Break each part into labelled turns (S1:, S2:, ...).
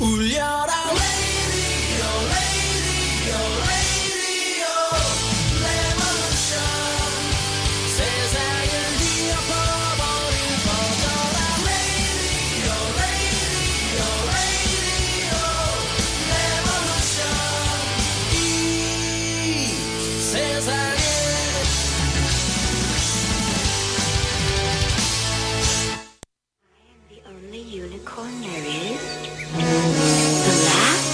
S1: 울려라 lady oh lady oh lady oh revolution 세상을 뒤엎어버린 버져라 lady oh lady oh lady oh revolution E 이 세상에
S2: The only unicorn there is. The last.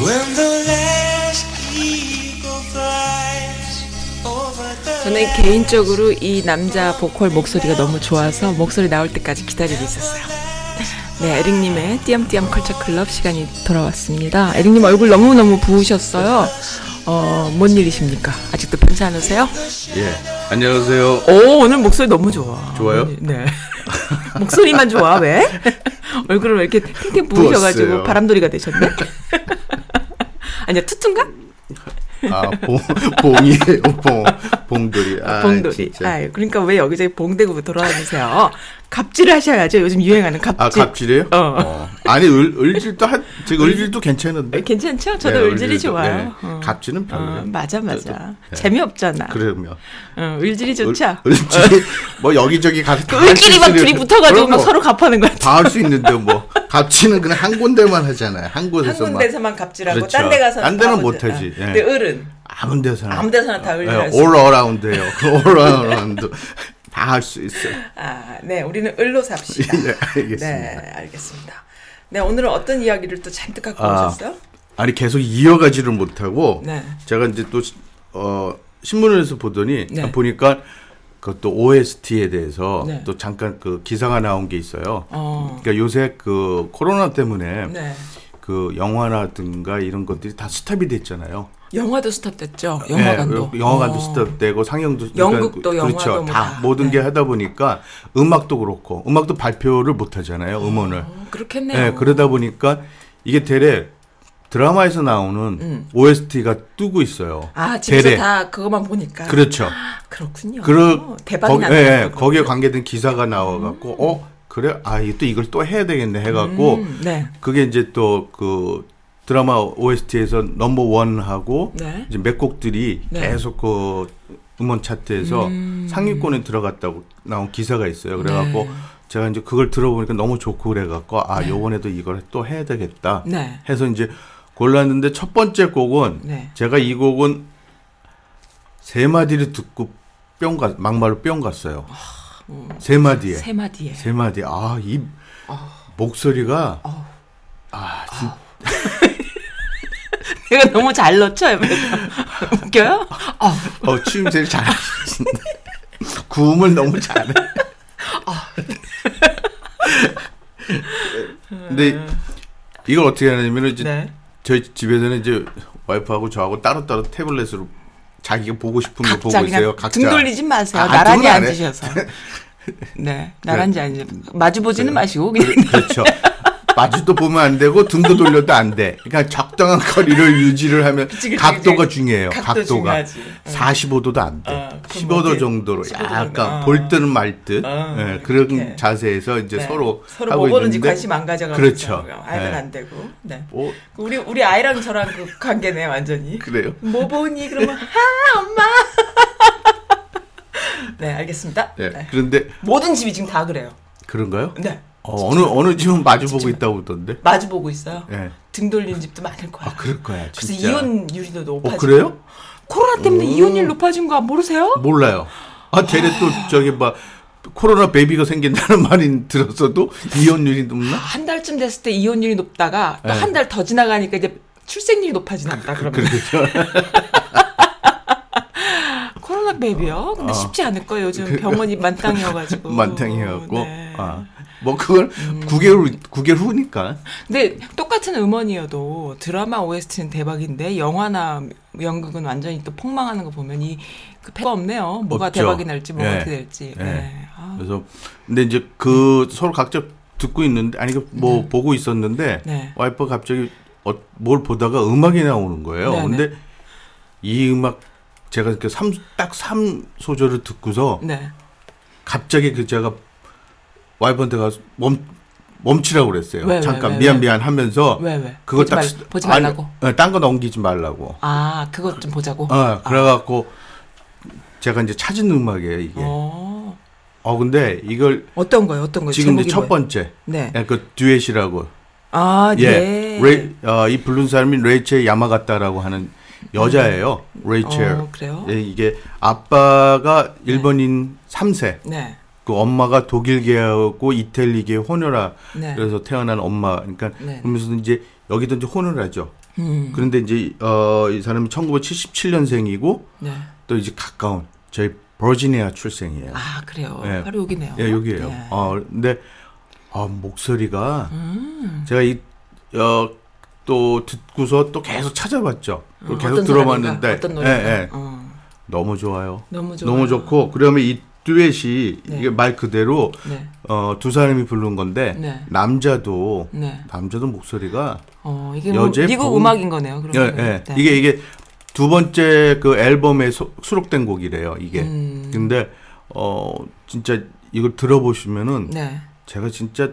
S1: When the last eagle flies over the
S3: 저는 개인적으로 이 남자 보컬 목소리가 너무 좋아서 목소리 나올 때까지 기다리고 있었어요. 네, 에릭님의 띄엄띄엄 컬처 클럽 시간이 돌아왔습니다. 에릭님 얼굴 너무너무 부으셨어요. 어, 뭔 일이십니까? 아직도 편찮으세요?
S4: 예. 안녕하세요.
S3: 어, 오, 오늘 목소리 너무 좋아.
S4: 좋아요?
S3: 네. 목소리만 좋아, 왜? 얼굴을 왜 이렇게 팅팅 부으셔가지고
S4: 부었어요.
S3: 바람돌이가 되셨네? 아니야, 투투인가?
S4: 아, 봉, 봉이에요, 봉. 봉돌이. 아,
S3: 봉돌이.
S4: 진짜.
S3: 아, 그러니까 왜 여기저기 봉대고 돌아다니세요? 갑질을 하셔야죠. 요즘 유행하는 갑질.
S4: 아, 갑질이에요?
S3: 어.
S4: 아니, 을, 을질도, 한, 제가 을질도 괜찮은데.
S3: 괜찮죠? 저도
S4: 네,
S3: 을질이
S4: 을질도,
S3: 좋아요.
S4: 네.
S3: 어.
S4: 갑질은 별로예요.
S3: 어, 맞아, 맞아.
S4: 네.
S3: 재미없잖아.
S4: 그러면.
S3: 어, 을질이
S4: 을-
S3: 좋죠.
S4: 을질이, 뭐, 여기저기 가서.
S3: 그
S4: 다할수
S3: 을끼리 막
S4: 있으면-
S3: 둘이 붙어가지고
S4: 그럼
S3: 막
S4: 뭐
S3: 서로 갑하는 거야.
S4: 다 할 수 있는데, 뭐. 갑질은 그냥 한 군데만 하잖아요. 한
S3: 한
S4: 곳에서 막.
S3: 군데서만 갑질하고
S4: 그렇죠.
S3: 딴 데 가서는
S4: 딴 데는
S3: 다
S4: 못
S3: 갑질.
S4: 하지.
S3: 어.
S4: 예.
S3: 근데 을은
S4: 아무 데서나. 네,
S3: 아무 데서나 네, 다 을질 할수
S4: 올 어라운드예요. 올 어라운드. 다 할 수 있어요.
S3: 아, 네, 우리는 을로 삽시다.
S4: 네, 알겠습니다.
S3: 네, 알겠습니다. 네, 오늘은 어떤 이야기를 또 잔뜩 갖고
S4: 아.
S3: 오셨어요?
S4: 아니 계속 이어가지를 못하고
S3: 네.
S4: 제가 이제 또 어, 신문에서 보더니
S3: 네.
S4: 보니까 그것도 OST에 대해서
S3: 네.
S4: 또 잠깐 그 기사가 나온 게 있어요.
S3: 어.
S4: 그러니까 요새 그 코로나 때문에
S3: 네.
S4: 그 영화라든가 이런 것들이 다 스탑이 됐잖아요.
S3: 영화도 스탑됐죠. 영화관도.
S4: 네, 영화관도
S3: 어.
S4: 스탑되고 상영도
S3: 연극도
S4: 그러니까 그렇죠.
S3: 영화도 뭐
S4: 다
S3: 다.
S4: 모든
S3: 네.
S4: 게 하다 보니까 음악도 그렇고 음악도 발표를 못 하잖아요. 음원을.
S3: 어, 그렇겠네요.
S4: 네, 그러다 보니까 이게 대래 드라마에서 나오는 OST가 뜨고 있어요.
S3: 음. 아, 집에서
S4: 대래.
S3: 다 그것만 보니까. 아,
S4: 그렇죠.
S3: 그렇군요.
S4: 그러
S3: 대박이
S4: 거기-
S3: 났다.
S4: 예, 예, 거기에 관계된 기사가 나와갖고 어 그래 아 이게 또 이걸 또 해야 되겠네 해갖고
S3: 네.
S4: 그게 이제 또 그 드라마 OST에서 넘버 원 하고
S3: 네.
S4: 이제 몇 곡들이
S3: 네.
S4: 계속 그 음원 차트에서 상위권에 들어갔다고 나온 기사가 있어요. 그래갖고
S3: 네.
S4: 제가 이제 그걸 들어보니까 너무 좋고 그래갖고 아 요번에도 이걸 또 해야 되겠다
S3: 네.
S4: 해서 이제 골랐는데 첫 번째 곡은
S3: 네.
S4: 제가 이 곡은 세 마디를 듣고 뿅 가, 막말로 뿅 갔어요. 세 마디에.
S3: 아, 뭐 세 마디에. 아.
S4: 세 마디. 아, 이 목소리가
S3: 내가 너무 잘 넣죠? 웃겨요? 어,
S4: 어, 추임새를 잘 하신다. 구음을 너무 잘해.
S3: 아.
S4: 근데 이걸 어떻게 하냐면은 이제
S3: 네.
S4: 저희 집에서는 이제 와이프하고 저하고 따로따로 태블릿으로 자기가 보고 싶은 거 보고
S3: 각자
S4: 있어요.
S3: 그냥
S4: 각자.
S3: 등 돌리지 마세요.
S4: 아,
S3: 나란히
S4: 등은 안 해.
S3: 앉으셔서. 네. 나란히 앉으 마주
S4: 네.
S3: 보지는 마시고 그냥
S4: 그렇죠. 마주도 보면 안 되고 등도 돌려도 안 돼. 그러니까 적당한 거리를 유지를 하면
S3: 그치, 그치,
S4: 각도가
S3: 그치.
S4: 중요해요.
S3: 각도
S4: 각도 가
S3: 중요하지. 응.
S4: 45도도 안 돼.
S3: 어, 그럼
S4: 15도
S3: 어떻게-
S4: 정도로
S3: 15도 정도.
S4: 약간
S3: 어.
S4: 볼 듯 말 듯.
S3: 어,
S4: 예, 그런
S3: 이렇게.
S4: 자세에서 이제
S3: 네.
S4: 서로
S3: 서로
S4: 하고
S3: 뭐 보는지
S4: 있는데
S3: 관심 안 가져가고
S4: 그렇죠.
S3: 있잖아요. 알면
S4: 예.
S3: 안 되고. 네.
S4: 뭐
S3: 우리 우리 아이랑 저랑 그 관계네 완전히.
S4: 그래요.
S3: 뭐 보니 그러면 아 엄마. 네, 알겠습니다.
S4: 예.
S3: 네.
S4: 그런데
S3: 모든 집이 지금 다 그래요.
S4: 그런가요?
S3: 네.
S4: 어, 어느 어느 집은 마주 보고
S3: 진짜.
S4: 있다고 그러던데.
S3: 마주 보고 있어요.
S4: 예.
S3: 등 돌린 집도 많을 거야.
S4: 아, 그럴 거야.
S3: 그래서
S4: 진짜.
S3: 이혼율이 더 높아지고.
S4: 어, 그래요?
S3: 코로나 때문에 이혼율 높아진 거 모르세요?
S4: 몰라요. 아, 대래 또 저기 막 코로나 베이비가 생긴다는 말이 들었어도 이혼율이 높나?
S3: 한 달쯤 됐을 때 이혼율이 높다가
S4: 네.
S3: 또 한 달 더 지나가니까 이제 출생률이 높아진다 그러면
S4: 그렇죠.
S3: 코로나 베이비요? 근데 쉽지 않을 거예요 요즘 병원이 만땅이어가지고
S4: 어. 그, 만탕이었고
S3: 네. 음.
S4: 아, 뭐 그걸 9개월 9개월 후니까.
S3: 근데 똑같은 음원이어도 드라마 OST는 대박인데 영화나 연극은 완전히 또 폭망하는 거 보면 이그 패가 없네요. 뭐가
S4: 없죠.
S3: 대박이 날지 뭐가
S4: 예.
S3: 어떻게 될지.
S4: 예.
S3: 네. 아,
S4: 그래서 근데 이제 그 서로 각자 듣고 있는데 아니 그 뭐 보고 있었는데
S3: 네.
S4: 와이퍼 갑자기 어, 뭘 보다가 음악이 나오는 거예요.
S3: 네,
S4: 근데 이 음악 제가 이렇게 삼딱삼 소절을 듣고서
S3: 네.
S4: 갑자기 그 제가 와이프한테 가서 멈 멈추라고 그랬어요.
S3: 왜, 왜,
S4: 잠깐
S3: 왜,
S4: 미안
S3: 왜?
S4: 미안 하면서
S3: 왜 왜?
S4: 그걸
S3: 보지
S4: 딱
S3: 말,
S4: 스-
S3: 보지
S4: 아니,
S3: 말라고.
S4: 어, 딴거 넘기지 말라고.
S3: 아, 그것 좀 보자고.
S4: 어,
S3: 아,
S4: 그래갖고 제가 이제 찾은 음악이에요 이게. 어,
S3: 어.
S4: 근데 이걸
S3: 어떤 거예요? 어떤 거예요?
S4: 지금 이제
S3: 그 제목이
S4: 첫
S3: 뭐예요?
S4: 번째
S3: 네.
S4: 예, 그 듀엣이라고.
S3: 아,
S4: 예.
S3: 예.
S4: 레이, 어, 이 부른 사람이 레이첼 야마가타라고 하는 여자예요. 레이첼.
S3: 어, 그래요?
S4: 예, 이게 아빠가 일본인 삼 3세.
S3: 네.
S4: 그 엄마가 독일계하고 이탈리계 혼혈아
S3: 네.
S4: 그래서 태어난 엄마 그러니까
S3: 네.
S4: 그러면서 이제 여기도 이제 혼혈아죠.
S3: 음.
S4: 그런데 이제 어, 이 사람이 1977년생이고
S3: 네.
S4: 또 이제 가까운 저희 버지니아 출생이에요.
S3: 아, 그래요.
S4: 예.
S3: 바로 여기네요.
S4: 예, 여기에요.
S3: 네.
S4: 아, 근데 아, 목소리가
S3: 음.
S4: 제가 이 어, 또 듣고서 또 계속 찾아봤죠. 또
S3: 어,
S4: 계속
S3: 어떤
S4: 들어봤는데
S3: 사람인가? 어떤 노래가?
S4: 예, 예.
S3: 어.
S4: 너무 좋아요.
S3: 너무 좋아요.
S4: 너무 좋고 그러면 이 듀엣이
S3: 네.
S4: 이게 말 그대로
S3: 네.
S4: 어, 두 사람이 부른 건데
S3: 네.
S4: 남자도
S3: 네.
S4: 남자도 목소리가
S3: 어, 이게 뭐
S4: 여제
S3: 미국
S4: 보험-
S3: 음악인 거네요.
S4: 예,
S3: 그러면.
S4: 예.
S3: 네.
S4: 이게 이게 두 번째 그 앨범에 소- 수록된 곡이래요. 이게
S3: 음.
S4: 근데 어 진짜 이걸 들어보시면은
S3: 네.
S4: 제가 진짜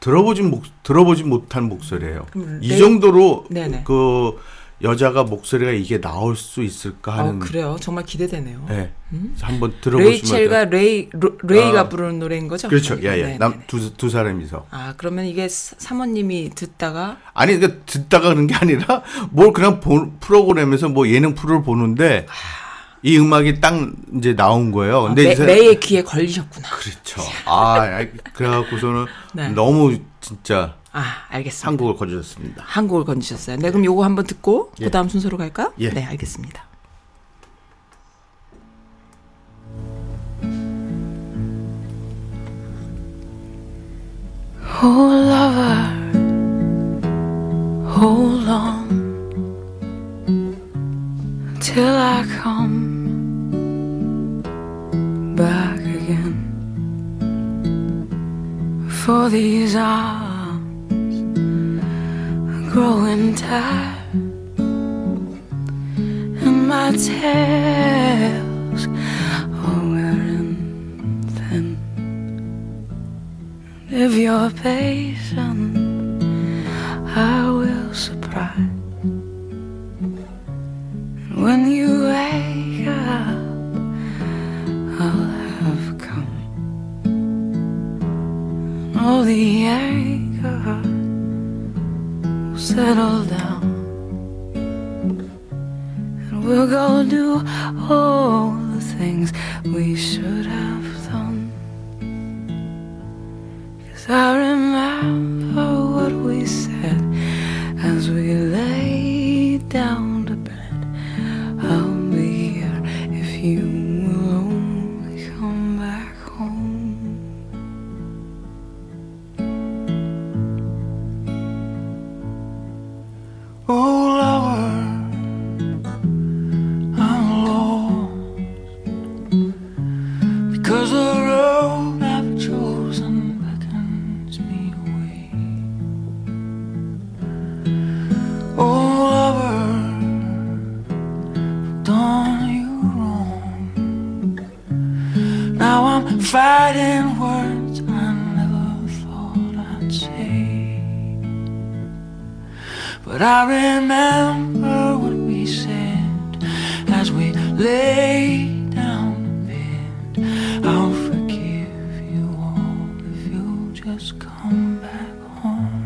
S4: 들어보진 목, 들어보진 못한 목소리예요.
S3: 그럼
S4: 이
S3: 레이-
S4: 정도로
S3: 네네.
S4: 그 여자가 목소리가 이게 나올 수 있을까
S3: 어,
S4: 하는
S3: 그래요. 정말 기대되네요.
S4: 예. 그래서 한번 들어보시면
S3: 레이첼과 레이 로- 레이가
S4: 아.
S3: 부르는 노래인 거죠?
S4: 그렇죠.
S3: 그러니까.
S4: 예, 예.
S3: 네,
S4: 남
S3: 네, 네.
S4: 두 두 사람이서.
S3: 아, 그러면 이게 사- 사모님이 듣다가
S4: 아니 그러니까 듣다가 그런 게 아니라 뭘 그냥 보, 프로그램에서 뭐 예능 프로를 보는데 이 음악이 딱 이제 나온 거예요.
S3: 아,
S4: 근데
S3: 레,
S4: 이제
S3: 레이의 귀에 걸리셨구나.
S4: 그렇죠. 아, 아이, 그래갖고서는
S3: 네.
S4: 너무 진짜
S3: 아, 알겠습니다.
S4: 한국을 거주셨습니다.
S3: 한국을 건지셨어요. 네, 그럼 요거 한번 듣고
S4: 예.
S3: 그다음 순서로 갈까?
S4: 예.
S3: 네, 알겠습니다.
S5: Oh, lover, hold on till I come back again. For these arms are growing tired, and my tails are wearing thin. If you're patient, I will surprise. When you wake up, I'll have come. All the anger will settle down. And we'll go do all the things we should have done. Cause I remember what we said as we lay down to bed. I'll be here if you will only come back home. Oh, lover, I'm low. Because the road I've chosen beckons me away. Oh, lover, I've done you wrong. Now I'm fighting words I never thought I'd say. But I remember what we said as we lay down in bed. I'll forgive you all if you'll just come back home.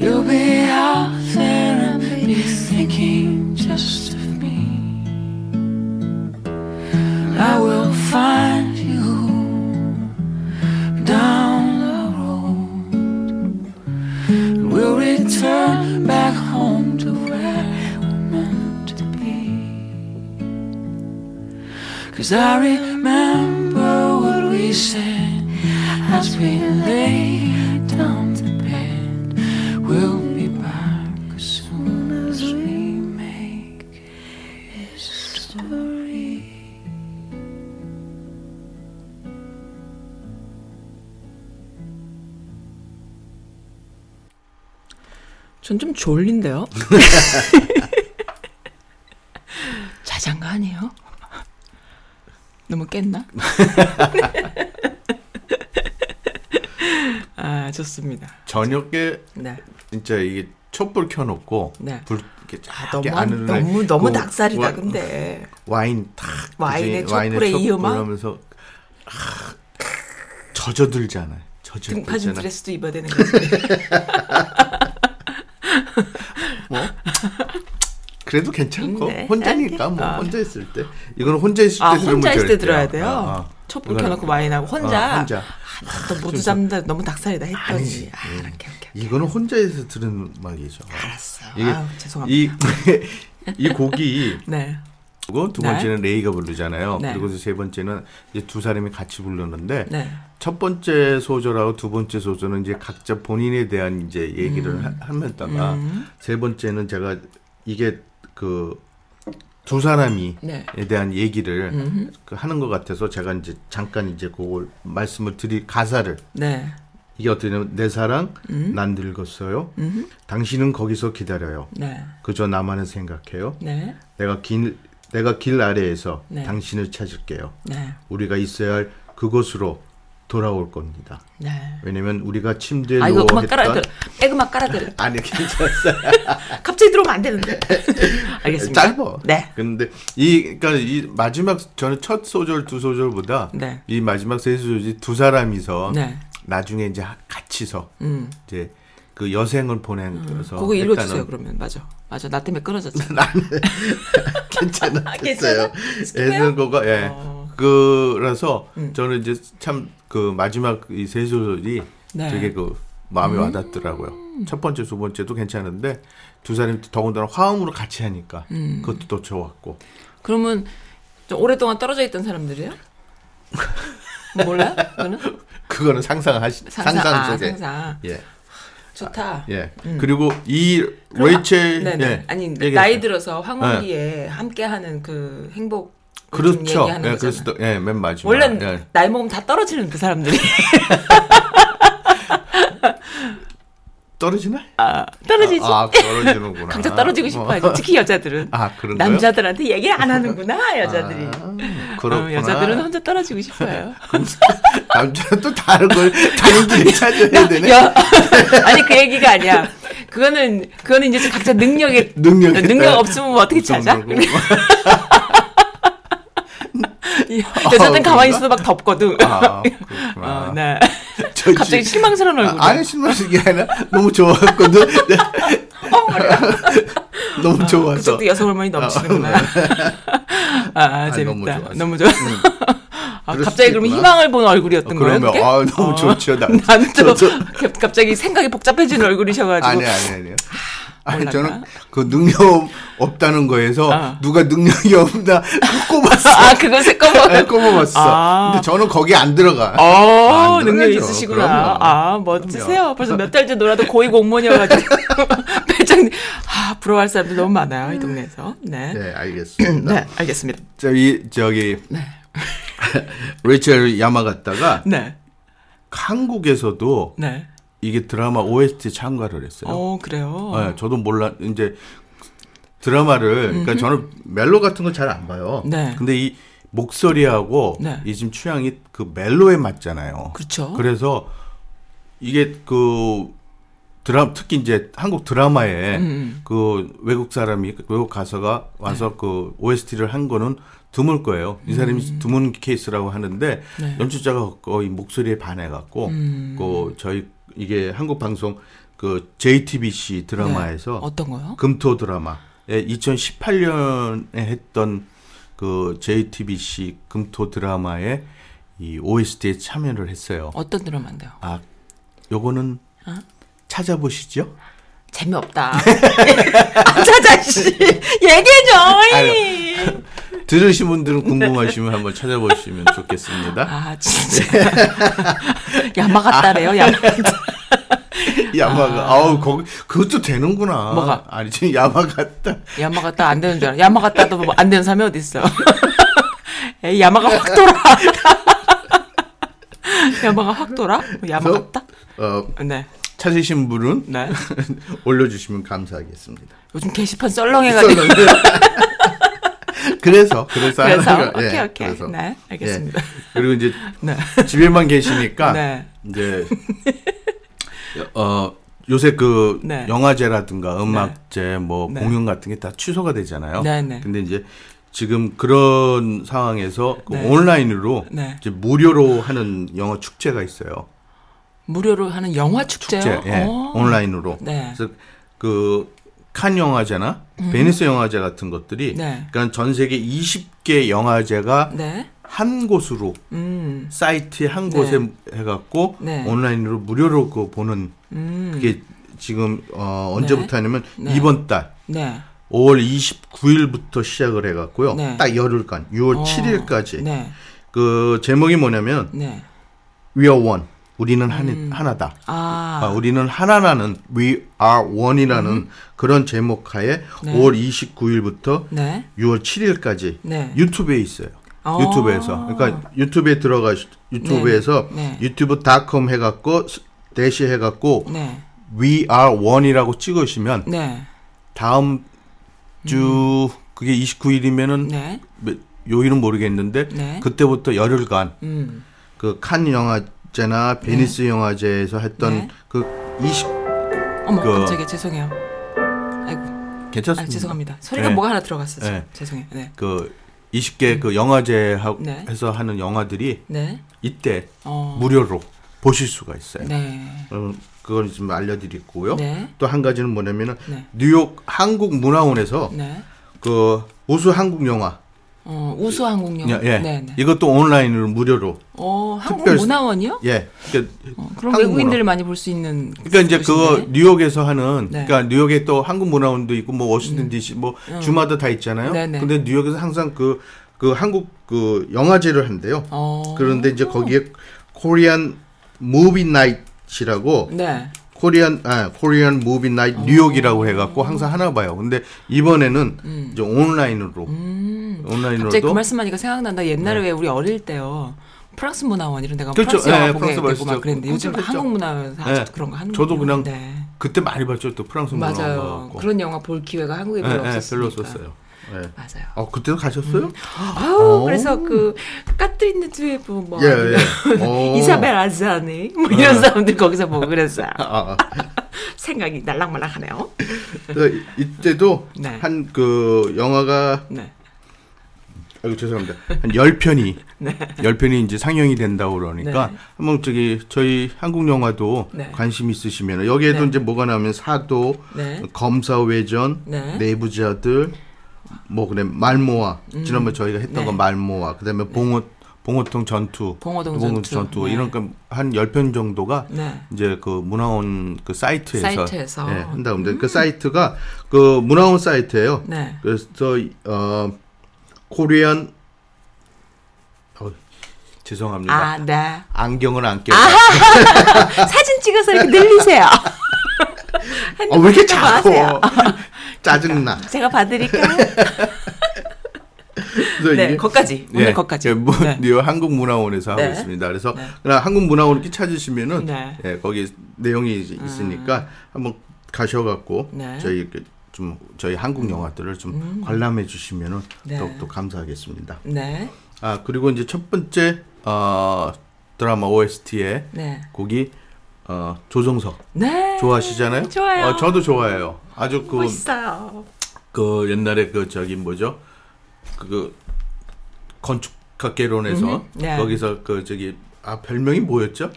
S6: You'll be out there and be thinking just of me. I will find you down the road. And we'll return back home to where we're meant to be. Cause I remember what we said as we lay down to bed. We'll be back as soon as we make history.
S3: 전 좀 졸린데요. 자장가 아니에요? 너무 깼나? 아 좋습니다.
S4: 저녁에
S3: 네.
S4: 진짜 이게 촛불 켜놓고
S3: 네.
S4: 불 이렇게 쫙
S3: 너무
S4: 하늘을
S3: 너무 너무
S4: 그
S3: 닭살이다
S4: 와-
S3: 근데.
S4: 와인 탁
S3: 와인에
S4: 그지?
S3: 촛불에 이
S4: 촛불
S3: 음악?
S4: 하면서 아, 젖어들잖아요.
S3: 등파진
S4: 젖어들잖아.
S3: 드레스도 입어야 되는 거지.
S4: 그래도 괜찮고
S3: 네,
S4: 혼자니까 뭐
S3: 알겠다.
S4: 혼자 있을 때 이건 혼자 그 있을 때
S3: 아
S4: 들으면
S3: 혼자 있을 때
S4: 제일
S3: 들어야
S4: 좋아요.
S3: 돼요.
S4: 어, 어.
S3: 촛불
S4: 이거는-
S3: 켜놓고 와인하고 혼자. 아,
S4: 어, 혼자.
S3: 또 모두 잡는다 너무 닭살이다 했더니
S4: 아니지.
S3: 아,
S4: 음.
S3: 이렇게 이렇게
S4: 이거는 혼자 있을 때 들은 음악이죠.
S3: 알았어요.
S4: 이게
S3: 아우, 죄송합니다.
S4: 이, 이 곡이
S3: 네.
S4: 그리고 두
S3: 네.
S4: 번째는 레이가 부르잖아요.
S3: 네.
S4: 그리고 세 번째는 이제 두 사람이 같이 부르는데
S3: 네.
S4: 첫 번째 소절하고 두 번째 소절은 이제 각자 본인에 대한 이제 얘기를
S3: 음.
S4: 하- 하면다가 세 번째는 제가 이게 그 두 사람이에
S3: 네.
S4: 대한 얘기를 그 하는 것 같아서 제가 이제 잠깐 이제 그걸 말씀을 드릴 가사를
S3: 네.
S4: 이게 어떻게 되냐면 내 사랑
S3: 음.
S4: 난 늙었어요. 당신은 거기서 기다려요.
S3: 네.
S4: 그저 나만을 생각해요.
S3: 네.
S4: 내가 길 내가 길 아래에서
S3: 네.
S4: 당신을 찾을게요.
S3: 네.
S4: 우리가 있어야 할 그곳으로 돌아올 겁니다.
S3: 네.
S4: 왜냐면 우리가 침대에
S3: 아
S4: 누워
S3: 이거 그만
S4: 했던-
S3: 깔아 그래. 에그만 깔아 그래.
S4: 아니 괜찮았어요.
S3: 갑자기 들어오면 안 되는데. 알겠습니다.
S4: 짧아.
S3: 네.
S4: 근데 이 그러니까 이 마지막 저는 첫 소절 두 소절보다
S3: 네.
S4: 이 마지막 세 소절이 두 사람이서
S3: 네.
S4: 나중에 이제 하- 같이서
S3: 음.
S4: 이제 그 여생을 보내서
S3: 그거 읽어 주세요.
S4: 했다는-
S3: 그러면. 맞아. 맞아. 나 때문에 끊어졌잖아.
S4: 괜찮았어요.
S3: 괜찮아?
S4: 애는 거가 예.
S3: 어. 음.
S4: 그래서 저는 이제 참 그 마지막 이 세 소절이
S3: 네.
S4: 되게 그 마음이 와닿더라고요. 첫 번째, 두 번째도 괜찮은데 두 사람이 더군다나 화음으로 같이 하니까 그것도 더 좋았고
S3: 그러면 좀 오랫동안 떨어져 있던 사람들이요? 몰라? 그거는
S4: 그거는 상상하시 상상,
S3: 아,
S4: 속에
S3: 상상.
S4: 예
S3: 좋다.
S4: 예. 그리고 이 레이첼
S3: 네네.
S4: 예,
S3: 아니
S4: 얘기했어요. 예.
S3: 나이 들어서 황혼기에 함께하는 그 행복 좀
S4: 그렇죠.
S3: 얘기하는
S4: 예,
S3: 거잖아.
S4: 그래서 또, 예, 맨 마지막
S3: 원래
S4: 예.
S3: 나이 먹으면 다 떨어지는 그 사람들이
S4: 떨어지나?
S3: 아, 떨어지지.
S4: 아, 떨어지는구나.
S3: 각자 떨어지고 싶어하지.
S4: 어.
S3: 특히 여자들은.
S4: 아, 그런가요?
S3: 남자들한테 얘기 안 하는구나 여자들이.
S4: 아,
S3: 어,
S4: 그렇구나. 음.
S3: 여자들은 혼자 떨어지고 싶어요.
S4: 남자는 또 다른 걸 다른 길을 찾아야 되네.
S3: 여- 아니 그 얘기가 아니야. 그거는 그거는 이제 각자 능력이
S4: 능력
S3: 능력 없으면 뭐 어떻게 찾아? 여자들은
S4: 아, 그런가?
S3: 가만히 있어도 막 덥거든.
S4: 아, 그렇구나.
S3: 어, 네.
S4: 저
S3: 갑자기
S4: 지-
S3: 실망스러운
S4: 아,
S3: 얼굴.
S4: 아니 실망스럽게 아니라 너무 좋았거든.
S3: 어,
S4: 너무 좋아서. 네.
S3: 그쪽도 여성 호르몬이 넘치는구나. 아, 아, 재밌다.
S4: 너무 좋았어.
S3: 너무 좋아. 아,
S4: 그럴
S3: 갑자기
S4: 수도
S3: 그럼
S4: 있구나.
S3: 희망을 보는 얼굴이었던 거예요?
S4: 그러면
S3: 그게? 어.
S4: 아 너무 좋죠. 나,
S3: 나는 또
S4: 저- 저-
S3: 갑- 갑자기 생각이 복잡해지는 얼굴이셔가지고
S4: 아니 아니 아니요. 아니
S3: 몰랐나?
S4: 저는 그 능력 없다는 거에서
S3: 아.
S4: 누가 능력이 없나 꼽았어.
S3: 아 그건 새꺼만
S4: 아, 꼽아봤어.
S3: 아.
S4: 근데 저는 거기 안 들어가.
S3: 어
S4: 안
S3: 능력
S4: 들어가죠.
S3: 있으시구나
S4: 그럼요.
S3: 아 멋지세요 벌써 몇 달째 놀아도 고위 공무원이어가지고 배짱 아 부러워할 사람들 너무 많아요 이 동네에서 네 네
S4: 네, 알겠습니다.
S3: 알겠습니다
S4: 저기 저기 레이첼 야마갔다가 한국에서도
S3: 네 네 어
S4: 이게 드라마 OST 참가를 했어요.
S3: 그래요
S4: 네, 저도 몰라 이제 드라마를 그러니까 저는 멜로 같은 거 잘 안 봐요.
S3: 네.
S4: 근데 이 목소리하고
S3: 네.
S4: 이 지금 취향이 그 멜로에 맞잖아요.
S3: 그렇죠.
S4: 래서 이게 그 드라 특히 이제 한국 드라마에
S3: 음,
S4: 그 외국 사람이 외국 가수가
S3: 네.
S4: 와서 그 OST를 한 거는 드물 거예요. 이 사람이
S3: 음.
S4: 드문 케이스라고 하는데
S3: 네. 음.
S4: 연출자가 거의 목소리에 반해 갖고 그 저희 이게 한국 방송 그 JTBC 드라마에서
S3: 네. 어떤 거요?
S4: 금토 드라마. 예, 2018년에 했던 그 JTBC 금토 드라마에 이 OST에 참여를 했어요.
S3: 어떤 아? 드라마인데요?
S4: 아, 요거는 찾아보시죠.
S3: 재미없다. 안 찾아 씨. 얘기해 줘.
S4: 들으신 분들은 궁금하시면 한번 찾아보시면 좋겠습니다.
S3: 아 진짜
S4: 네.
S3: 야마 같다래요. 야마.
S4: 야마가 아우 거기 그것도 되는구나.
S3: 뭐가?
S4: 아니 지금 야마 같다.
S3: 야마 같다 안 되는 줄 알아. 야마 같다도 뭐안 되는 사람이 어디 있어? 에이, 야마가 확 돌아. 야마가 확 돌아? 뭐 야마
S4: 그래서,
S3: 같다?
S4: 어,
S3: 네.
S4: 찾으신 분은
S3: 네.
S4: 올려주시면 감사하겠습니다.
S3: 요즘 게시판 썰렁해가지고.
S4: 그래서 그래서
S3: 그래서?
S4: 하나가-
S3: 오케이, 오케이. 네, 알겠습니다.
S4: 예. 그리고 이제
S3: 네.
S4: 집에만 계시니까
S3: 네.
S4: 이제 어 요새 그
S3: 네.
S4: 영화제라든가 음악제 뭐
S3: 네.
S4: 공연 같은 게 다 취소가 되잖아요.
S3: 네, 네.
S4: 근데 이제 지금 그런 상황에서 그
S3: 네.
S4: 온라인으로
S3: 네.
S4: 이제 무료로 하는 영화 축제가 있어요.
S3: 무료로 하는 영화 축제요? 어?
S4: 축제 예,
S3: 오.
S4: 온라인으로.
S3: 네. 음.
S4: 그래서 그 칸 영화제나 베니스 영화제 같은 것들이
S3: 네.
S4: 그러니까 전 세계 20개 영화제가
S3: 네.
S4: 한 곳으로
S3: 음.
S4: 사이트 한 곳에 해갖고
S3: 네.
S4: 온라인으로 무료로 그 보는
S3: 음.
S4: 그게 지금 어, 언제부터 하냐면 이번 달
S3: 네.
S4: 5월 29일부터 시작을 해갖고요.
S3: 네.
S4: 딱 열흘간 6월
S3: 어,
S4: 7일까지
S3: 네.
S4: 그 제목이 뭐냐면
S3: 네.
S4: We are one. 우리는 한, 하나다.
S3: 아.
S4: 아, 우리는 하나라는 We are one이라는 그런 제목하에
S3: 음. 네.
S4: 5월 29일부터
S3: 네.
S4: 6월 7일까지
S3: 네.
S4: 유튜브에 있어요.
S3: 아.
S4: 유튜브에서 그러니까 유튜브에 들어가 유튜브에서
S3: 네.
S4: 유튜브.com 해갖고 대시 해갖고
S3: 네.
S4: We are one이라고 찍으시면
S3: 네. 음.
S4: 다음 주 그게 29일이면은
S3: 네.
S4: 뭐, 요일은 모르겠는데
S3: 네.
S4: 그때부터 열흘간
S3: 음.
S4: 그 칸 영화제나 베니스 영화제에서 했던
S3: 네.
S4: 그 20,
S3: 어머,
S4: 그-
S3: 갑자기 죄송해요. 아이고.
S4: 괜찮습니다.
S3: 아, 죄송합니다. 소리가
S4: 네.
S3: 뭐가 하나 들어갔어요.
S4: 네.
S3: 죄송해요. 네.
S4: 그 20개 그 영화제
S3: 네.
S4: 해서 하는 영화들이
S3: 네.
S4: 이때
S3: 어.
S4: 무료로 보실 수가 있어요.
S3: 네.
S4: 어, 그걸 좀 알려드리고요.
S3: 네.
S4: 또 한 가지는 뭐냐면은
S3: 네.
S4: 뉴욕 한국문화원에서
S3: 네.
S4: 그 우수 한국 영화
S3: 어, 우수항공역.
S4: 예, 예.
S3: 네, 네.
S4: 이것도 온라인으로 무료로
S3: 어,
S4: 특별-
S3: 한국문화원이요?
S4: 예 그러니까,
S3: 어, 그럼
S4: 한국문화.
S3: 외국인들 많이 볼 수 있는
S4: 그러니까 이제 그거
S3: 곳인데?
S4: 뉴욕에서 하는
S3: 네. 음.
S4: 그러니까 뉴욕에 또 한국문화원도 있고 뭐 워싱턴 DC 뭐 주마다 다 있잖아요.
S3: 네, 네.
S4: 근데 뉴욕에서 항상 그 그 한국 그 영화제를 한대요.
S3: 어.
S4: 그런데 이제 거기에 코리안 무비 나이트라고
S3: 네.
S4: 코리안 아 코리안 무비 나이트
S3: 어.
S4: 뉴욕이라고 해갖고 항상 하나 봐요. 근데 이번에는 이제 온라인으로
S3: 음. 갑자기 그
S4: 온라인으로도 네.
S3: 말씀하니까 생각난다. 옛날에 왜 우리 어릴 때요. 프랑스 문화원 이런 데가
S4: 그렇죠.
S3: 프랑스 영화
S4: 예,
S3: 보게
S4: 프랑스
S3: 되고 막
S4: 벌써
S3: 그랬는데 요즘
S4: 그렇죠.
S3: 한국 문화원에서 아직도
S4: 예.
S3: 그런 거 하는
S4: 저도 그냥
S3: 거군요. 네.
S4: 그때 많이 봤죠. 또 프랑스 문화
S3: 맞아요. 그런 영화 볼 기회가 한국에 별로 음.
S4: 예, 예,
S3: 없었어요.
S4: 별로 없었어요. 예.
S3: 맞아요.
S4: 어 그때도 가셨어요?
S3: 아우 그래서 그 까트린 드웨브 뭐
S4: 예,
S3: 아니면
S4: 예. 어. 예.
S3: 이사벨 아자네 뭐 이런 사람들 거기서 보고 그랬어요.
S4: 아, 아.
S3: 생각이 날랑말랑하네요.
S4: 그 이때도
S3: 네.
S4: 한 그 영화가
S3: 네.
S4: 아이고 죄송합니다. 한 10편이
S3: 네.
S4: 10편이 이제 상영이 된다고 그러니까
S3: 네.
S4: 한번 저기 저희 한국 영화도
S3: 네.
S4: 관심 있으시면 여기에도
S3: 네.
S4: 이제 뭐가 나오면 사도,
S3: 네.
S4: 검사 외전,
S3: 네.
S4: 내부자들 뭐 그래 말모아 지난번 에 저희가 했던
S3: 네.
S4: 거 말모아 그다음에 봉호 봉호통 전투,
S3: 봉호동 전투. 네.
S4: 이런 그한 10편 정도가
S3: 네.
S4: 이제 그 문화원 그 사이트에서,
S3: 사이트에서.
S4: 예, 한다 근데 그 사이트가 그 문화원 사이트예요.
S3: 음. 네.
S4: 그래서 어 코리안 어, 죄송합니다.
S3: 아, 네.
S4: 안경을 안 끼고
S3: 사진 찍어서 이렇게 늘리세요.
S4: 어, 왜 이렇게
S3: 핸드폰
S4: 작고
S3: 하세요. 그러니까.
S4: 짜증나.
S3: 제가 봐드릴게요.
S4: 그래서
S3: 네,
S4: 이게-
S3: 거기까지. 오늘
S4: 예,
S3: 거기까지.
S4: 예, 뭐,
S3: 네.
S4: 뉴욕 한국문화원에서 하고
S3: 네.
S4: 있습니다. 그래서
S3: 네.
S4: 그냥 한국문화원 이렇게 찾으시면은
S3: 네. 음.
S4: 예, 거기 내용이 이제 있으니까 한번 가셔갖고
S3: 네. 음.
S4: 저희 이렇게 좀 저희 한국 영화들을 좀 관람해 주시면은
S3: 네.
S4: 더욱더 감사하겠습니다.
S3: 네.
S4: 아 그리고 이제 첫 번째 어, 드라마 OST의
S3: 네.
S4: 곡이 어, 조정석
S3: 네.
S4: 좋아하시잖아요.
S3: 좋아요.
S4: 어, 저도 좋아해요. 아주 그
S3: 멋있어요.
S4: 그 옛날에 그 저기 뭐죠? 그 건축학개론에서
S3: 네.
S4: 거기서 그 저기 아 별명이 뭐였죠?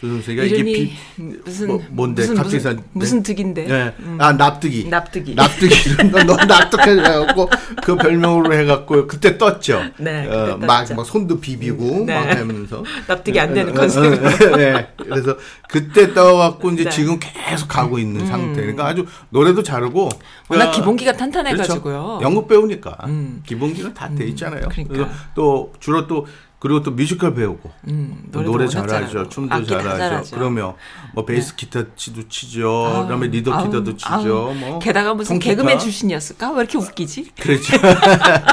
S4: 조선생이가 이게
S3: 이름이
S4: 비,
S3: 무슨
S4: 뭐- 뭔데?
S3: 무슨
S4: 갑자기
S3: 무슨,
S4: 산-
S3: 무슨 득인데?
S4: 예. 아 납득이.
S3: 음. 납득이.
S4: 납득이 이런 거 너무 납득해 갖고 그 별명으로 해갖고 그때 떴죠.
S3: 네, 그때
S4: 어, 막,
S3: 떴죠.
S4: 막 손도 비비고
S3: 네.
S4: 막 하면서
S3: 납득이 안 되는
S4: 어,
S3: 컨셉.
S4: 어, 어, 예. 그래서 그때 떠갖고 이제
S3: 네. 음.
S4: 지금 계속 가고 있는 상태. 그러니까 아주 노래도 잘하고.
S3: 워낙
S4: 그러니까
S3: 기본기가 탄탄해가지고요.
S4: 연극 배우니까
S3: 음.
S4: 기본기가 다 돼 있잖아요.
S3: 그러니까.
S4: 그래서 또 주로 또 그리고 또 뮤지컬 배우고
S3: 음, 노래도
S4: 노래
S3: 워낙
S4: 잘하죠,
S3: 잘하고, 아,
S4: 춤도
S3: 악기 다
S4: 잘하죠.
S3: 잘하죠. 네.
S4: 그러면 뭐 베이스 기타 치도 치죠. 그다음에 리더
S3: 아우,
S4: 기타도 치죠.
S3: 아우.
S4: 뭐
S3: 게다가 무슨
S4: 통기타.
S3: 개그맨 출신이었을까? 왜 이렇게 웃기지?
S4: 그렇죠.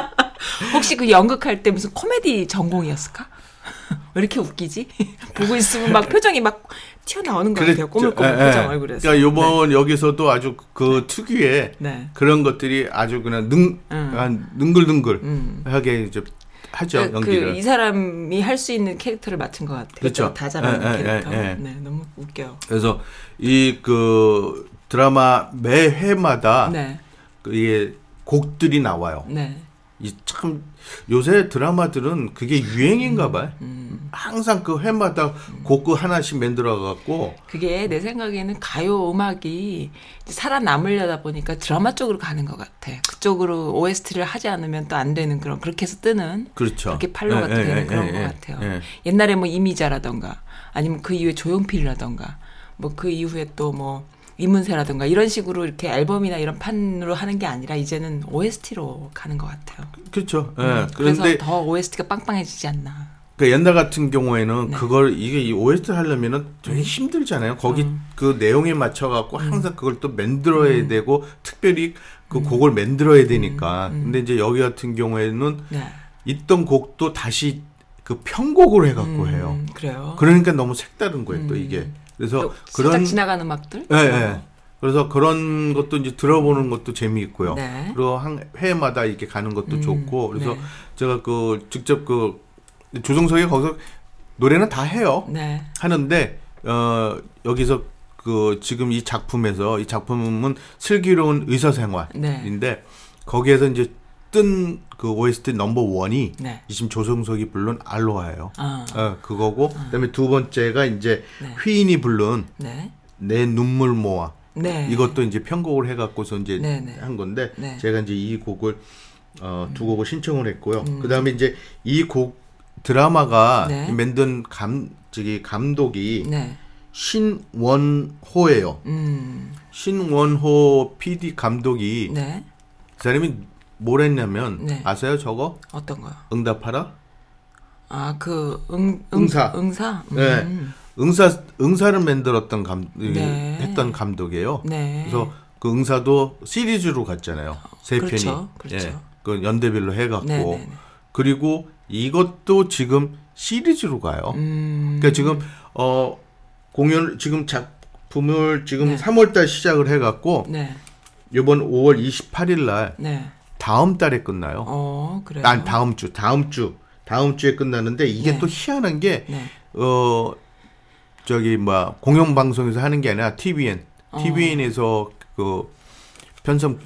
S3: 혹시 그 연극할 때 무슨 코미디 전공이었을까? 왜 이렇게 웃기지? 보고 있으면 막 표정이 막 튀어나오는 것 같아요. 꼬물꼬물
S4: 예, 예.
S3: 표정 얼굴에서.
S4: 그러니까 요번 여기서도 아주 그 특유의
S3: 네.
S4: 그런 것들이 아주 그냥 능,
S3: 음.
S4: 한 능글능글 하게 이제 하죠 연기를.
S3: 그이 사람이 할 수 있는 캐릭터를 맡은 것 같아요.
S4: 그쵸.
S3: 다 잘하는
S4: 예, 예,
S3: 캐릭터.
S4: 예, 예.
S3: 네, 너무 웃겨요.
S4: 그래서 이 그 드라마 매 회마다
S3: 네,
S4: 그 이게 곡들이 나와요.
S3: 네.
S4: 이 참 요새 드라마들은 그게 유행인가 봐요.
S3: 음,
S4: 항상 그 회마다 곡구 그 하나씩 만들어 갖고
S3: 그게 내 생각에는 가요 음악이 이제 살아남으려다 보니까 드라마 쪽으로 가는 것 같아. 그쪽으로 OST를 하지 않으면 또 안 되는 그런 그렇게 해서 뜨는
S4: 그렇죠.
S3: 그렇게 팔로가
S4: 예,
S3: 또 되는
S4: 예,
S3: 그런
S4: 예,
S3: 것
S4: 예,
S3: 같아요.
S4: 예.
S3: 옛날에 뭐 이미자라던가 아니면 그 이후에 조용필이라던가 뭐 그 이후에 또 뭐 이문세라던가 이런 식으로 이렇게 앨범이나 이런 판으로 하는 게 아니라 이제는 OST로 가는 것 같아요.
S4: 그렇죠. 예.
S3: 음, 그래서
S4: 그런데
S3: 더 OST가 빵빵해지지 않나.
S4: 그 옛날 같은
S3: 네.
S4: 경우에는 그걸 이게 이 OST 하려면은
S3: 음.
S4: 되게 힘들잖아요. 거기 그 내용에 맞춰 갖고 항상 그걸 또
S3: 음.
S4: 만들어야 되고 특별히 그 곡을 만들어야 되니까.
S3: 음.
S4: 근데 이제 여기 같은 경우에는
S3: 네.
S4: 있던 곡도 다시 그 편곡으로 해 갖고 해요.
S3: 음, 그래요.
S4: 그러니까 너무 색다른 거예요, 또 이게. 그래서
S3: 음. 또 살짝
S4: 그런
S3: 지나가는 음악들.
S4: 예, 예. 그래서 그런 것도 이제 들어보는 것도 재미있고요.
S3: 네.
S4: 그리고 한 회마다 이렇게 가는 것도 좋고. 그래서
S3: 네.
S4: 제가 그 직접 그 조성석이 거기서 노래는 다 해요.
S3: 네.
S4: 하는데 어 여기서 그 지금 이 작품에서 이 작품은 슬기로운 의사생활인데
S3: 네.
S4: 거기에서 이제 뜬 그 OST 넘버 원이
S3: 네.
S4: 지금 조성석이 부른 알로하예요.
S3: 아.
S4: 어, 그거고 그다음에 두 번째가 이제
S3: 네.
S4: 휘인이 부른
S3: 네.
S4: 내 눈물 모아
S3: 네.
S4: 이것도 이제 편곡을 해갖고서 이제
S3: 네, 네.
S4: 한 건데
S3: 네. 음.
S4: 제가 이제 이 곡을 어, 두 곡을 신청을 했고요. 그다음에 이제 이 곡 드라마가
S3: 네.
S4: 만든 감 저기 감독이
S3: 네.
S4: 신원호예요.
S3: 음.
S4: 신원호 PD 감독이
S3: 네.
S4: 그 사람이 뭘 했냐면
S3: 네.
S4: 아세요 저거
S3: 어떤 거요?
S4: 응답하라.
S3: 아, 그 응, 응
S4: 응사.
S3: 응사.
S4: 네.
S3: 음.
S4: 응사 응사를 만들었던 감 이-
S3: 네.
S4: 했던 감독이에요.
S3: 네.
S4: 그래서 그 응사도 시리즈로 갔잖아요. 세
S3: 그렇죠,
S4: 편이.
S3: 그렇죠.
S4: 그 연대별로 해갖고
S3: 네, 네, 네.
S4: 그리고 이것도 지금 시리즈로 가요.
S3: 음.
S4: 그러니까 지금 어 공연 지금 작품을 지금
S3: 네.
S4: 3월달 시작을 해갖고
S3: 네.
S4: 이번 5월 28일날
S3: 네.
S4: 다음 달에 끝나요.
S3: 어, 그래요.
S4: 난 다음 주, 다음 주, 다음 주에 끝나는데 이게
S3: 네.
S4: 또 희한한 게
S3: 네.
S4: 어 저기 뭐 공영 방송에서 하는 게 아니라 TVN,
S3: 어.
S4: TVN에서 그 편성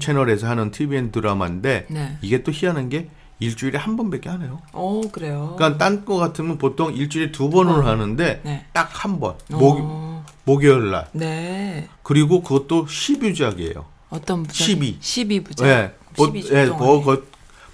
S4: 채널에서 하는 TVN 드라마인데
S3: 음. 네.
S4: 이게 또 희한한 게 일주일에 한 번밖에 안 해요.
S3: 어, 그래요.
S4: 그러니까 딴 거 같으면 보통 일주일에 두 번을 하는데
S3: 네.
S4: 딱 한 번.
S3: 어.
S4: 목 목요일 날.
S3: 네.
S4: 그리고 그것도 10유작이에요.
S3: 어떤 부작?
S4: 12.
S3: 12 부작.
S4: 예. 보,
S3: 12주 음.
S4: 예,
S3: 동안.
S4: 보, 거,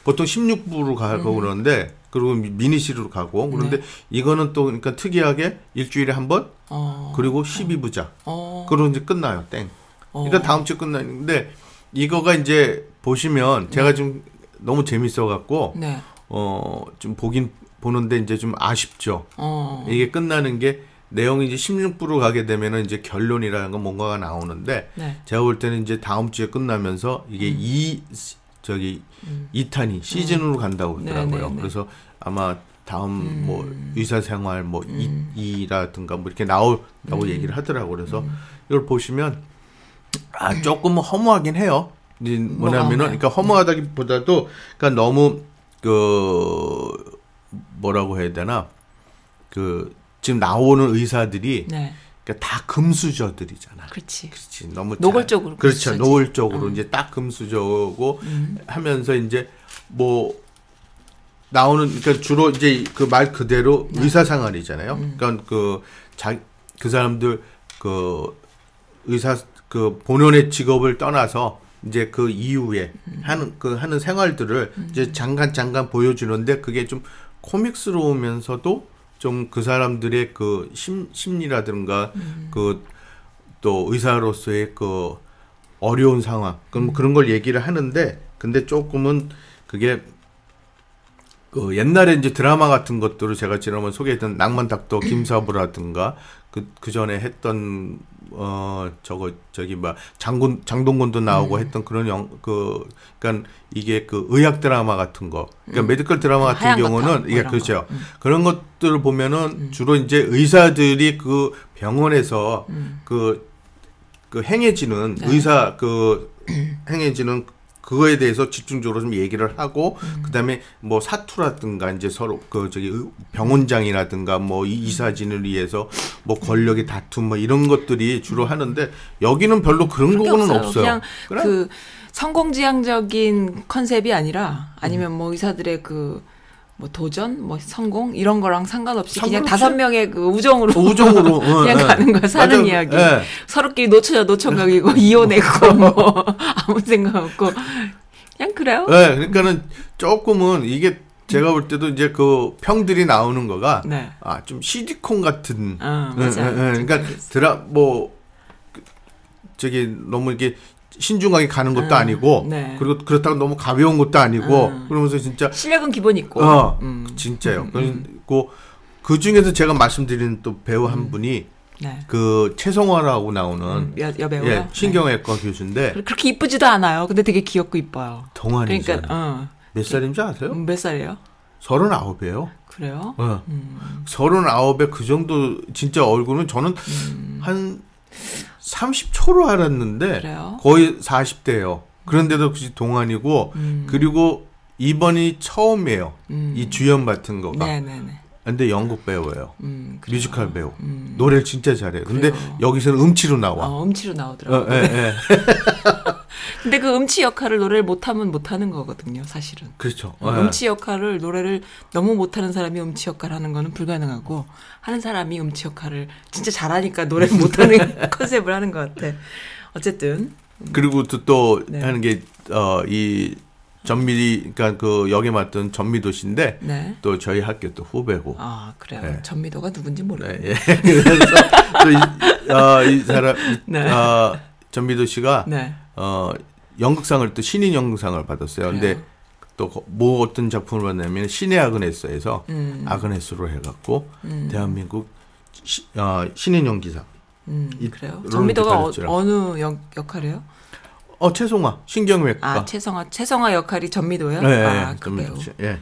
S4: 보통 16부로 가고 그러는데 그리고 미- 미니시리로 가고
S3: 네.
S4: 그런데 이거는 또 그러니까 특이하게 일주일에 한 번
S3: 어.
S4: 그리고 12부작.
S3: 어.
S4: 그리고 이제 끝나요. 땡. 그러니까 다음 주 끝나는데 이거가 이제 보시면 제가 지금 너무 재밌어 갖고
S3: 네.
S4: 어, 좀 보긴 보는데 이제 좀 아쉽죠.
S3: 어.
S4: 이게 끝나는 게 내용이 이제 16부로 가게 되면은 이제 결론이라는 건 뭔가가 나오는데
S3: 네. 음.
S4: 제가 볼 때는 이제 다음 주에 끝나면서 이게 이 시- 저기 이탄이 시즌으로 간다고 그러더라고요.
S3: 네, 네, 네.
S4: 그래서 아마 다음 뭐 의사 생활 뭐 이
S3: 음.
S4: 이라든가 뭐 이렇게 나올라고 얘기를 하더라고. 그래서
S3: 음.
S4: 이걸 보시면 아 조금 허무하긴 해요. 이제
S3: 뭐가 네.
S4: 뭐냐면은
S3: 허무해요?
S4: 그러니까 허무하다기보다도 그러니까 너무 그 뭐라고 해야 되나 그 지금 나오는 의사들이
S3: 네.
S4: 그러니까 다 금수저들이잖아.
S3: 그렇지.
S4: 그렇지 너무 잘-
S3: 노골적으로
S4: 그렇죠
S3: 금수저지. 음.
S4: 노골적으로 이제 딱 금수저고 하면서 이제 뭐 나오는 그러니까 주로 이제 그 말 그대로
S3: 네.
S4: 의사 생활이잖아요.
S3: 음.
S4: 그러니까 그자그 사람들 그 의사 그 본연의 직업을 떠나서 이제 그 이후에
S3: 음.
S4: 하는 그 하는 생활들을 이제 잠깐 잠깐 보여주는데 그게 좀 코믹스러우면서도 좀 그 사람들의 그 심, 심리라든가
S3: 음.
S4: 그 또 의사로서의 그 어려운 상황
S7: 음.
S4: 그럼 그런 걸 얘기를 하는데 근데 조금은 그게 그 옛날에 이제 드라마 같은 것들을 제가 지난번 소개했던 낭만닥터 김사부라든가 그, 그 전에 했던 어 저거 저기 뭐 장군 장동건도
S7: 음.
S4: 나오고 했던 그런 영그 그러니까 이게 그 의학 드라마 같은 거 그러니까 메디컬 드라마 같은
S7: 음. 하얀 거탑 음.
S4: 경우는
S7: 뭐
S4: 이게
S7: 이런
S4: 그렇죠 그런 것들을 보면은 주로 이제 의사들이 그 병원에서
S7: 음.
S4: 그 그 행해지는
S3: 네.
S4: 의사 그 행해지는 그거에 대해서 집중적으로 좀 얘기를 하고 그다음에 뭐 사투라든가 이제 서로 그 저기 의- 병원장이라든가 뭐
S3: 음.
S4: 이- 이사진을 위해서 뭐 권력의 다툼 뭐 이런 것들이 주로 하는데 여기는 별로 그런
S3: 그게
S4: 거는 없어요.
S3: 그냥
S4: 그래?
S3: 그 성공지향적인 컨셉이 아니라 아니면 뭐 의사들의 그 뭐 도전, 뭐 성공 이런 거랑 상관없이
S4: 상관없이?
S3: 그냥
S4: 어,
S3: 다섯 명의 그 우정으로
S4: 우정으로, 응,
S3: 그냥
S4: 응.
S3: 가는 거야 사는
S4: 맞아,
S3: 이야기.
S4: 예.
S3: 서로끼리 노처녀 노총각이고
S4: 네.
S3: 이혼했고 뭐 아무 생각 없고 그냥 그래요.
S4: 예, 그러니까는 조금은 이게 제가 볼 때도 이제 그 평들이 나오는 거가
S3: 네.
S4: 아 좀 시디콘 같은.
S3: 아,
S4: 예,
S3: 맞아.
S4: 예, 예. 그러니까 드라 뭐 그- 저기 너무 이렇게 신중하게 가는 것도
S3: 아,
S4: 아니고
S3: 네.
S4: 그리고 그렇다고 너무 가벼운 것도 아니고
S3: 아.
S4: 그러면서 진짜
S3: 실력은 기본 있고.
S4: 어,
S3: 음.
S4: 진짜요. 그리고 그 중에서 제가 말씀드린 또 배우 한 분이
S3: 네.
S4: 그 최성화라고 나오는
S3: 여, 음. 여배우요.
S4: 예, 신경외과 교수인데
S3: 네. 그렇게 이쁘지도 않아요. 근데 되게 귀엽고 이뻐요.
S4: 동안이잖아요.
S3: 그러니까 어.
S4: 몇 살인지 아세요?
S3: 음, 몇 살이에요?
S4: 서른아홉이에요.
S3: 그래요?
S4: 어.
S3: 음.
S4: 서른아홉에 그 정도 진짜 얼굴은 저는 한 30초로 알았는데
S3: 음. 그래요?
S4: 거의 40대예요. 그런데도 혹시 동안이고
S3: 음.
S4: 그리고 이번이 처음이에요. 이 주연 같은 거가.
S3: 네, 네, 네.
S4: 근데 영국 배우예요.
S3: 음, 그래요.
S4: 뮤지컬 배우. 노래를 진짜 잘해요. 근데
S3: 그래요.
S4: 여기서는 음치로 나와.
S3: 어, 음치로 나오더라고요.
S4: 어, 예, 예.
S3: 근데 그 음치 역할을 노래를 못하면 못하는 거거든요, 사실은.
S4: 그렇죠.
S3: 어,
S4: 예.
S3: 음치 역할을 노래를 너무 못하는 사람이 음치 역할 하는 거는 불가능하고 하는 사람이 음치 역할을 진짜 잘하니까 노래 못하는 컨셉을 하는 것 같아. 어쨌든
S4: 그리고 또, 또
S3: 음. 네.
S4: 하는 게 어 이 전미 그러니까 그 역에 맡은 전미도 씨인데
S3: 네.
S4: 또 저희 학교 또 후배고.
S3: 아 그래요.
S4: 네.
S3: 전미도가 누군지
S4: 네,
S3: 모르겠네.
S4: 예. 그래서 또 이, 어, 이 사람 이,
S3: 네.
S4: 어, 전미도 씨가
S3: 네.
S4: 어 연극상을 또 신인 연극상을 받았어요.
S3: 네.
S4: 근데 또 뭐 어떤 작품을 받냐면 신의 아그네스에서
S3: 음.
S4: 아그네스로 해갖고 대한민국 시, 어, 신인 연기상.
S3: 음,
S4: 이-
S3: 그래요.
S4: 이런
S3: 전미도가
S4: 역할을
S3: 어,
S4: 했죠.
S3: 어느 역, 역할이에요?
S4: 어 최송아 신경외과.
S3: 아 최성화 최성화 역할이 전미도예요?
S4: 예,
S3: 아,
S4: 예,
S3: 그
S4: 좀
S3: 배우.
S4: 좋지. 예.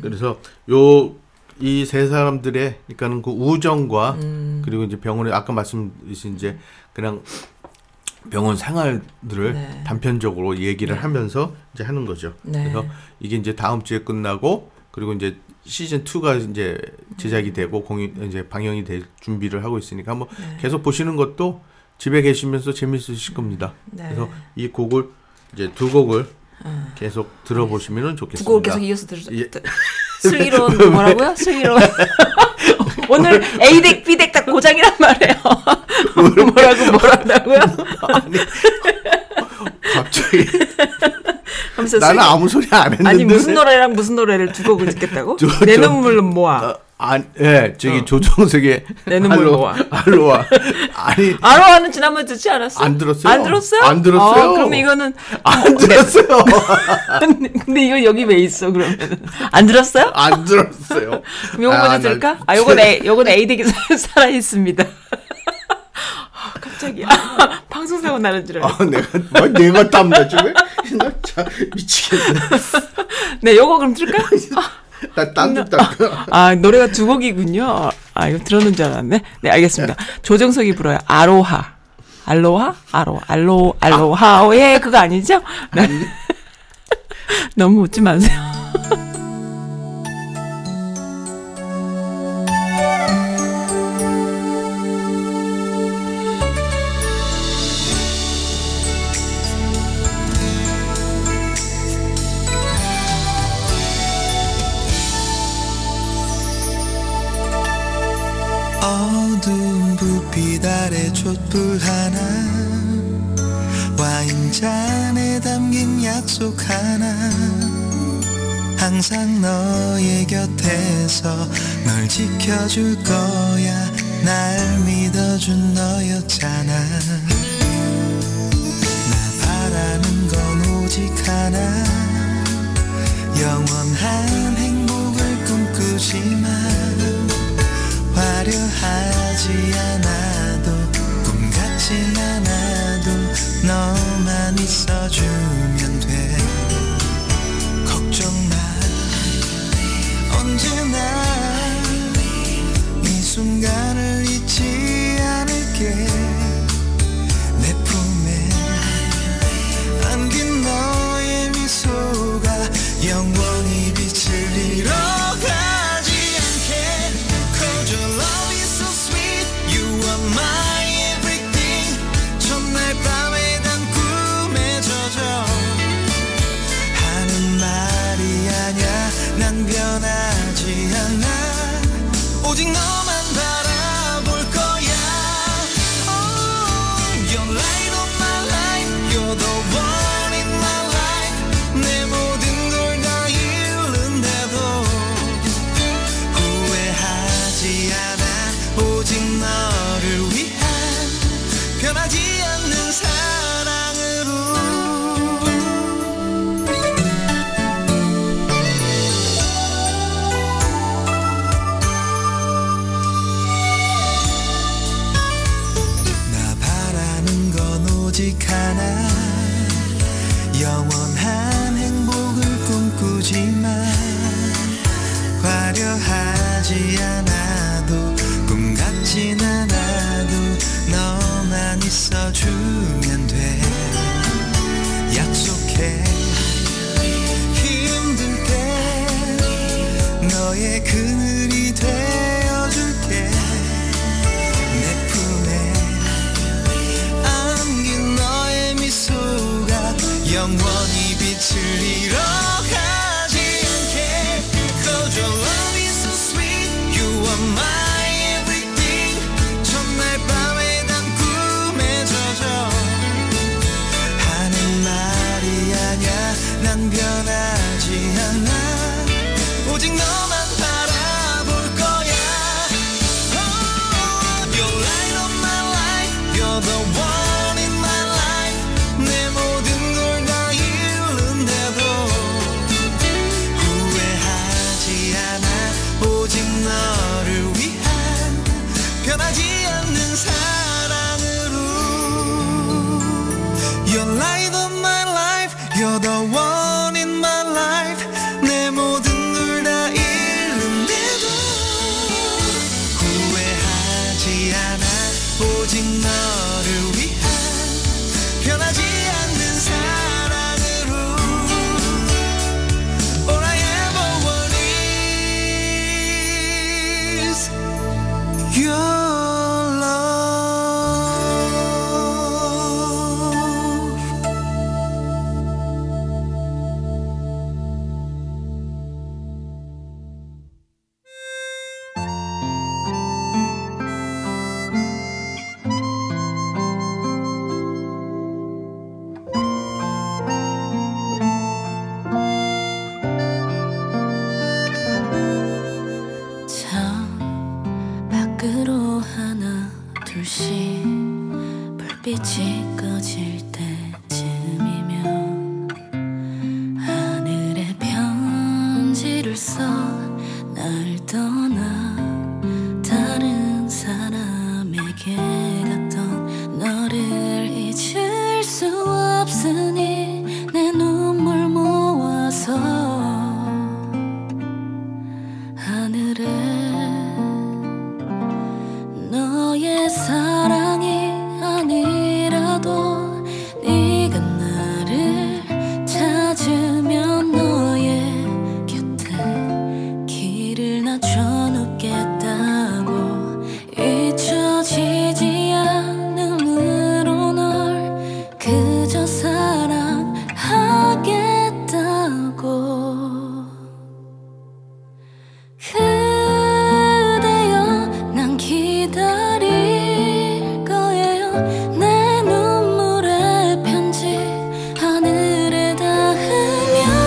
S4: 그래서 요 이 세 사람들의 그러니까는 그 우정과
S3: 음.
S4: 그리고 이제 병원에 아까 말씀드린 이제 그냥 병원 생활들을
S3: 네.
S4: 단편적으로 얘기를 하면서 이제 하는 거죠.
S3: 네.
S4: 그래서 이게 이제 다음 주에 끝나고 그리고 이제 시즌 2가 이제
S3: 음.
S4: 제작이 되고 공연 이제 방영이 될 준비를 하고 있으니까 한번
S3: 네.
S4: 계속 보시는 것도 집에 계시면서 재밌으실 겁니다.
S3: 네.
S4: 그래서 이 곡을 이제 두 곡을 계속 들어보시면 좋겠습니다.
S3: 국어 계속 이어서 들
S4: 예.
S3: 슬기로운 거 뭐라고요? 슬기로운 오늘 A 덱 B 덱 다 고장이란 말이에요. 뭐라고 뭐라고요?
S4: 갑자기
S3: 하면서
S4: 나는
S3: 슬기-
S4: 아무 소리 안 했는데
S3: 아니 무슨
S4: 왜-
S3: 노래랑 무슨 노래를 두 곡을 듣겠다고?
S4: 저-
S3: 내
S4: 저-
S3: 눈물은 모아.
S4: 아, 안, 예, 저기 조정석의
S3: 어. 내 눈물
S4: 알로-
S3: 모아.
S4: 알로아 아니
S3: 아로하는 지난번에 듣지 않았어?
S4: 안 들었어요.
S3: 안 들었어요?
S4: 안 들었어요.
S3: 아, 그럼 이거는
S4: 안 들었어요.
S3: 근데 이거 여기 왜 있어? 그러면 안 들었어요?
S4: 안 들었어요.
S3: 그럼 요거 먼저
S4: 아, 나-
S3: 들까? 아 요건 A 요건 A 덱이 살아 있습니다. 아, 갑자기 방송 사고 나는 줄 알았어.
S4: 아, 내가 뭐 내가 땀나 지금 나 자, 미치겠네.
S3: 네, 요거 그럼 들까?
S4: 나 땀도 땀.
S3: 아, 노래가 두 곡이군요. 아, 이거 들었는 줄 알았네. 네, 알겠습니다. 조정석이 불어요. 아로하. 알로하? 아로, 알로, 알로하. 오, 예, 그거 아니죠? 네. 너무 웃지 마세요.
S8: When
S9: 비달의 촛불 하나 와인잔에 담긴 약속 하나 항상 너의 곁에서 널 지켜줄 거야 날 믿어준 너였잖아 나 바라는 건 오직 하나 영원한 행복을 꿈꾸지만 화려하지 않아도 꿈 같진 않아도 너만 있어주면 돼 걱정 마 언제나 이 순간을 잊지 않을게 내 품에 안긴 너의 미소가 영원히 빛을 잃어가지 않게 Cause your love is so sweet You are my everything 첫날 밤에 단 꿈에 젖어 하는 말이 아냐 난 변하지 않아 오직 너만 바라볼 거야 oh, Your light of my life You're the one in my life 내 모든 걸 다 잃는데도 후회하지 않아 오직 너를 위한 변하지 않는 사랑으로 나 바라는 건 오직 하나 영원한 행복을 꿈꾸지만 화려하지 않아도 꿈 같진 않아도 너만 있어주면 돼 약속해 힘들 때 너의 그늘이 되어줄게 내 품에 안긴 너의 미소가 영원히 빛을 잃어가지 않게 Cause your love is so sweet You are my everything 첫날 밤에 난 꿈에 젖어 하는 말이 아냐 난 변하지 않아 오직 너만 바라볼 거야 Oh, You're light of my life, you're the one in my life. 내 모든 걸 다 잃는데도 후회하지 않아. 오직 너를 위한 변하지 않는 사랑으로. You're light of my life, you're the one in my life. 내 모든 걸 다 잃는데도. 후회하지 않아 오직 너를 위한 변하지 않는 사랑으로 All I ever want is Your love
S1: 아, 아,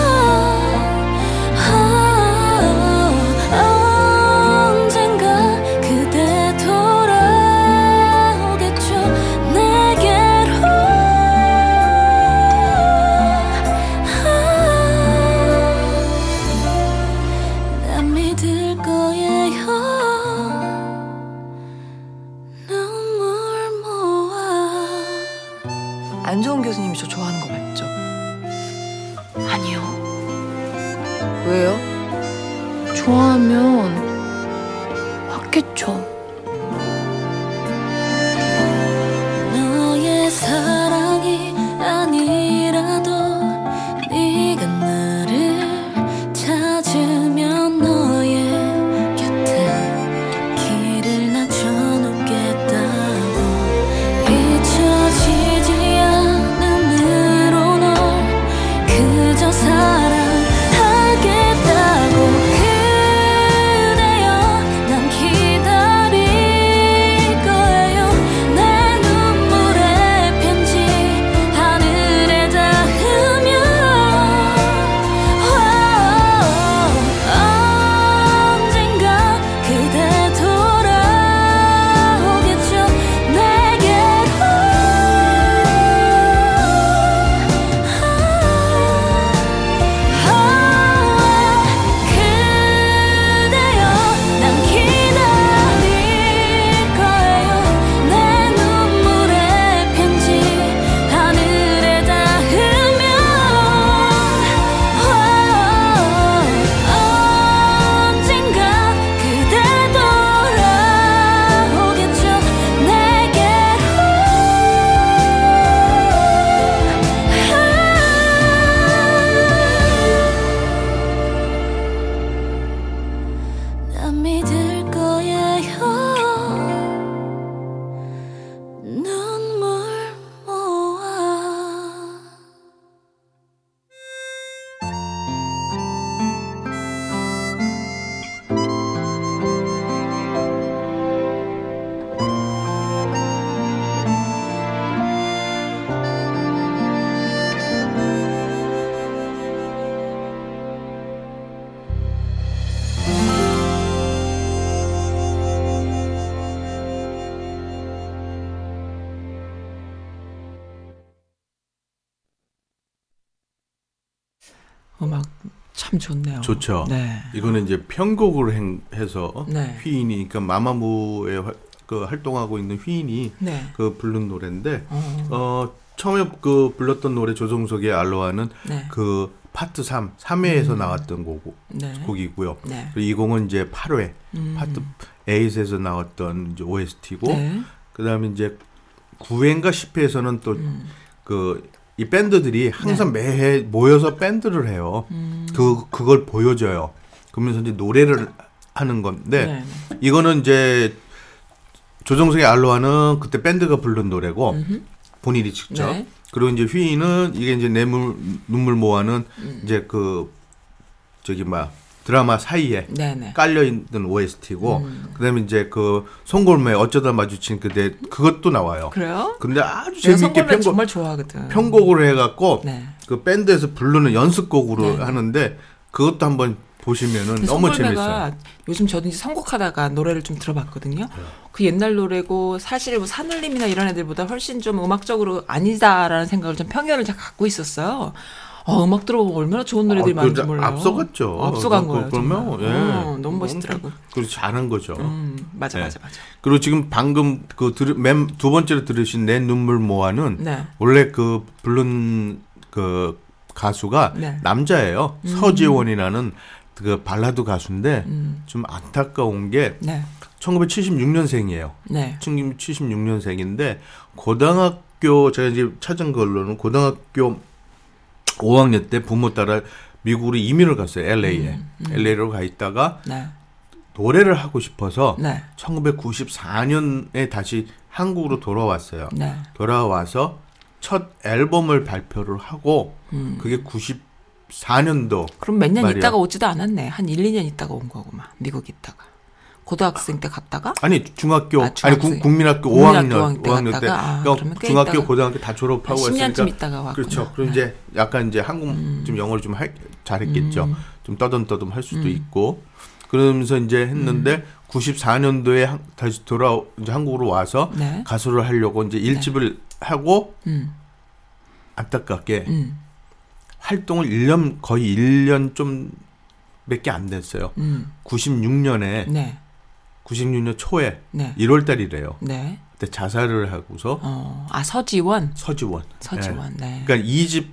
S6: 교수님이 저 좋아하는 거 맞죠?
S5: 아니요.
S6: 왜요?
S5: 좋아하면 왔겠죠.
S1: 너의 사랑이 아니라도 네가 나를 찾으면 너의 곁에 길을 낮춰놓겠다고 잊혀지지 않음으로 널 그저 사랑하겠다고 그대여 난 기다릴 거예요 내 눈물의 편지 하늘에 닿으면 언젠가 그대 돌아오겠죠 내게로 그대여 난 기다릴 거예요 내 눈물의 편지 하늘에 닿으면 언젠가 그대 돌아오겠죠 내게로 난 믿을 거예요 눈물 모아
S3: 어,
S10: 음악 참 좋네요.
S4: 좋죠.
S10: 네.
S4: 이거는 이제 편곡으로 행- 해서
S10: 네.
S4: 휘인이 그러니까 마마무에 활- 그 활동하고 있는 휘인이
S10: 네.
S4: 그 부른 노래인데
S10: 어,
S4: 어 처음에 그 불렀던 노래 조정석의 알로아는
S10: 네.
S4: 그 파트 3, 3회에서 나왔던 그 곡,
S10: 네.
S4: 곡이고요.
S10: 네.
S4: 그리고 이 곡은 이제 8회 파트 8에서 나왔던 이제 OST고
S10: 네.
S4: 그다음에 이제 9회인가 10회에서는
S10: 음.
S4: 또 그 이 밴드들이
S10: 네.
S4: 항상 매해 모여서 밴드를 해요.
S10: 음.
S4: 그 그걸 보여줘요. 그러면서 이제 노래를 하는 건데
S10: 네. 네.
S4: 이거는 이제 조정석의 알로하는 그때 밴드가 부른 노래고 본인이 직접
S10: 네.
S4: 그리고 이제 휘인은 이게 이제 내물 눈물 모아는
S10: 음.
S4: 이제 그 저기 막 드라마 사이에
S10: 네. 네.
S4: 깔려 있는 OST고 그다음에 이제 그 송골매 어쩌다 마주친 그대 그것도 나와요.
S10: 그래요?
S4: 근데 아주
S10: 내가
S4: 재밌게
S10: 선곡을
S4: 편곡
S10: 정말 좋아하거든.
S4: 편곡을 해갖고
S10: 네.
S4: 그 밴드에서 부르는 연습곡으로
S10: 네.
S4: 하는데 그것도 한번 보시면은
S10: 근데
S4: 너무 재밌어요. 네.
S10: 성골매가 요즘 저도 이제 선곡하다가 노래를 좀 들어봤거든요. 그 옛날 노래고 사실 뭐 산울림이나 이런 애들보다 훨씬 좀 음악적으로 아니다라는 생각을 좀 편견을 잘 갖고 있었어요. 어, 음악 들어보면 얼마나 좋은 노래들이
S4: 아,
S10: 많은지
S4: 그
S10: 몰라요.
S4: 앞서갔죠.
S10: 앞서간
S4: 그-
S10: 거예요.
S4: 그러면
S10: 정말.
S4: 예. 음,
S10: 어, 너무 멋있더라고.
S4: 그래서 잘한 거죠.
S10: 음, 맞아,
S4: 예.
S10: 맞아, 맞아.
S4: 그리고 지금 방금 그맨두 번째로 들으신 내 눈물 모아는
S10: 네.
S4: 원래 그 부른 그 가수가
S10: 네.
S4: 남자예요. 서지원이라는 그 발라드 가수인데
S10: 음.
S4: 좀 안타까운 게
S10: 네,
S4: 1976년생이에요.
S10: 네.
S4: 1976년생인데 고등학교 제가 이제 찾은 걸로는 고등학교 5학년 때 부모 따라 미국으로 이민을 갔어요. LA에.
S10: 음,
S4: LA로 가 있다가
S10: 네,
S4: 노래를 하고 싶어서
S10: 네,
S4: 1994년에 다시 한국으로 돌아왔어요.
S10: 네.
S4: 돌아와서 첫 앨범을 발표를 하고 그게 94년도
S10: 음. 그럼 몇 년
S4: 말이야.
S10: 있다가 오지도 않았네. 한 1, 2년 있다가 온 거구만. 미국 있다가. 고등학생 때 갔다가
S4: 아니 중학교
S10: 아,
S4: 아, 니
S10: 중학생.
S4: 국, 민학교
S10: 국민학교
S4: 5학년 5학년 때
S10: 갔다가, 아,
S4: 그러니까
S10: 그러면 꽤
S4: 중학교
S10: 있다가.
S4: 고등학교 다
S10: 한
S4: 졸업하고
S10: 10년쯤
S4: 했으니까
S10: 있다가 왔구나. 네. 음.
S4: 그렇죠. 그럼 이제 약간 이제 한국 좀 영어를 좀 할- 잘했겠죠. 좀 떠듬떠듬 할
S10: 음.
S4: 수도 있고 그러면서 이제 했는데 94년도에 다시 돌아 이제 한국으로 와서
S10: 네.
S4: 가수를 하려고 이제 일집을 하고
S10: 음.
S4: 안타깝게
S10: 음.
S4: 활동을 1년 거의 1년 좀 몇 개 안 됐어요.
S10: 음.
S4: 96년에
S10: 네.
S4: 96년 초에
S10: 네.
S4: 1월 달이래요.
S10: 네.
S4: 그때 자살을 하고서
S3: 어, 아 서지원,
S4: 서지원. 예.
S3: 서지원, 네,
S4: 그러니까 이 집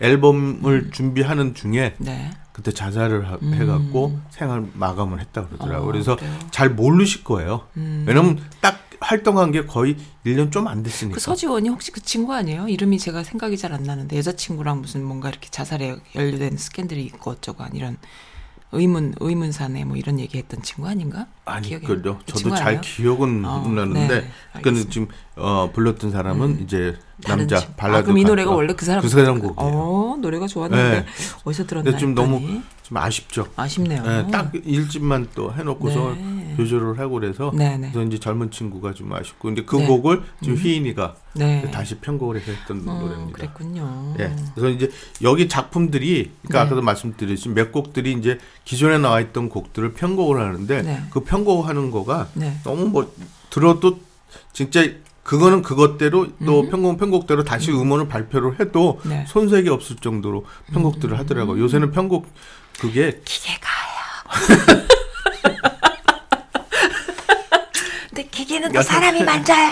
S4: 앨범을 준비하는 중에
S3: 네,
S4: 그때 자살을 하- 해갖고 생활 마감을 했다 그러더라고요.
S3: 어,
S4: 그래서
S3: 그래요?
S4: 잘 모르실 거예요. 왜냐면 딱 활동한 게 거의 1년 좀 안 됐으니까.
S3: 그 서지원이 혹시 그 친구 아니에요? 이름이 제가 생각이 잘 안 나는데 여자친구랑 무슨 뭔가 이렇게 자살에 연루된 스캔들이 있고 어쩌고 한 이런 의문 의문사네 뭐 이런 얘기했던 친구 아닌가?
S4: 아니
S3: 기억이
S4: 그죠.
S3: 그
S4: 저도
S3: 친구
S4: 잘
S3: 아니에요?
S4: 기억은
S3: 어,
S4: 못 나는데
S3: 네,
S4: 그는
S3: 알겠습니다. 음,
S4: 지금 어 불렀던 사람은 이제
S3: 다른
S4: 남자
S3: 친구.
S4: 발라드
S3: 아, 그럼 이
S4: 가수가.
S3: 노래가 원래 그 사람
S4: 그 사람 곡이에요.
S3: 어 노래가 좋았는데
S4: 네.
S3: 어디서 들었나
S4: 근데 좀 너무
S3: 했더니
S4: 좀 아쉽죠.
S3: 아쉽네요.
S4: 예, 딱 일집만 또 해놓고서
S3: 네.
S4: 교조를 하고 그래서
S3: 네, 네.
S4: 그래서 이제 젊은 친구가 좀 아쉽고 근데 그
S3: 네.
S4: 곡을 지금 휘인이가
S3: 네.
S4: 다시 편곡을 해서 했던
S3: 어,
S4: 노래입니다.
S3: 그랬군요.
S4: 예. 그래서 이제 여기 작품들이 그러니까
S3: 네.
S4: 아까도 말씀드렸지만 몇 곡들이 이제 기존에 나와 있던 곡들을 편곡을 하는데
S3: 네.
S4: 그 편곡하는 거가
S3: 네.
S4: 너무 뭐 들어도 진짜 그거는 그것대로 또 편곡 은 편곡대로 다시 음원을 발표를 해도
S3: 음. 네. 음.
S4: 손색이 없을 정도로 편곡들을 하더라고. 요 요새는 편곡 그게
S5: 근데 기계는 또 사람이 만져요.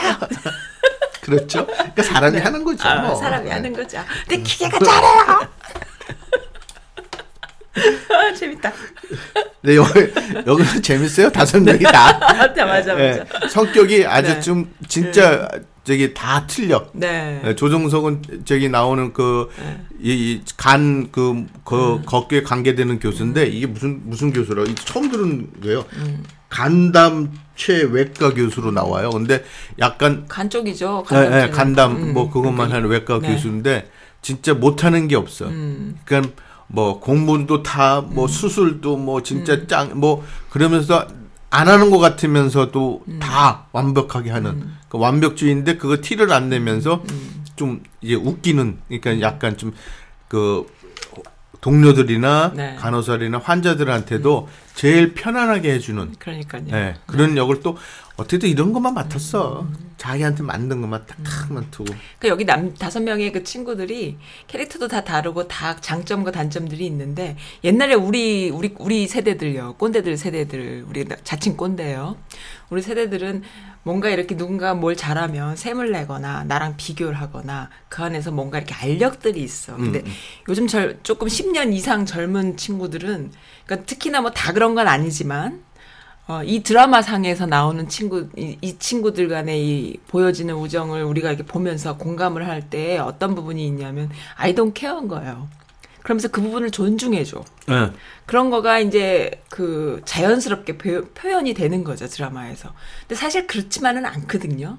S4: 그렇죠. 그러니까 사람이 하는 거죠. 뭐. 네.
S3: 아, 사람이 하는 거죠.
S5: 근데 기계가 잘해요.
S3: 아, 재밌다.
S4: 네, 여기 여기서 재밌어요. 다섯 명이 다.
S3: 맞아 맞아 맞아.
S4: 예, 성격이 아주
S3: 네.
S4: 좀 진짜 저기 다 틀려.
S3: 네.
S4: 예, 조정석은 저기 나오는 그 그이간그 그, 그 거기에 관계되는 교수인데 이게 무슨 무슨 교수라 이 처음 들은 거예요. 간담체 외과 교수로 나와요. 근데 약간
S3: 간 쪽이죠.
S4: 예, 예,
S3: 쪽이죠.
S4: 간담
S3: 음,
S4: 뭐 그것만
S3: 그러니까
S4: 하는 외과
S3: 네. 음.
S4: 교수인데 진짜 못하는 게 없어. 그러니까 뭐 공문도 다 뭐 수술도 뭐 진짜
S3: 음.
S4: 짱 뭐 그러면서 안 하는 것 같으면서도
S3: 음.
S4: 다 완벽하게 하는 그 완벽주의인데 그거 티를 안
S3: 음.
S4: 내면서 좀 이제 웃기는 그러니까 약간 좀 그 동료들이나
S3: 네. 음.
S4: 간호사들이나 환자들한테도 제일 편안하게 해주는
S3: 그러니까요.
S4: 예, 그런 역을 또 어떻게든 이런 것만 맡았어. 자기한테 만든 것만 탁탁만 두고.
S3: 그 여기 남 다섯 명의 그 친구들이 캐릭터도 다 다르고 다 장점과 단점들이 있는데 옛날에 우리 우리 우리 세대들요 꼰대들 세대들 우리 나- 자칭 꼰대요 우리 세대들은 뭔가 이렇게 누군가 뭘 잘하면 샘을 내거나 나랑 비교를 하거나 그 안에서 뭔가 이렇게 알력들이 있어 근데
S4: 음,
S3: 요즘 절 조금 10년 이상 젊은 친구들은 그러니까 특히나 뭐 다 그런 건 아니지만 어, 이 드라마 상에서 나오는 친구, 이, 이 친구들 간의 이 보여지는 우정을 우리가 이렇게 보면서 공감을 할 때 어떤 부분이 있냐면, I don't care인 거예요. 그러면서 그 부분을 존중해줘.
S4: 예.
S3: 그런 거가 이제 그 자연스럽게 표, 표현이 되는 거죠, 드라마에서. 근데 사실 그렇지만은 않거든요.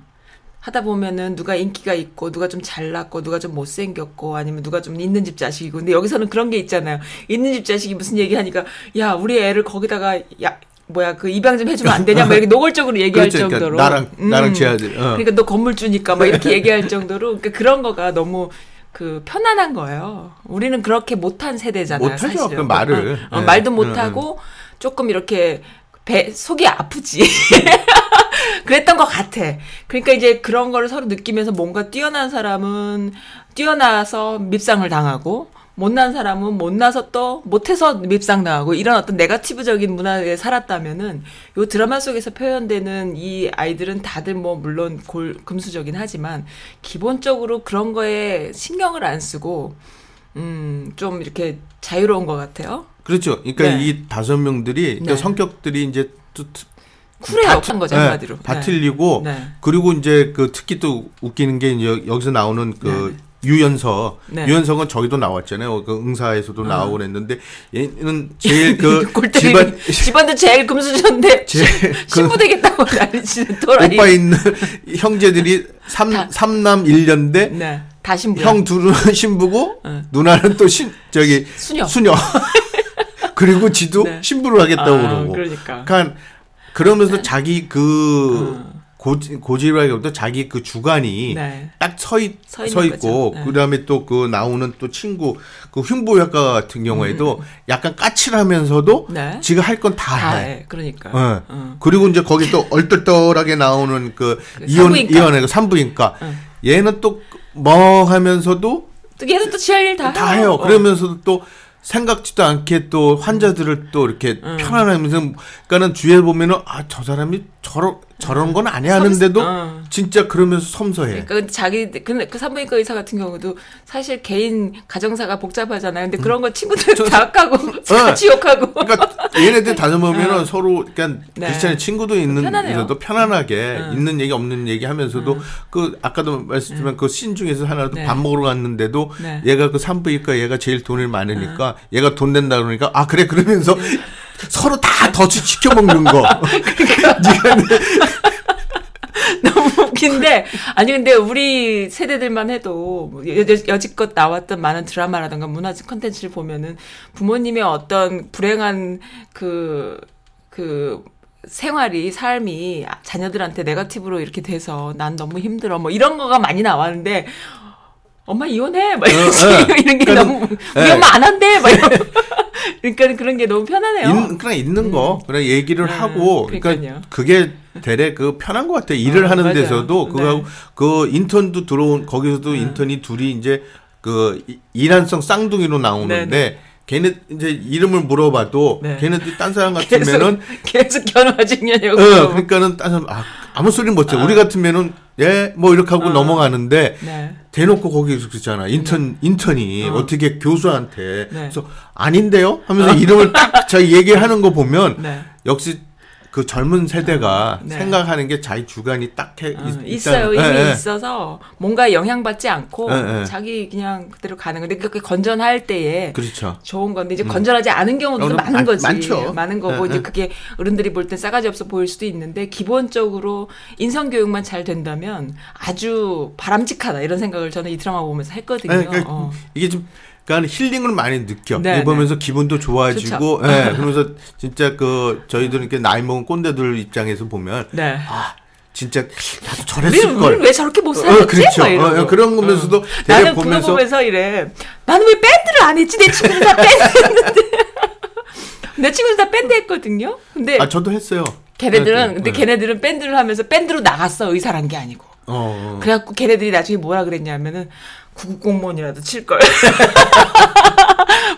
S3: 하다 보면은 누가 인기가 있고 누가 좀 잘났고 누가 좀 못생겼고 아니면 누가 좀 있는 집 자식이고 근데 여기서는 그런 게 있잖아요. 있는 집 자식이 무슨 얘기 하니까 야 우리 애를 거기다가 야 뭐야 그 입양 좀 해주면 안 되냐 막 이렇게 노골적으로 얘기할
S4: 그렇죠. 그러니까
S3: 정도로
S4: 나랑- 나랑 제 아들, 어.
S3: 그러니까 너 건물 주니까 막 이렇게 얘기할 정도로 그러니까 그런 거가 너무 그 편안한 거예요. 우리는 그렇게 못한 세대잖아요.
S4: 못하죠,
S3: 사실은.
S4: 그 말을.
S3: 어, 어,
S4: 네.
S3: 말도
S4: 음,
S3: 못하고 조금 이렇게 배 속이 아프지. 그랬던 것 같아. 그러니까 이제 그런 거를 서로 느끼면서 뭔가 뛰어난 사람은 뛰어나서 밉상을 당하고 못난 사람은 못나서 또 못해서 밉상당하고 이런 어떤 네가티브적인 문화에 살았다면은 요 드라마 속에서 표현되는 이 아이들은 다들 뭐 물론 골, 금수저긴 하지만 기본적으로 그런 거에 신경을 안 쓰고 음, 좀 이렇게 자유로운 것 같아요.
S4: 그렇죠. 그러니까
S3: 네.
S4: 이 다섯 명들이 그러니까
S3: 네.
S4: 성격들이 이제 또 트-
S3: 쿨해요.
S4: 다
S3: 한 거죠,
S4: 예,
S3: 한마디로.
S4: 다
S3: 네.
S4: 틀리고
S3: 네.
S4: 그리고 이제 그 특히 또 웃기는 게 이제 여기서 나오는 그 유연석.
S3: 네.
S4: 유연석은 저기도 나왔잖아요. 그 응사에서도 나오고 그랬는데 얘는 제일 그
S3: 골때리
S4: 집안
S3: 집안, 집안도 제일 금수저인데
S4: 제- 그
S3: 신부 되겠다고 난리치는 또라이.
S4: 오빠 있는 형제들이 삼 삼남 일년대
S3: 네, 다 신부.
S4: 형 둘은 신부고 누나는 또 신 저기
S3: 예. 수녀.
S4: 그리고 지도
S3: 네.
S4: 신부를 하겠다고
S3: 아, 네.
S4: 그러고
S3: 그러니까.
S4: 그러면서 자기 그 고지, 고집이라기보다 자기 그 주관이
S3: 어. 네.
S4: 딱 서 있,
S3: 서
S4: 서,
S3: 있는
S4: 있고
S3: 거죠. 네.
S4: 그다음에 또 그 나오는 또 친구 그 흉보약과 같은 경우에도 약간 까칠하면서도
S3: 음. 네.
S4: 지가 할 건 다
S3: 다
S4: 해.
S3: 해. 그러니까.
S4: 예.
S3: 응.
S4: 그리고 이제 거기 또 얼떨떨하게 나오는 그, 이혼
S3: 산부인과. 어.
S4: 이혼의 그 산부인과 얘는 또뭐 멍하면서도
S3: 또 얘는 또 지할 일 다 어.
S4: 다 해요. 그러면서도 또 생각지도 않게
S3: 음.
S4: 또 환자들을 또 이렇게 편안하면서 그러니까는 주위에 보면은 아 저 사람이 저러 저런 건 아니야 하는데도
S3: 어.
S4: 진짜 그러면서 섬서해.
S3: 그러니까 자기 근데 그 산부인과 의사 같은 경우도 사실 개인 가정사가 복잡하잖아요. 근데 그런 거 친구들 다 까고 같이 욕하고
S4: 음. 네. 그러니까 얘네들 다듬으면은 서로 그러니까
S3: 음. 네.
S4: 크리스찬의 친구도 있는
S3: 편하네요. 음.
S4: 데도 편안하게 있는 얘기 없는 얘기 하면서도 그 아까도 말씀드렸지만 그 신 중에서 하나도
S3: 네.
S4: 밥 먹으러 갔는데도
S3: 네. 음.
S4: 얘가 그 산부인과 얘가 제일 돈을 많으니까 얘가 돈 낸다 그러니까 아 그래 그러면서
S3: 네.
S4: 서로 다 덫이 지켜 먹는 거.
S3: 너무 웃긴데 아니 근데 우리 세대들만 해도 뭐 여, 여, 지껏 나왔던 많은 드라마라든가 문화적 컨텐츠를 보면은 부모님의 어떤 불행한 그 그 생활이 삶이 자녀들한테 네거티브로 이렇게 돼서 난 너무 힘들어 뭐 이런 거가 많이 나왔는데 엄마 이혼해 막
S4: 어,
S3: 이런,
S4: 어.
S3: 이런 게
S4: 그러니까
S3: 너무
S4: 예.
S3: 우리 엄마 안 한대 막 이런 그러니까 그런 게 너무 편하네요.
S4: 있, 그냥 있는 거 그냥 얘기를
S3: 네,
S4: 하고
S3: 그러니까요.
S4: 그러니까 그게 대략 그 편한 것 같아요 일을
S3: 어,
S4: 하는
S3: 맞아요.
S4: 데서도 그거하고
S3: 네. 음.
S4: 그 인턴도 들어온 거기서도 인턴이 둘이 이제 그 이- 이란성 쌍둥이로 나오는데
S3: 네, 네.
S4: 걔네 이제 이름을 물어봐도
S3: 네.
S4: 걔네들 딴 사람
S3: 계속
S4: 같으면은
S3: 계속 견화증이냐고.
S4: 어, 그러니까는 딴 사람 아, 아무 소리 못해 우리 같으면은 예 뭐 이렇게
S3: 아.
S4: 하고 넘어가는데
S3: 네.
S4: 대놓고 거기서 그랬잖아. 인턴, 인턴이 어. 떻게 교수한테.
S3: 네.
S4: 그래서 아닌데요? 하면서 이름을 딱 자기 얘기하는 거 보면
S3: 네.
S4: 역시 그 젊은 세대가
S3: 네.
S4: 생각하는 게 자기 주관이 딱 해,
S3: 어, 있어요. 이미
S4: 있다는- 예, 예.
S3: 있어서 뭔가 영향받지 않고
S4: 예, 예.
S3: 자기 그냥 그대로 가는 건데 그게 건전할 때에
S4: 그렇죠.
S3: 좋은 건데 이제 건전하지 않은 경우도
S4: 어,
S3: 많은
S4: 많-
S3: 거지.
S4: 많죠.
S3: 많은 거고
S4: 예,
S3: 이제
S4: 예.
S3: 그게 어른들이 볼 땐 싸가지 없어 보일 수도 있는데 기본적으로 인성 교육만 잘 된다면 아주 바람직하다 이런 생각을 저는 이 드라마 보면서 했거든요.
S4: 예, 그러니까
S3: 어.
S4: 이게 좀, 그러니까 힐링을 많이 느껴.
S3: 네,
S4: 이 보면서 기분도 좋아지고,
S3: 좋죠.
S4: 예, 그러면서 진짜 그, 저희들은 이렇게 나이 먹은 꼰대들 입장에서 보면,
S3: 네.
S4: 아, 진짜 나도
S3: 우리는,
S4: 저랬을걸.
S3: 우리는 왜 저렇게 못
S4: 어,
S3: 살았지?
S4: 그렇죠.
S3: 막 이러고.
S4: 어, 그런 거면서도 대략
S3: 나는 보면서...
S4: 보면서
S3: 보면서 이래. 나는 왜 밴드를 안 했지? 내 친구들 다 밴드 했는데. 내 친구들 다 밴드 했거든요. 근데
S4: 아 저도 했어요.
S3: 걔네들은
S4: 네,
S3: 근데
S4: 네.
S3: 걔네들은 밴드를 하면서 밴드로 나갔어. 의사란 게 아니고.
S4: 어, 어.
S3: 그래갖고 걔네들이 나중에 뭐라 그랬냐면은 구급공무원이라도 칠 걸.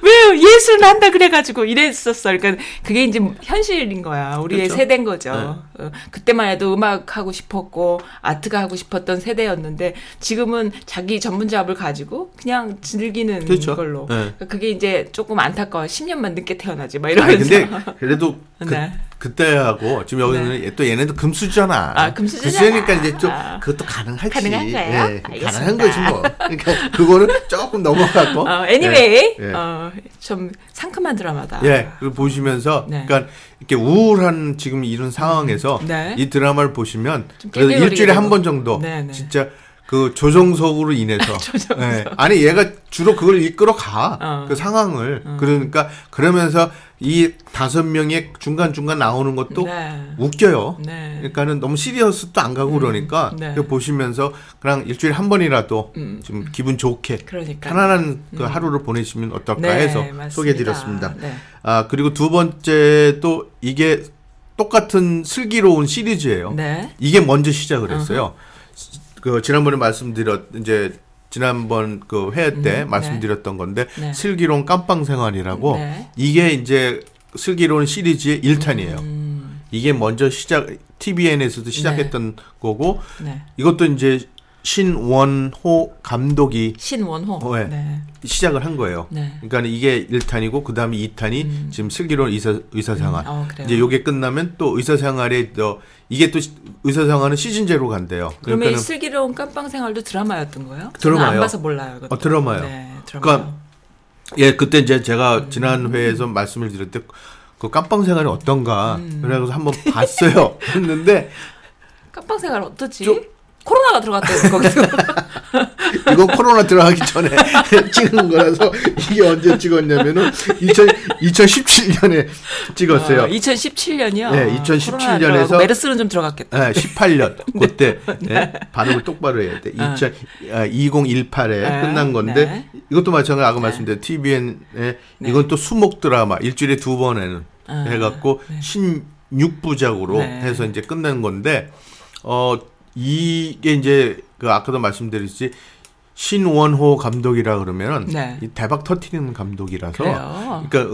S3: 왜 예술은 한다 그래가지고 이랬었어. 그러니까 그게 이제 현실인 거야. 우리의
S4: 음. 그렇죠.
S3: 세대인 거죠. 어, 그때만 해도 음악 하고 싶었고 아트가 하고 싶었던 세대였는데 지금은 자기 전문 잡을 가지고 그냥 즐기는
S4: 그렇죠.
S3: 걸로. 그러니까
S4: 네.
S3: 그게 이제 조금 안타까워. 10년만 늦게 태어나지. 막
S4: 아니,
S3: 이러면서.
S4: 근데 그래도 그,
S3: 네.
S4: 그때하고 지금 여기는 예, 또 얘네도 금수저잖아.
S3: 아, 금수저잖아.
S4: 금수저니까 이제 좀
S3: 아.
S4: 그것도 가능하지.
S3: 가능한 거예요?
S4: 예,
S3: 알겠습니다.
S4: 가능한 거지 뭐. 그러니까 그거를 조금 넘어가고.
S3: 어, anyway,
S4: 예, 예.
S3: 어, 좀 상큼한 드라마다.
S4: 예, 그걸 보시면서
S3: 아. 네.
S4: 그러니까 이렇게 우울한 지금 이런 상황에서
S3: 네.
S4: 이 드라마를 보시면
S3: 좀
S4: 그래도
S3: 낄낄거리게
S4: 일주일에 한
S3: 되고.
S4: 번 정도
S3: 네, 네.
S4: 진짜 그 조정석으로 인해서
S3: 조정석.
S4: 예, 아니 얘가 주로 그걸 이끌어 가.
S3: 어.
S4: 그 상황을 그러니까 그러면서 이 다섯 명의 중간중간 나오는 것도
S3: 네.
S4: 웃겨요.
S3: 네.
S4: 그러니까는 너무 시리어스도 안 가고 그러니까
S3: 네. 음.
S4: 그거 보시면서 그냥 일주일에 한 번이라도 좀 기분 좋게
S3: 그러니까요. 음.
S4: 편안한 그 하루를 보내시면 어떨까
S3: 네,
S4: 해서
S3: 맞습니다.
S4: 소개해드렸습니다.
S3: 네.
S4: 아 그리고 두 번째 또 이게 똑같은 슬기로운 시리즈예요.
S3: 네.
S4: 이게 먼저 시작을 했어요. 시- 그 지난번에 말씀드렸 이제 지난번 그 회의 때
S3: 음,
S4: 말씀드렸던 건데
S3: 네.
S4: 슬기로운 깜빵 생활이라고
S3: 네.
S4: 이게 이제 슬기로운 시리즈의 1탄이에요.
S3: 음.
S4: 이게 먼저 시작 TVN에서도 시작했던 거고
S3: 네.
S4: 이것도 이제 신원호 감독이
S3: 신원호.
S4: 네. 시작을 한 거예요.
S3: 네.
S4: 그러니까 이게 1탄이고 그다음에 2탄이 지금 슬기로운 의사 의사 생활.
S3: 음, 어, 그래요.
S4: 이제 요게 끝나면 또 의사 생활에 또 이게 또 의사 생활은 시즌제로 간대요.
S3: 그러면 이
S4: 그러니까는
S3: 슬기로운 깜빵 생활도 드라마였던 거예요?
S4: 드라마요.
S3: 저는 안 봐서 몰라요. 이것도.
S4: 어, 드라마요.
S3: 네, 드라마.
S4: 그러니까 예, 그때 이제
S3: 음.
S4: 제가 지난 회에서 말씀을 드릴 때 그 깜빵 생활이 어떤가
S3: 음.
S4: 그래서 한번 봤어요. 했는데
S3: 깜빵 생활 어떠지?
S4: 좀-
S3: 코로나가 들어갔다 거기서.
S4: 이거 코로나 들어가기 전에 찍은 거라서 이게 언제 찍었냐면은 2000, 2017년에 찍었어요.
S3: 아, 2017년이요.
S4: 네, 2017 년에서
S3: 메르스는 좀 들어갔겠다.
S4: 예, 18년
S3: 네.
S4: 그때 예, 발음을 똑바로 해야 돼. 2000, 2018에
S3: 네,
S4: 끝난 건데
S3: 아. 네.
S4: 이것도 마찬가지로 아까 말씀드린 TVN에 이건 또 수목 드라마 일주일에 두 번에는
S3: 아,
S4: 해갖고 16부작으로
S3: 네.
S4: 해서 이제 끝낸 건데 어 이게 이제 그 아까도 말씀드렸지 신원호 감독이라 그러면은
S3: 네.
S4: 이 대박 터트리는 감독이라서
S3: 그래요.
S4: 그러니까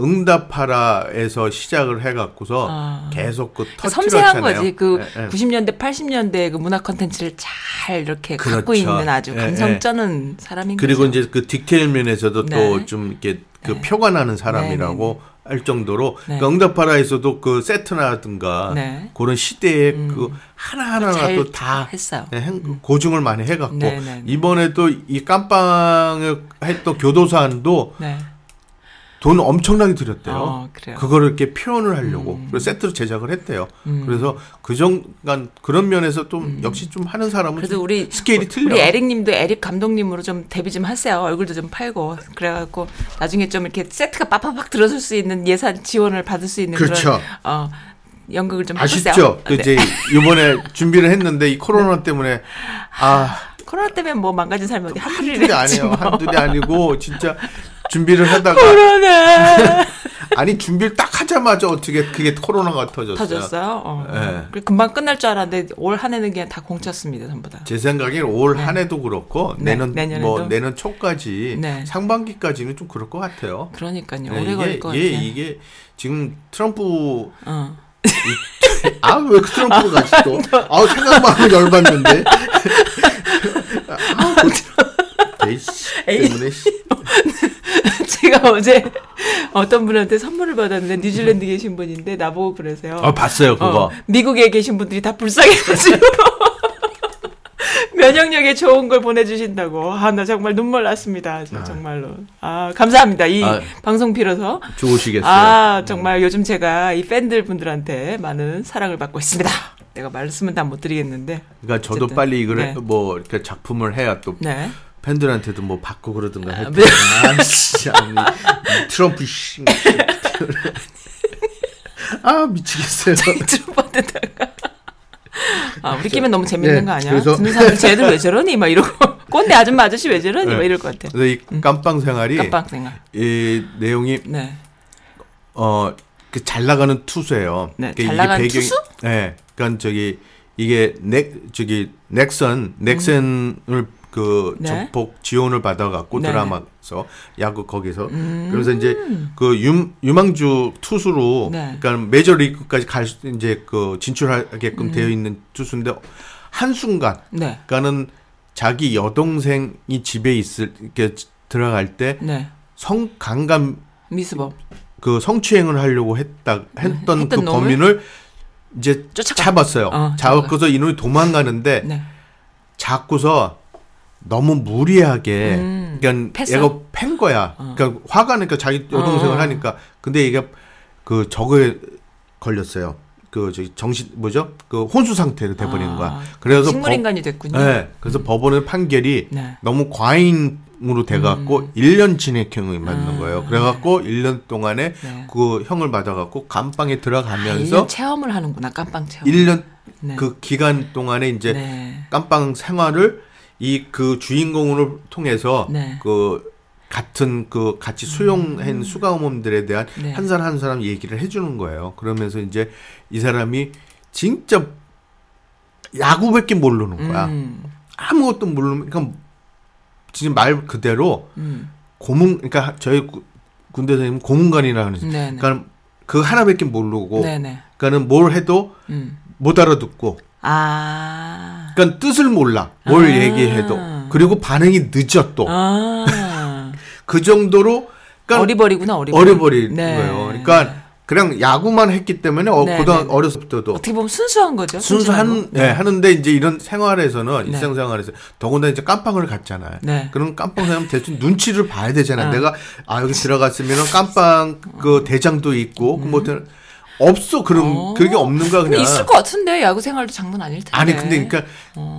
S4: 응답하라에서 시작을 해갖고서
S3: 아.
S4: 계속 그
S3: 그러니까
S4: 터트렸잖아요.
S3: 섬세한 거지. 그
S4: 예, 예.
S3: 90년대, 80년대 그 문화 컨텐츠를 잘 이렇게 갖고
S4: 그렇죠.
S3: 있는 아주
S4: 예,
S3: 감성
S4: 예.
S3: 쩌는 사람인
S4: 그리고
S3: 거죠.
S4: 이제 그 디테일 면에서도
S3: 네.
S4: 또 좀 이렇게 그 표관하는 사람이라고 할 정도로 그러니까 응답하라에서도 그 세트나든가
S3: 네.
S4: 그런 시대의 그 하나하나가
S3: 잘
S4: 또 다 예. 네,
S3: 했어요. 음.
S4: 고증을 많이 해갖고
S3: 네, 네, 네.
S4: 이번에 또 이 깜빵을 했던 교도소안도
S3: 네.
S4: 돈 엄청나게 들였대요.
S3: 어, 그래요. 음.
S4: 그거를 이렇게 표현을 하려고 그래서 세트로 제작을 했대요. 그래서 그 정간 그런 면에서 좀 역시 좀 하는 사람은
S3: 음. 그래도
S4: 좀
S3: 우리 뭐
S4: 스케일이 틀려.
S3: 우리 에릭님도 에릭 감독님으로 좀 데뷔 좀 하세요. 얼굴도 좀 팔고 그래갖고 나중에 좀 이렇게 세트가 빡빡빡 들어설 수 있는 예산 지원을 받을 수 있는
S4: 그렇죠.
S3: 런 어, 연극을 좀 해보세요.
S4: 아쉽죠. 네. 그
S3: 네.
S4: 이제 이번에 준비를 했는데 이 코로나 때문에 아
S3: 코로나 때문에 뭐 망가진 삶이 어디
S4: 한둘이
S3: 한둘이랬지
S4: 아니에요.
S3: 뭐.
S4: 한둘이 아니고 진짜 준비를 하다가
S3: 코로나
S4: 아니 준비를 딱 하자마자 어떻게 그게 코로나가 터졌어요.
S3: 터졌어요. 어.
S4: 네.
S3: 그리고 금방 끝날 줄 알았는데 올 한 해는 그냥 다 공쳤습니다, 전부 다.
S4: 제 생각엔 올 한 해도 그렇고
S3: 네,
S4: 내년
S3: 내년에도.
S4: 뭐 내년 초까지
S3: 네.
S4: 상반기까지는 좀 그럴 것 같아요.
S3: 그러니까요.
S4: 네,
S3: 오래 걸릴
S4: 이게
S3: 것
S4: 이게,
S3: 같아요.
S4: 이게 지금 트럼프
S3: 어.
S4: 아 왜 그 트럼프가 같이 또? 아우 생각만 하면 열받는데. 아, 그- 에이 씨 때문에 씨.
S3: 제가 어제 어떤 분한테 선물을 받았는데 뉴질랜드 계신 분인데 나보고 그러세요.
S4: 아 봤어요
S3: 어, 미국에 계신 분들이 다 불쌍해가지고 면역력에 좋은 걸 보내주신다고. 아 나 정말 눈물 났습니다. 저 정말로. 아 감사합니다. 이
S4: 아.
S3: 방송 빌어서.
S4: 좋으시겠어요. 음.
S3: 아 정말 요즘 제가 이 팬들 분들한테 많은 사랑을 받고 있습니다. 내가 말씀은 다 못 드리겠는데.
S4: 그러니까 저도
S3: 어쨌든,
S4: 빨리 이걸
S3: 네.
S4: 뭐 이렇게 작품을 해야 또
S3: 네.
S4: 팬들한테도 뭐 받고 그러든가 했
S3: 네.
S4: 데 아, 진짜 이 트럼프 씨. 아 미치겠어요.
S3: 들어봤다가 아, 우리끼리면 너무 재밌는
S4: 네,
S3: 거 아니야?
S4: 그래서-
S3: 듣는 사람들 쟤들 왜 저러니? 막 이러고 꼰대 아줌마 아저씨 왜 저러니?
S4: 네.
S3: 막 이럴 것 같아.
S4: 그래서 이 깜빵 생활이
S3: 음. 깜빡 생각.
S4: 이 내용이
S3: 네.
S4: 어, 그 잘 나가는 투수예요.
S3: 네,
S4: 그러니까
S3: 잘
S4: 이게
S3: 나가는 투수?
S4: 네, 그러니까 저기 이게 넥 저기 넥슨 넥슨을 그
S3: 네.
S4: 전폭 지원을 받아갖고
S3: 네네. 음.
S4: 드라마에서 야구 거기서 그러면서 이제 그 유, 유망주 투수로
S3: 네.
S4: 그러니까 메이저 리그까지 갈 수- 이제 그 진출하게끔
S3: 음.
S4: 되어 있는 투수인데 한 순간
S3: 네.
S4: 그러니까는 자기 여동생이 집에 있을 이렇게 들어갈
S3: 네.
S4: 때 성 강간
S3: 미스법.
S4: 그 성추행을 하려고 했다 했던
S3: 했던
S4: 그
S3: 놈을?
S4: 범인을 이제
S3: 쫓아가-
S4: 잡았어요.
S3: 어,
S4: 잡고서 이놈이 도망가는데
S3: 네.
S4: 잡고서 너무 무리하게 그러니까
S3: 음. 패스?
S4: 얘가 팬 거야. 그러니까 화가 나니까 자기 여동생을
S3: 어.
S4: 하니까 근데 얘가 그 저거에 걸렸어요. 그 저기 정신 뭐죠? 그 혼수 상태로 돼버린
S3: 아,
S4: 거야. 그래서
S3: 식물
S4: 법-
S3: 인간이 됐군요.
S4: 네, 그래서 법원의 판결이
S3: 음. 네. 음.
S4: 너무 과잉으로 돼갖고 일 1년 징역형을 받는 거예요. 그래갖고 일 1년 동안에
S3: 아, 네.
S4: 그 형을 받아갖고 감방에 들어가면서
S3: 일년 체험을 하는구나. 깜빵 체험.
S4: 일 1년
S3: 네.
S4: 그 기간 동안에 이제
S3: 네.
S4: 깜빵 생활을 이 그 주인공을 통해서
S3: 네. 음.
S4: 그 같은 그 같이 수용한 수감원들에 대한
S3: 네.
S4: 한 사람 한 사람 얘기를 해주는 거예요. 그러면서 이제 이 사람이 진짜 야구밖에 모르는 거야.
S3: 음.
S4: 아무것도 모르면 그러니까 지금 말 그대로
S3: 음.
S4: 고문 그러니까 저희 구- 군대 선생님 고문관이라 하는
S3: 네네.
S4: 그러니까 그 하나밖에 모르고
S3: 네네.
S4: 그러니까는 뭘 해도
S3: 음.
S4: 못 알아듣고
S3: 아.
S4: 그러니까 뜻을 몰라 뭘
S3: 아.
S4: 얘기해도 그리고 반응이 늦어 또 그
S3: 아.
S4: 정도로 그러니까
S3: 어리버리구나. 어리버리.
S4: 어려버린 거예요. 그러니까 그냥 야구만 했기 때문에 어,
S3: 네,
S4: 고등
S3: 네.
S4: 어렸을 때도
S3: 어떻게 보면 순수한 거죠. 순수한
S4: 순수한
S3: 거.
S4: 예, 하는데 이제 이런 생활에서는 일상생활에서 더군다나 이제 깜빵을 갔잖아요.
S3: 네. 어.
S4: 그럼 깜빵 사람 대충 눈치를 봐야 되잖아. 내가 아 여기 들어갔으면은 깜빵 그 대장도 있고 그 뭐든 없어 그런
S3: 음. 어.
S4: 그게 없는 거야
S3: 근데
S4: 그냥.
S3: 있을 것 같은데 야구 생활도 장난 아닐 네. 텐데.
S4: 아니 근데 그러니까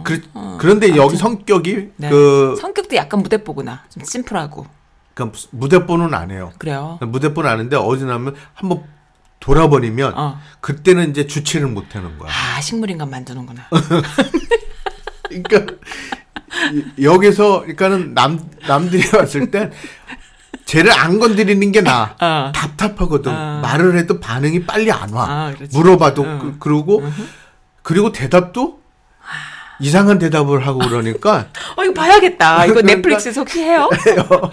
S4: 그, 그런데 여기 성격이
S3: 네.
S4: 그
S3: 성격도 약간 무대뽀구나. 좀 심플하고.
S4: 그러니까 무대뽀는 안 해요.
S3: 그래요.
S4: 무대뽀는 아는데 어디 나면 한번 돌아버리면
S3: 어.
S4: 그때는 이제 주체를 못 하는 거야.
S3: 아 식물인간 만드는구나.
S4: 그러니까 이- 여기서 그러니까는 남 남들이 왔을 땐 쟤를 안 건드리는 게 나.
S3: 어.
S4: 답답하거든. 말을 해도 반응이 빨리 안 와.
S3: 아, 그렇지.
S4: 물어봐도 그, 러고 그리고 대답도 이상한 대답을 하고 그러니까
S3: 어 이거 봐야겠다. 이거
S4: 그러니까-
S3: 넷플릭스에서 혹시 해요?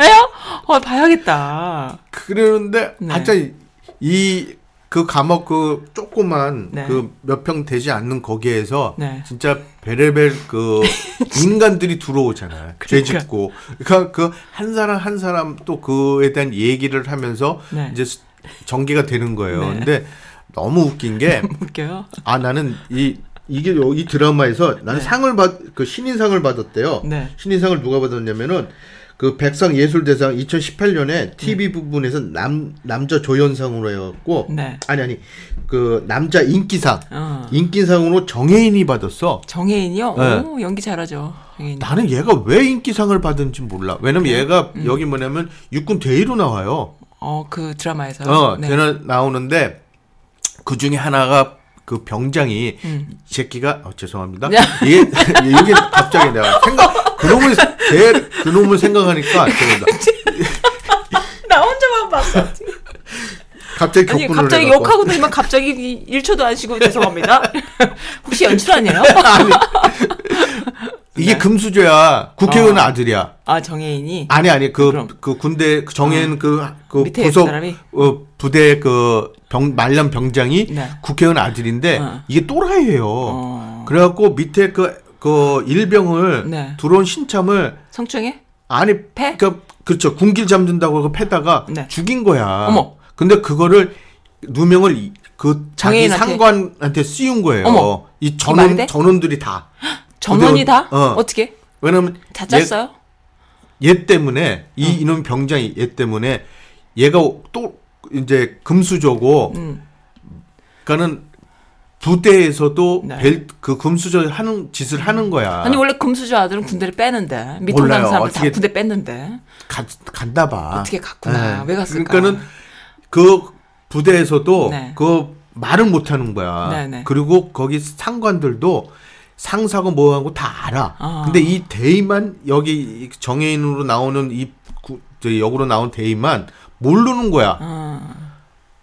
S3: 해요? 어 봐야겠다.
S4: 그러는데
S3: 네.
S4: 갑자기 이 그 감옥 그 조그만
S3: 네.
S4: 그 몇 평 되지 않는 거기에서
S3: 네.
S4: 진짜 베레벨 그 인간들이 들어오잖아요. 죄
S3: 그러니까.
S4: 짓고. 그러니까 그 한 사람 한 사람 또 그에 대한 얘기를 하면서
S3: 네.
S4: 이제 수- 전개가 되는 거예요.
S3: 네.
S4: 근데 너무 웃긴 게
S3: 웃겨요.
S4: 아 나는 이 이게 요- 이 드라마에서 나는 상을 받 그 신인상을 받았대요.
S3: 네.
S4: 신인상을 누가 받았냐면은 그 백상 예술대상
S3: 네.
S4: 2018년에 TV 부분에서 남 남자 조연상으로 해갖고
S3: 네.
S4: 아니 아니 그 남자 인기상
S3: 어.
S4: 인기상으로 정혜인이 받았어.
S3: 정혜인이요?
S4: 네.
S3: 오 연기 잘하죠. 정혜인.
S4: 나는 얘가 왜 인기상을 받은지 몰라. 왜냐면
S3: 네.
S4: 얘가
S3: 음.
S4: 여기 뭐냐면 육군 대위로 나와요.
S3: 어그 드라마에서.
S4: 어,
S3: 네.
S4: 걔는 나오는데 그 중에 하나가 그 병장이
S3: 음.
S4: 이 새끼가 어, 죄송합니다. 이게 이게 갑자기 내가 생각 그놈을 제 그놈을 생각하니까 죄송합니다.
S3: 나 혼자만 봤어.
S4: 갑자기 격분을
S3: 아니 갑자기
S4: 해갖고.
S3: 욕하고 들면 갑자기 이- 1초도 안 쉬고 죄송합니다. 혹시 연출 아니에요?
S4: 이게 금수저야 국회의원
S3: 어.
S4: 아들이야.
S3: 아 정혜인이.
S4: 아니 아니 그
S3: 그럼. 어.
S4: 그 군대 그 정해인 그그
S3: 밑에
S4: 부속
S3: 사람이?
S4: 어, 부대 그병 말년 병장이
S3: 네.
S4: 국회의원 아들인데
S3: 어.
S4: 이게 또라이예요.
S3: 어.
S4: 그래갖고 밑에 그 그 일병을
S3: 네.
S4: 들어온 신참을
S3: 성충해?
S4: 아니
S3: 패?
S4: 그러니까 그렇죠. 군길 잡는다고 그 패다가
S3: 네.
S4: 죽인 거야.
S3: 어머.
S4: 근데 그거를 누명을 이- 그 자기
S3: 장애인한테?
S4: 상관한테 씌운 거예요.
S3: 어머.
S4: 이
S3: 말이
S4: 전원
S3: 돼?
S4: 전원들이 다.
S3: 전원이 다?
S4: 어.
S3: 어. 떻게
S4: 왜냐면
S3: 다 짰어요? 음.
S4: 얘, 얘 때문에 이 이놈 병장이 얘 때문에 얘가 또 이제 금수저고
S3: 음.
S4: 그러니까는 부대에서도
S3: 네.
S4: 벨, 그 금수저 하는 짓을 하는 거야.
S3: 아니 원래 금수저 아들은 군대를 빼는데 밑으로
S4: 몰라요.
S3: 나는 사람들
S4: 어떻게-
S3: 다 군대 뺐는데
S4: 가- 갔나 봐. 네.
S3: 어떻게 갔구나. 왜 갔을까?
S4: 그러니까는 그 부대에서도
S3: 네.
S4: 그 말을 못 하는 거야.
S3: 네, 네.
S4: 그리고 거기 상관들도 상사고 뭐하고 다 알아.
S3: 아.
S4: 근데 이 대의만 여기 이 정해인으로 나오는 이 구- 저 역으로 나온 대의만 모르는 거야.
S3: 아.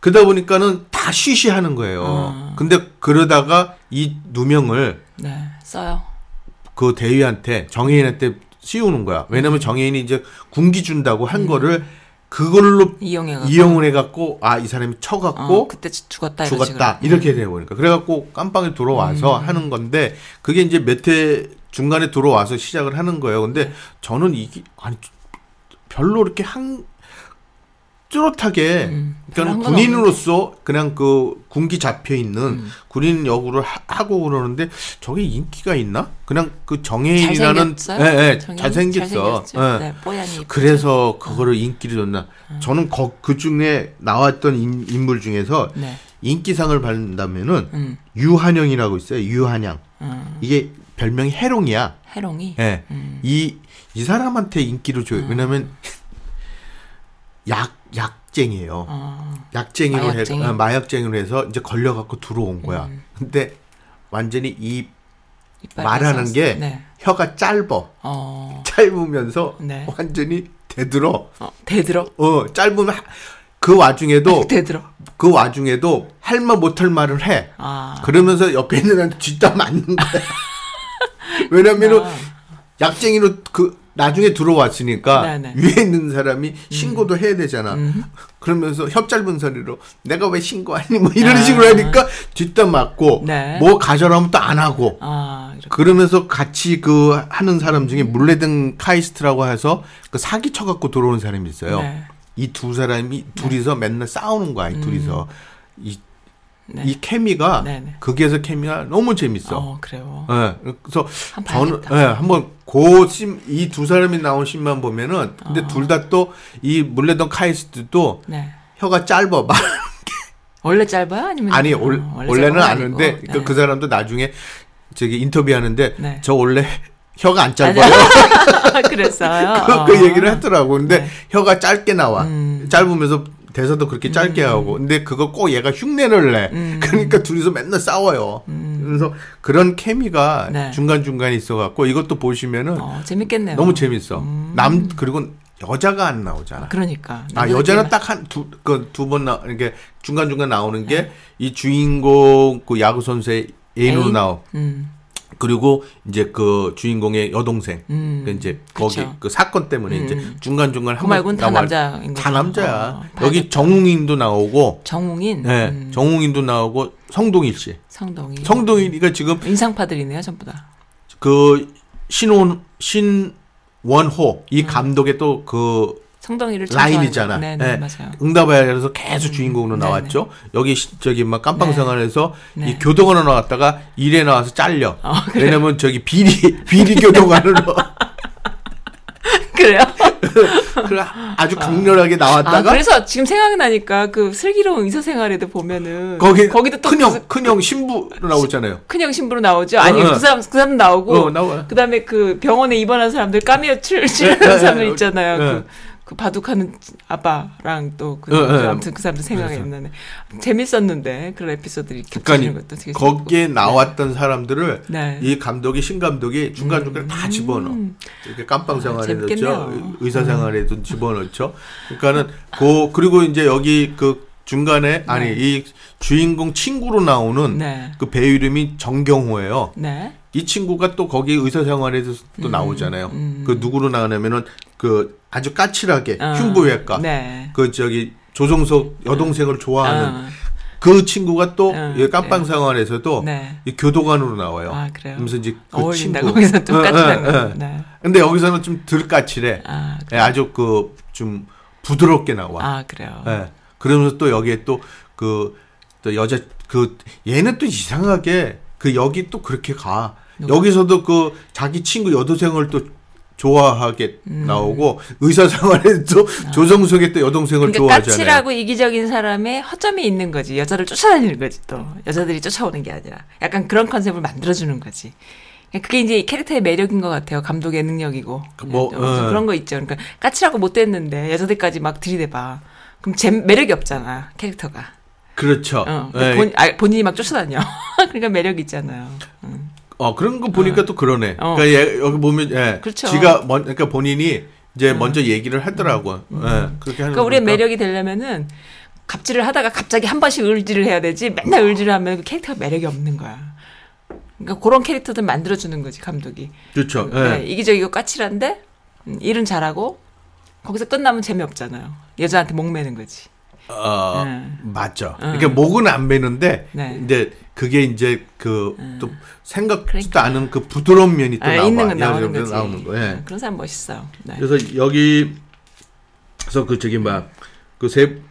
S4: 그러다 보니까는 다 쉬쉬하는 거예요.
S3: 아.
S4: 근데 그러다가 이 누명을
S3: 네 써요.
S4: 그 대위한테 정해인한테 씌우는 거야.
S3: 음.
S4: 왜냐면 정해인이 이제 군기 준다고 한 거를 그걸로
S3: 이용해가.
S4: 이영훈 해갖고 아 이 사람이 쳐갖고
S3: 어, 그때 죽었다. 이러지,
S4: 죽었다
S3: 그럼.
S4: 이렇게 되어버리니까 그래갖고 깜빵에 들어와서
S3: 음.
S4: 하는 건데 그게 이제 몇 회 중간에 들어와서 시작을 하는 거예요.
S3: 네.
S4: 근데 저는 이게 아니 별로 이렇게 한 뚜렷하게
S3: 음. 별로
S4: 그러니까
S3: 한건 음.
S4: 군인으로서 그냥 그 군기 잡혀 있는 군인 역으로 하, 하고 그러는데 저게 인기가 있나? 그냥 그 정해인이라는
S3: 잘생겼어요?
S4: 예, 예,
S3: 정혜인?
S4: 잘생겼어.
S3: 잘생겼죠.
S4: 예.
S3: 네, 뽀얀이.
S4: 그래서 그거를 인기를 줬나? 저는 거, 그 중에 나왔던 인, 인물 중에서
S3: 네.
S4: 인기상을 받는다면은
S3: 음.
S4: 유한영이라고 있어요. 유한양. 이게 별명이 해롱이야.
S3: 해롱이.
S4: 예.
S3: 음.
S4: 이, 이 사람한테 인기를 줘요. 왜냐면 약, 약쟁이에요. 약쟁이로
S3: 어. 마약쟁이? 음.
S4: 해, 어, 마약쟁이로 해서 이제 걸려갖고 들어온 거야. 근데 완전히 이
S3: 이빨
S4: 말하는
S3: 뺐었어.
S4: 게
S3: 네.
S4: 혀가 짧어.
S3: 어,
S4: 짧으면서
S3: 네.
S4: 완전히 대들어.
S3: 어 대들어.
S4: 어, 짧으면 하- 그
S3: 아,
S4: 와중에도
S3: 대들어.
S4: 그 와중에도 할 말 못할 말을 해.
S3: 아.
S4: 그러면서 옆에 있는 애한테 뒷다 맞는 거야. 왜냐면은
S3: 아.
S4: 약쟁이로 그 나중에 들어왔으니까
S3: 네네. 음.
S4: 위에 있는 사람이 신고도 해야 되잖아. 그러면서 혀 짧은 소리로 내가 왜 신고하니 뭐 이런
S3: 아.
S4: 식으로 하니까 뒷담 맞고
S3: 네.
S4: 뭐 가져라면 또 안 하고
S3: 아, 이렇게.
S4: 그러면서 같이 그 하는 사람 중에 물레등 카이스트라고 해서 그 사기 쳐갖고 들어오는 사람이 있어요.
S3: 네. 음.
S4: 이 두 사람이 둘이서 맨날 싸우는 거야. 이 둘이서 이,
S3: 네.
S4: 이 케미가
S3: 네, 네.
S4: 거기에서 케미가 너무 재밌어.
S3: 어, 그래요.
S4: 예, 그래서
S3: 한번
S4: 저는
S3: 봐야겠다.
S4: 예, 한번 그 고심이 두 사람이 나온 씬만 보면은 근데
S3: 어.
S4: 둘 다 또 이 물레던 카이스트도
S3: 네.
S4: 혀가 짧아. 막
S3: 원래 짧아요? 아니면
S4: 아니
S3: 어,
S4: 올,
S3: 짧은
S4: 원래는
S3: 건 아니고.
S4: 아는데 그,
S3: 네.
S4: 그 사람도 나중에 저기 인터뷰하는데
S3: 네.
S4: 저 원래 혀가 안그 짧아요.
S3: 그랬어요.
S4: 그,
S3: 어.
S4: 그 얘기를 했더라고. 근데
S3: 네. 음.
S4: 혀가 짧게 나와. 짧으면서 대사도 그렇게 짧게 하고. 근데 그거 꼭 얘가 흉내를 내.
S3: 음.
S4: 그러니까 둘이서 맨날 싸워요. 그래서 그런 케미가
S3: 네.
S4: 중간중간에 있어갖고 이것도 보시면은
S3: 어, 재밌겠네요. 음.
S4: 너무 재밌어. 남, 그리고 여자가 안 나오잖아.
S3: 그러니까.
S4: 아,
S3: 남자들끼리만-
S4: 여자는 딱 한 두 그 두 번 나 이렇게 중간중간 나오는 게 이 주인공 그 야구 선수의 애인으로
S3: 네. 애인?
S4: 나오.
S3: 음.
S4: 그리고 이제 그 주인공의 여동생
S3: 음.
S4: 그 이제 거기
S3: 그쵸.
S4: 그 사건 때문에 이제
S3: 음.
S4: 중간 중간
S3: 그 말고는 다 남자인
S4: 다
S3: 거죠.
S4: 남자야.
S3: 어,
S4: 여기
S3: 봐야겠다. 음.
S4: 정웅인도 나오고,
S3: 정웅인,
S4: 예, 정웅인도 나오고 성동일 씨.
S3: 음. 성동인,
S4: 성동일이가 지금
S3: 인상파들이네요 전부 다.
S4: 그 신원 신원호
S3: 음.
S4: 이 감독의 또 그
S3: 성동이를
S4: 라인이잖아.
S3: 네, 네, 맞아요.
S4: 응답하야 에서 계속 주인공으로
S3: 음,
S4: 나왔죠. 여기 시- 저기 막 깜빵생활에서
S3: 네.
S4: 이 교도관으로 나왔다가 일에 나와서 잘려.
S3: 어, 그래요?
S4: 왜냐면 저기 비리 비리 교도관으로
S3: 그래요?
S4: 그래, 아주 강렬하게
S3: 어. 아,
S4: 나왔다가
S3: 그래서 지금 생각이 나니까 그 슬기로운 의사생활에도 보면은
S4: 거기
S3: 거기도 또
S4: 큰형
S3: 그,
S4: 큰형 신부로 나오잖아요.
S3: 큰형 신부로 나오죠. 아니
S4: 어, 어.
S3: 그 사람 그 사람 나오고
S4: 어, 나와.
S3: 그다음에 그 병원에 입원한 사람들 까미어 출출하는
S4: 예, 예,
S3: 사람들
S4: 예.
S3: 있잖아요.
S4: 예.
S3: 그, 그 바둑하는 아빠랑 또그
S4: 예, 예.
S3: 아무튼 그 사람들 생각이 안 나네. 재밌었는데 그런 에피소드를 겹치는
S4: 그러니까
S3: 것도 되게
S4: 거기에
S3: 재밌고.
S4: 나왔던 사람들을
S3: 네. 음.
S4: 이 감독이 신 감독이 중간 중간 에다 집어넣어. 이렇게 깜빵 생활에
S3: 아, 재밌겠네요. 음.
S4: 넣죠. 의사 생활에도 집어넣죠. 그러니까는 그 그리고 이제 여기 그 중간에 아니 이 주인공 친구로 나오는
S3: 네.
S4: 그 배우 이름이 정경호예요.
S3: 네.
S4: 이 친구가 또 거기 의사 생활에도
S3: 음,
S4: 또 나오잖아요. 그 누구로 나오냐면은 그 아주 까칠하게
S3: 어,
S4: 흉부외과
S3: 네. 음.
S4: 그 저기 조정석 여동생을 좋아하는
S3: 어,
S4: 그 친구가 또
S3: 어,
S4: 이 깜빵 생활에서도
S3: 네.
S4: 이 교도관으로 나와요.
S3: 아, 그래요?
S4: 그래서 이제 어. 그
S3: 어울린다.
S4: 친구.
S3: 거기서 좀
S4: 예,
S3: 까칠한
S4: 예,
S3: 거.
S4: 예.
S3: 네.
S4: 근데 여기서는 좀 덜 까칠해.
S3: 아,
S4: 예, 아주 그 좀 부드럽게 나와.
S3: 아 그래요.
S4: 예. 그러면서 또 여기에 또 그 또 여자 그 얘는 또 이상하게 그 여기 또 그렇게 가. 여기서도 그 자기 친구 여동생을 또 좋아하게
S3: 음.
S4: 나오고 의사 생활에도 조정석의 또 여동생을
S3: 아. 그러니까
S4: 좋아하잖아요.
S3: 까칠하고 이기적인 사람의 허점이 있는 거지. 여자를 쫓아다니는 거지 또. 여자들이 쫓아오는 게 아니라. 약간 그런 컨셉을 만들어주는 거지. 그러니까 그게 이제 캐릭터의 매력인 것 같아요. 감독의 능력이고.
S4: 뭐,
S3: 어, 좀
S4: 예.
S3: 그런 거 있죠. 그러니까 까칠하고 못됐는데 여자들까지 막 들이대봐. 그럼 제 매력이 없잖아. 캐릭터가.
S4: 그렇죠.
S3: 어,
S4: 예,
S3: 본, 아, 본인이 막 쫓아다녀. 그러니까 매력 이 있잖아요. 음.
S4: 어 그런 거 보니까 또 그러네.
S3: 어.
S4: 그러니까 얘, 여기 보면 예,
S3: 그렇죠. 어.
S4: 지가 먼 그러니까 본인이 이제 먼저 얘기를 하더라고. 예, 그렇게 하는
S3: 그러니까 우리의
S4: 거니까.
S3: 매력이 되려면은 갑질을 하다가 갑자기 한 번씩 을지를 해야 되지 맨날 을지를 하면 그 캐릭터가 매력이 없는 거야. 그러니까 그런 캐릭터들 만들어주는 거지 감독이.
S4: 그렇죠. 예.
S3: 네, 이기적이고 까칠한데 음, 일은 잘하고 거기서 끝나면 재미없잖아요. 여자한테 목매는 거지.
S4: 어,
S3: 네.
S4: 맞죠.
S3: 음.
S4: 그러니까 목은 안 매는데
S3: 네. 음.
S4: 이제 그게 이제 그 또 생각지도 않은 그 부드러운 면이 또
S3: 그러니까. 아,
S4: 나와.
S3: 있는 건 나오는
S4: 여자분들 나오는
S3: 거지. 네, 그러니까.
S4: 거. 예.
S3: 그런 사람 멋있어. 네.
S4: 그래서 여기 그래서 그 저기 막그 세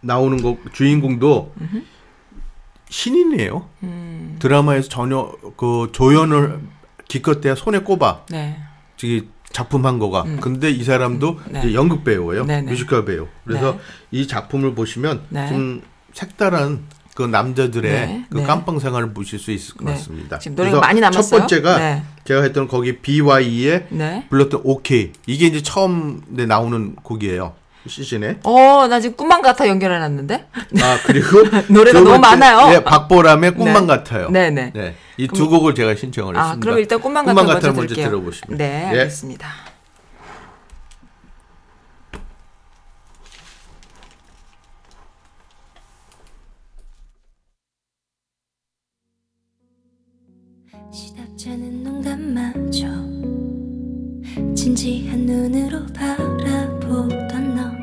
S4: 나오는 거 주인공도 신인이에요.
S3: 음.
S4: 드라마에서 전혀 그 조연을 기껏해야 손에 꼽아
S3: 네.
S4: 저기 작품 한 거가. 근데 이 사람도
S3: 음. 네.
S4: 이제 연극 배우예요.
S3: 네, 네.
S4: 뮤지컬 배우. 그래서
S3: 네.
S4: 이 작품을 보시면
S3: 네.
S4: 좀 색다른 그 남자들의
S3: 네,
S4: 그
S3: 네.
S4: 깜빵 생활을 보실 수 있을 것
S3: 네.
S4: 같습니다.
S3: 지금 노래가
S4: 그래서
S3: 많이 남았어요?
S4: 첫 번째가
S3: 네.
S4: 제가 했던 거기 BYE의
S3: 네.
S4: 불렀던 OK 이게 이제 처음 내 나오는 곡이에요 시즌에
S3: 어, 나 지금 꿈만 같아 연결해놨는데?
S4: 아 그리고
S3: 노래가
S4: 두 번째,
S3: 너무 많아요.
S4: 네, 박보람의 꿈만
S3: 네.
S4: 같아요.
S3: 네네.
S4: 이 두 곡을 제가 신청을
S3: 아,
S4: 했습니다.
S3: 그럼 일단 꿈만 같아
S4: 꿈만
S3: 먼저
S4: 같아를 먼저
S3: 들을게요.
S4: 들어보시면
S3: 네,
S4: 예.
S3: 알겠습니다.
S11: 시답잖은 농담마저 진지한 눈으로 바라보던 넌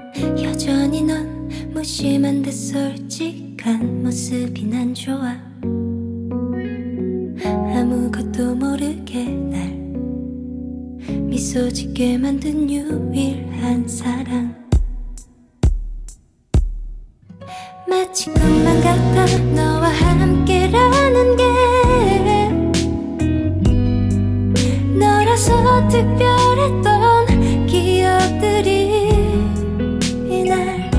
S11: 여전히 넌 무심한데 솔직한 모습이 난 좋아 아무것도 모르게 날 미소 짓게 만든 유일한 사랑 마치 꿈만 같아 너와 함께라는 게 너라서 특별했던 기억들이 이날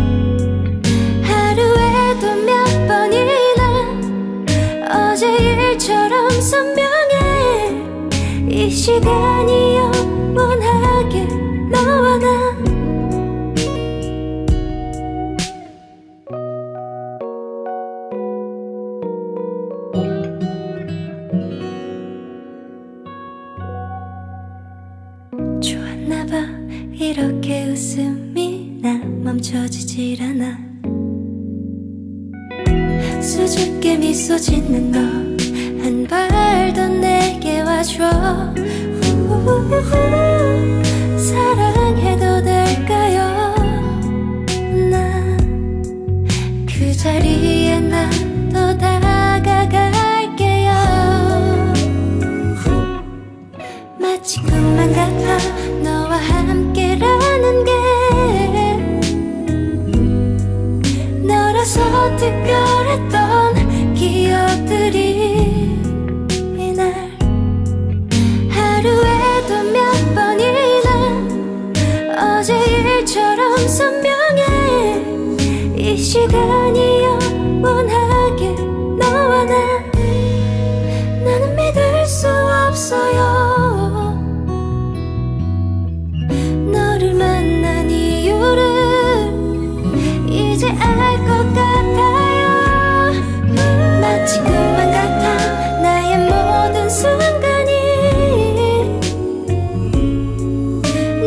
S11: 하루에도 몇 번이나 어제 일처럼 선명해 이 시간이 영원하게 너와 나 좋았나봐 이렇게 웃음이 나 멈춰지질 않아 수줍게 미소 짓는 너 한 발 더 내게 와 안아줘 우후후후 사랑해도 될까요 난 그 자리에 난 또 다가갈게요 마치 꿈만 같아 너와 함께라는 게 너라서 특별했던 기억들이 이날 하루에도 몇 번이나 어제 일처럼 선명해 이 시간이 영원하게 너와 나 나는 믿을 수 없어요 너를 만난 이유를 이제 알 것 같아요 마치 꿈만 같아 나의 모든 순간이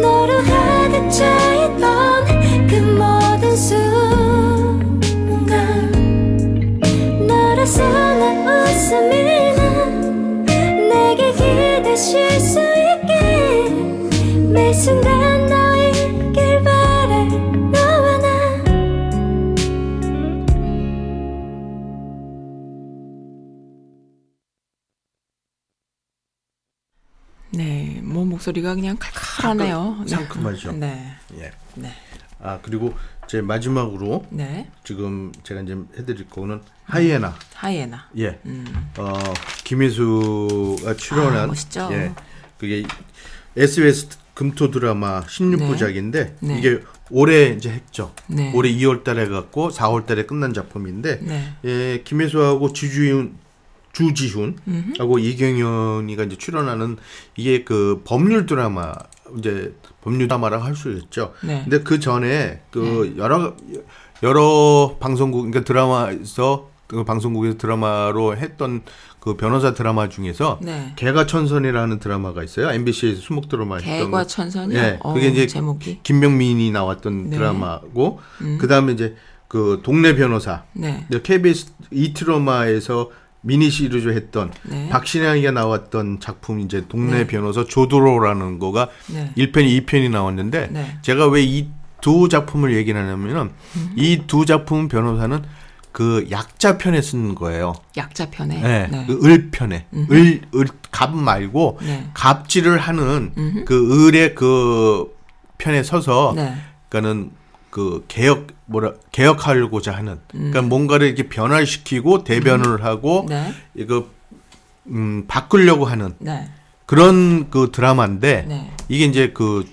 S11: 너로 가득 차있던 그 모든 순간 너라서 난 웃음이 난 내게 기대실 수 있게 매 순간 너이길 바래 너와 나
S6: 네, 뭐 목소리가 그냥 칼칼하네요.
S4: 상큼하죠.
S3: 네.
S4: 예.
S3: 네.
S4: 아 그리고 제 마지막으로
S3: 네.
S4: 지금 제가 이제 해드릴 거는 하이에나.
S3: 하이에나.
S4: 예. 어 김혜수가 출연한
S3: 음. 아, 멋있죠.
S4: 예. 그게 SBS 금토 드라마 16부작인데
S3: 네.
S4: 이게 올해 이제 했죠.
S3: 네.
S4: 올해 2월 달에 갖고 4월 달에 끝난 작품인데
S3: 네.
S4: 예, 김혜수하고 주지훈 주지훈하고 이경연이가 이제 출연하는 이게 그 법률 드라마 이제 법률 드라마라 할 수 있죠.
S3: 네.
S4: 근데 그 전에 그 여러 여러 방송국 그러니까 드라마에서 그 방송국에서 드라마로 했던 그 변호사 드라마 중에서
S3: 네.
S4: 개가 천선이라는 드라마가 있어요. MBC에서 수목 드라마 했던
S3: 개과
S4: 아, 거.
S3: 천선이요?
S4: 예,
S3: 어,
S4: 그게 이제
S3: 제목이.
S4: 김병민이 나왔던
S3: 네.
S4: 드라마고 그다음에 이제 그 동네 변호사
S3: 네.
S4: 근데 KBS 이트로마에서 미니 시리즈 했던
S3: 네.
S4: 박신양이가 나왔던 작품 이제 동네 변호사 조두로라는 거가
S3: 네.
S4: 1편이 2편이 나왔는데
S3: 네.
S4: 제가 왜 이 두 작품을 얘기를 하냐면은
S3: 음.
S4: 이 두 작품 변호사는 그 약자 편에 쓴 거예요.
S3: 약자 편에.
S4: 네. 그 을편에 을, 을 갑 말고
S3: 음. 네. 음.
S4: 갑질을 하는 그 을의 그 편에 서서
S3: 네.
S4: 그러니까는 그 개혁 뭐라 개혁하려고자 하는 그러니까 뭔가를 이렇게 변화시키고 대변을 하고
S3: 음. 네.
S4: 이거 음 바꾸려고 하는
S3: 네.
S4: 그런 그 드라마인데
S3: 네.
S4: 이게 이제 그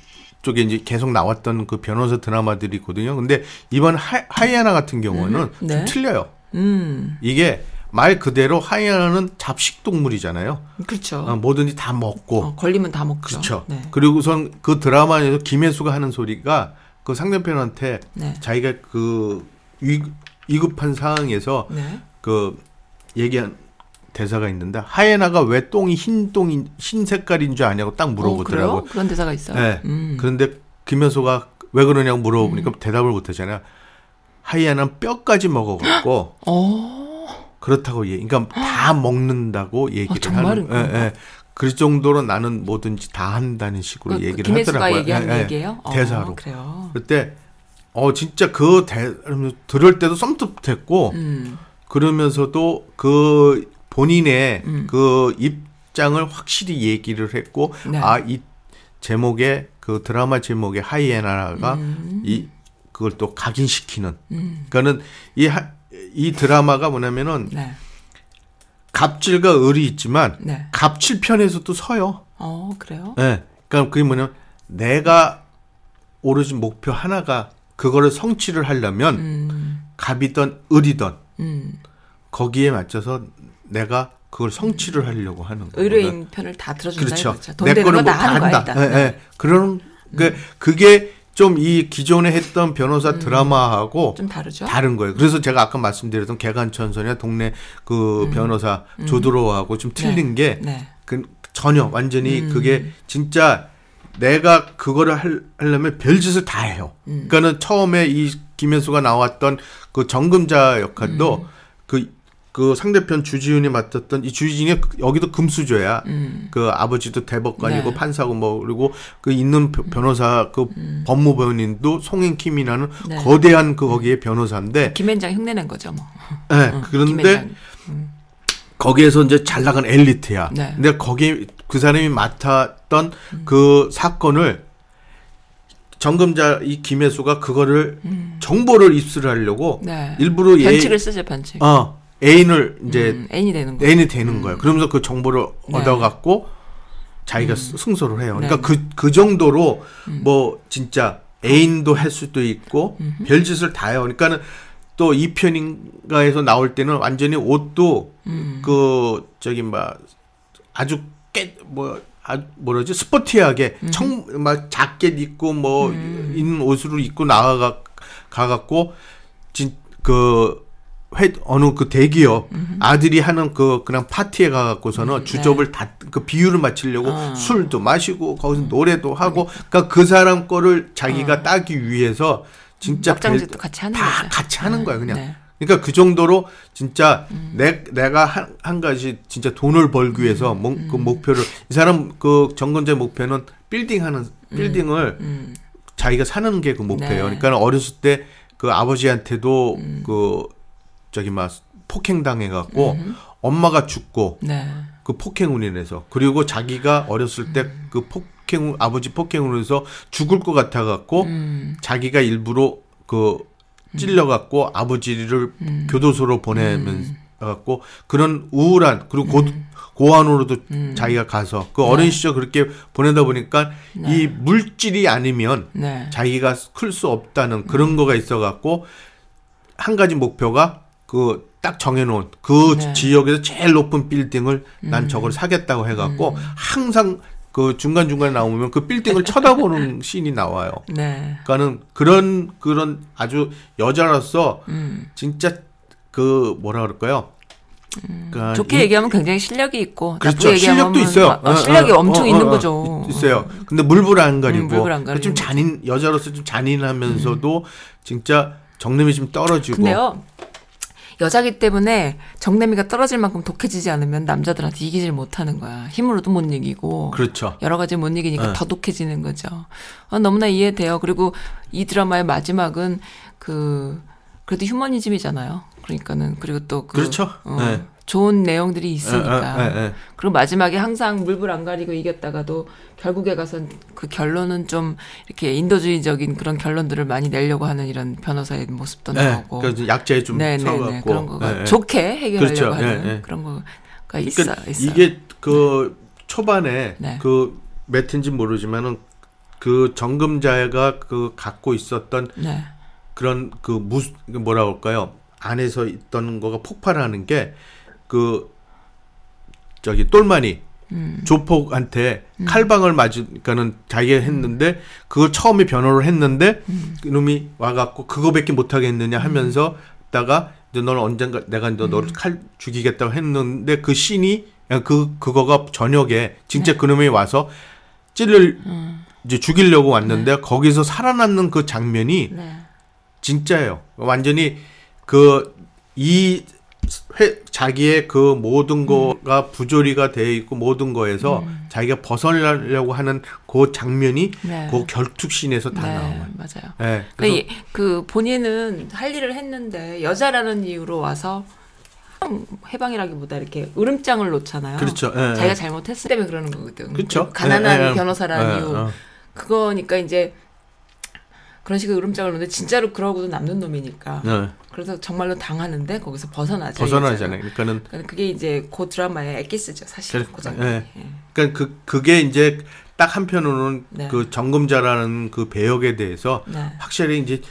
S4: 쪽에 이제 계속 나왔던 그 변호사 드라마들이거든요. 근데 이번 하, 하이에나 같은 경우는
S3: 음,
S4: 좀
S3: 네.
S4: 틀려요.
S3: 음.
S4: 이게 말 그대로 하이에나는 잡식 동물이잖아요.
S3: 그렇죠.
S4: 어, 뭐든지 다 먹고
S3: 어, 걸리면 다 먹죠.
S4: 그렇죠.
S3: 네.
S4: 그리고선 그 드라마에서 김혜수가 하는 소리가 그 상대편한테
S3: 네.
S4: 자기가 그 위, 위급한 상황에서
S3: 네.
S4: 그 얘기한 대사가 있는데 하예나가 왜 똥이 흰 똥인 흰 색깔인 줄 아냐고 딱 물어보더라고.
S3: 어, 그래요? 그런 대사가 있어요.
S4: 네.
S3: 음.
S4: 그런데 김혜수가 왜 그러냐고 물어보니까 대답을 못 하잖아요. 하이에나는 뼈까지 먹어갖고
S3: 어.
S4: 그렇다고 얘, 그러니까 다 먹는다고 얘기를
S3: 아, 정말
S4: 하는.
S3: 그런가요?
S4: 예, 예. 그 정도로 나는 뭐든지 다 한다는 식으로
S3: 그,
S4: 얘기를
S3: 김혜수가
S4: 하더라고요.
S3: 얘기하는
S4: 예, 예.
S3: 얘기예요? 어,
S4: 대사로.
S3: 그래요.
S4: 그때 어 진짜 그 대, 들을 때도 썸뜩했고
S3: 음.
S4: 그러면서도 그 본인의
S3: 음.
S4: 그 입장을 확실히 얘기를 했고
S3: 네.
S4: 아 이 제목에 그 드라마 제목의 하이에나가
S3: 음.
S4: 이 그걸 또 각인시키는 그러니까는 이, 하, 이 드라마가 뭐냐면은
S3: 네.
S4: 갑질과 을이 있지만
S3: 네.
S4: 갑질 편에서 또 서요.
S3: 어, 그래요?
S4: 예. 그러니까 그게 뭐냐면 내가 오로지 목표 하나가 그거를 성취를 하려면 갑이든 을이든
S3: 음.
S4: 거기에 맞춰서 내가 그걸 성취를 하려고 하는 거예요.
S3: 의뢰인 편을 다 들어준다
S4: 그렇죠.
S3: 이거죠. 돈 되는 거다 하는 거야 일단. 네. 음.
S4: 예, 예. 그런 그 그게 좀 이 기존에 했던 변호사 드라마하고
S3: 음. 좀 다르죠?
S4: 다른 거예요. 그래서 제가 아까 말씀드렸던 개간천선이나 동네 그 변호사 조드로하고 좀 틀린 게
S3: 음. 네.
S4: 그 전혀 완전히
S3: 음.
S4: 그게 진짜 내가 그거를 할- 하려면 별짓을 다 해요.
S3: 음. 음.
S4: 그러니까는 처음에 이 김현수가 나왔던 그 정금자 역할도 그 그 그 상대편 주지훈이 맡았던 이 주지훈이 여기도 금수저야. 그 아버지도 대법관이고
S3: 음. 네.
S4: 판사고 뭐 그리고 그 있는 변- 변호사 그 법무변인도 송행킴이라는
S3: 음. 네.
S4: 거대한 그 거기에 변호사인데
S3: 김현장 흉내낸 거죠 뭐.
S4: 예, 그런데
S3: 김앤장.
S4: 거기에서 이제 잘 나간 엘리트야.
S3: 네. 음.
S4: 근데 거기 그 사람이 맡았던 그 사건을 정금자 이 김혜수가 그거를 정보를 입수를 하려고
S3: 음. 네.
S4: 일부러 얘-
S3: 변칙을 쓰죠 변칙.
S4: 어, 애인을 이제
S3: 음, 애인이 되는 거.
S4: 애인이 되는 거예요. 그러면서 그 정보를 얻어갖고 자기가 스- 승소를 해요. 그러니까
S3: 네. 음.
S4: 그, 그 정도로 뭐 진짜 애인도 할 수도 있고 별짓을 다 해요. 그러니까는 또 이 편인가에서 나올 때는 완전히 옷도
S3: 음.
S4: 그 저기 막 아주 깨뭐 아, 뭐라지 스포티하게 청 막 자켓 입고 뭐 있는 옷으로 입고 나가 가갖고 진그 회, 어느 그 대기업 아들이 하는 그 그냥 파티에 가갖고서는 주접을 다 그 비율을 맞추려고 술도 마시고 거기서 노래도 하고 그러니까 그 사람 거를 자기가 따기 위해서 진짜
S3: 짝장지도
S4: 벨-
S3: 같이 하는
S4: 다
S3: 거죠.
S4: 같이 하는 거야 그냥.
S3: 네. 음.
S4: 그러니까 그 정도로 진짜 내 내가 한, 한 가지 진짜 돈을 벌기 위해서
S3: 음.
S4: 뭔- 그 목표를 이 사람 그 정건재 목표는 빌딩 하는 빌딩을 자기가 사는 게 그 목표예요.
S3: 음. 네. 음.
S4: 그러니까 어렸을 때 그 아버지한테도 그 저기 막 폭행 당해 갖고
S3: 음.
S4: 엄마가 죽고
S3: 네.
S4: 그 폭행으로 인해서 그리고 자기가 어렸을 때 그 폭행 아버지 폭행으로 인해서 죽을 것 같아 갖고 자기가 일부러 그 찔려 갖고 아버지를 교도소로 보내면서 갖고 그런 우울한 그리고 고, 고안으로도 자기가 가서 그 어린 시절 그렇게 보내다 보니까 이 물질이 아니면
S3: 네.
S4: 자기가 클 수 없다는
S3: 음.
S4: 그런 거가 있어 갖고 한 가지 목표가 그 딱 정해놓은 그
S3: 네. 음.
S4: 지역에서 제일 높은 빌딩을 난 저걸 사겠다고 해갖고 항상 그 중간 중간 나오면 그 빌딩을 쳐다보는 씬이 나와요.
S3: 네.
S4: 그러니까는 그런 그런 아주 여자로서
S3: 음.
S4: 진짜 그 뭐라 그럴까요? 그러니까
S3: 음. 좋게
S4: 이-
S3: 얘기하면 굉장히 실력이 있고
S4: 그렇죠.
S3: 나쁘게 뭐 얘기하면
S4: 실력도 있어요.
S3: 막- 막
S4: 어,
S3: 실력이
S4: 어,
S3: 엄청
S4: 어,
S3: 있는
S4: 어, 어.
S3: 거죠.
S4: 있- 있어요. 근데 물불안가리고
S3: 음, 물불안가리고. 음.
S4: 좀 잔인 여자로서 좀 잔인하면서도 진짜 정념이 좀 떨어지고
S3: 근데요. 여자기 때문에 정내미가 떨어질 만큼 독해지지 않으면 남자들한테 이기질 못하는 거야. 힘으로도 못 이기고.
S4: 그렇죠.
S3: 여러 가지 못 이기니까
S4: 네.
S3: 더 독해지는 거죠. 어, 너무나 이해돼요. 그리고 이 드라마의 마지막은 그 그래도 휴머니즘이잖아요. 그러니까는 그리고 또 그,
S4: 그렇죠.
S3: 어,
S4: 네.
S3: 좋은 내용들이 있으니까.
S4: 예, 예, 예, 예.
S3: 그리고 마지막에 항상 물불 안 가리고 이겼다가도 결국에 가선 그 결론은 좀 이렇게 인도주의적인 그런 결론들을 많이 내려고 하는 이런 변호사의 모습도
S4: 네,
S3: 나오고.
S4: 그러니까 좀 약자에 좀
S3: 네, 네, 네.
S4: 서갖고
S3: 그런 거
S4: 네, 네.
S3: 좋게 해결하려고
S4: 그렇죠.
S3: 하는
S4: 예, 예.
S3: 그런 거가 있어
S4: 그러니까
S3: 있어요.
S4: 이게 그 초반에
S3: 네.
S4: 그 매트인지 모르지만은 그 정금자가 그 갖고 있었던
S3: 네.
S4: 그런 그 무슨 뭐라 그럴까요? 안에서 있던 거가 폭발하는 게 그 저기 똘마니 조폭한테 칼방을 맞으니까는 자기가 했는데 그걸 처음에 변호를 했는데 그놈이 와갖고 그거밖에 못하겠느냐 하면서 다가 이제 넌 언젠가 내가 이제 너를 칼 죽이겠다고 했는데 그 신이 그 그거가 저녁에 진짜 그놈이 와서 찔을 이제 죽이려고 왔는데 거기서 살아남는 그 장면이
S3: 네.
S4: 진짜예요. 완전히 그 이 자기의 그 모든 거가
S3: 음.
S4: 부조리가 돼 있고 모든 거에서 자기가 벗어나려고 하는 그 장면이
S3: 네.
S4: 그 결투씬에서 다
S3: 네,
S4: 나와요.
S3: 맞아요.
S4: 예.
S3: 그,
S4: 그래서
S3: 이- 그 본인은 할 일을 했는데 여자라는 이유로 와서 해방이라기보다 이렇게 으름장을 놓잖아요.
S4: 그렇죠. 예,
S3: 자기가
S4: 예.
S3: 잘못했을 때문에 그러는 거거든.
S4: 그렇죠.
S3: 그 가난한
S4: 예, 예, 예.
S3: 변호사라는
S4: 예,
S3: 이유.
S4: 어.
S3: 그거니까 이제 그런 식으로 으름장을 놓는데 진짜로 그러고도 남는 놈이니까.
S4: 네.
S3: 그래서 정말로 당하는데 거기서 벗어나죠.
S4: 벗어나잖아요. 그러니까는
S3: 그러니까 그게 이제 그 드라마의 에기스죠, 사실.
S4: 그래,
S3: 그 장면.
S4: 예. 그러니까 그 그게 이제 딱 한편으로는
S3: 네.
S4: 그 정금자라는 그 배역에 대해서
S3: 네.
S4: 확실히 이제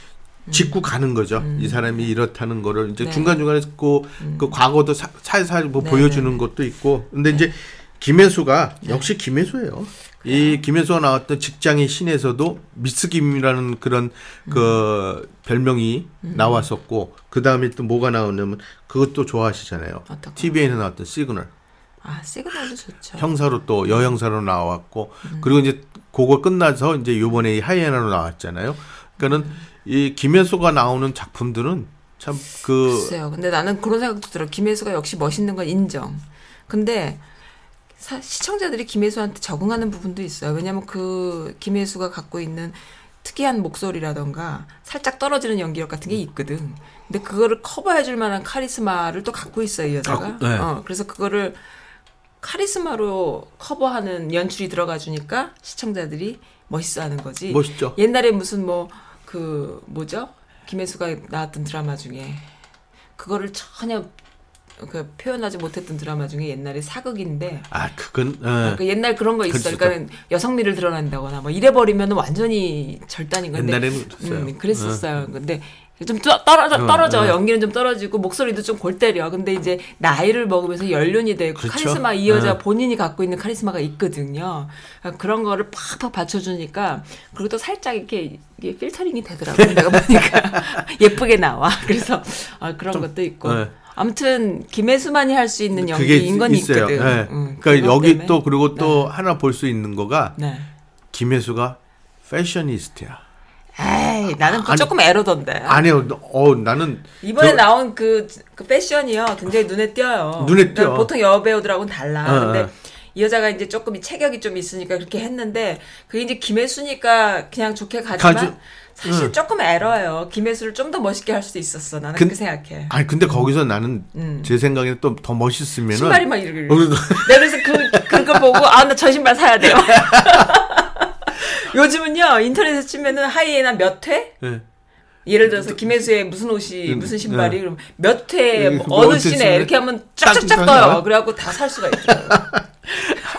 S4: 짚고 가는 거죠. 이 사람이 이렇다는 거를 이제
S3: 음. 네. 음.
S4: 중간 중간에 그, 그 과거도 사- 살살 뭐
S3: 네,
S4: 보여주는 것도 있고. 근데 이제 김혜수가 역시 김혜수예요. 이 김혜수가 나왔던 직장의 신에서도 미스 김이라는 그런
S3: 음.
S4: 그 별명이 나왔었고 그 다음에 또 뭐가 나오냐면 그것도 좋아하시잖아요.
S3: 어떤 거?
S4: TV에서 나왔던 시그널.
S3: 아, 시그널도 좋죠.
S4: 형사로 또 여형사로 나왔고 그리고 이제 그거 끝나서 이제 요번에 이 하이에나로 나왔잖아요. 그러니까는 이 김혜수가 나오는 작품들은 참 그
S3: 글쎄요. 근데 나는 그런 생각도 들어. 김혜수가 역시 멋있는 건 인정. 근데 사- 시청자들이 김혜수한테 적응하는 부분도 있어요. 왜냐면 그 김혜수가 갖고 있는 특이한 목소리라던가 살짝 떨어지는 연기력 같은 게 있거든. 근데 그거를 커버해 줄 만한 카리스마를 또 갖고 있어요, 이 여자가.
S4: 갖고- 네.
S3: 어, 그래서 그거를 카리스마로 커버하는 연출이 들어가 주니까 시청자들이 멋있어 하는 거지.
S4: 멋있죠.
S3: 옛날에 무슨 뭐 그 뭐죠? 김혜수가 나왔던 드라마 중에 그거를 전혀 그 표현하지 못했던 드라마 중에 옛날에 사극인데
S4: 아 그건
S3: 그
S4: 예.
S3: 옛날 그런 거 있어.
S4: 그렇죠.
S3: 그러니까 여성미를 드러낸다거나 뭐 이래 버리면 완전히 절단인 건데.
S4: 옛날에는 그랬어요.
S3: 음, 그랬었어요.
S4: 네.
S3: 근데 좀 떠- 떨어져
S4: 어,
S3: 떨어져
S4: 어.
S3: 연기는 좀 떨어지고 목소리도 좀 골 때려. 근데 이제 나이를 먹으면서 연륜이 되고
S4: 그렇죠.
S3: 카리스마 이 여자
S4: 어.
S3: 본인이 갖고 있는 카리스마가 있거든요. 그러니까 그런 거를 팍팍 받쳐주니까 그리고 또 살짝 이렇게 이게 필터링이 되더라고요. 내가 보니까 예쁘게 나와. 그래서 아, 그런
S4: 좀,
S3: 것도 있고.
S4: 네.
S3: 아무튼 김혜수만이 할 수 있는
S4: 그게
S3: 연기인 건
S4: 있어요.
S3: 있거든.
S4: 예.
S3: 음,
S4: 그러니까
S3: 그것
S4: 여기
S3: 때문에.
S4: 또 그리고 또 하나 볼 수 있는 거가
S3: 네.
S4: 김혜수가 패셔니스트야.
S3: 에이, 나는 그거
S4: 아니-
S3: 조금 에러던데.
S4: 아니요, 어 나는
S3: 이번에
S4: 저-
S3: 나온 그, 그 패션이요. 굉장히 눈에 띄어요.
S4: 눈에 띄어.
S3: 그러니까 보통 여배우들하고는 달라.
S4: 어,
S3: 근데
S4: 어.
S3: 이 여자가 이제 조금 이 체격이 좀 있으니까 그렇게 했는데 그게 이제 김혜수니까 그냥 좋게 가지만
S4: 가지-
S3: 사실
S4: 응.
S3: 조금 에러예요. 김혜수를 좀 더 멋있게 할 수도 있었어. 나는
S4: 근-
S3: 그렇게 생각해.
S4: 아니 근데 거기서 나는
S3: 음.
S4: 제 생각에는 또 더 멋있으면은
S3: 신발이 막 이렇게.
S4: 어,
S3: 내가 그래서 그, 그거 보고, 아, 나 저 신발 사야 돼요. 요즘은요, 인터넷에 치면은 하이에나 몇 회?
S4: 예.
S3: 예를 들어서 김혜수의 무슨 옷이
S4: 음,
S3: 무슨 신발이
S4: 네.
S3: 그럼 몇 회,
S4: 음,
S3: 뭐
S4: 뭐
S3: 어느
S4: 어쨌든
S3: 씬에 이렇게 하면
S4: 딱
S3: 쫙쫙쫙
S4: 이상해요. 아,
S3: 떠요. 그래갖고 다 살 수가 있더라고요.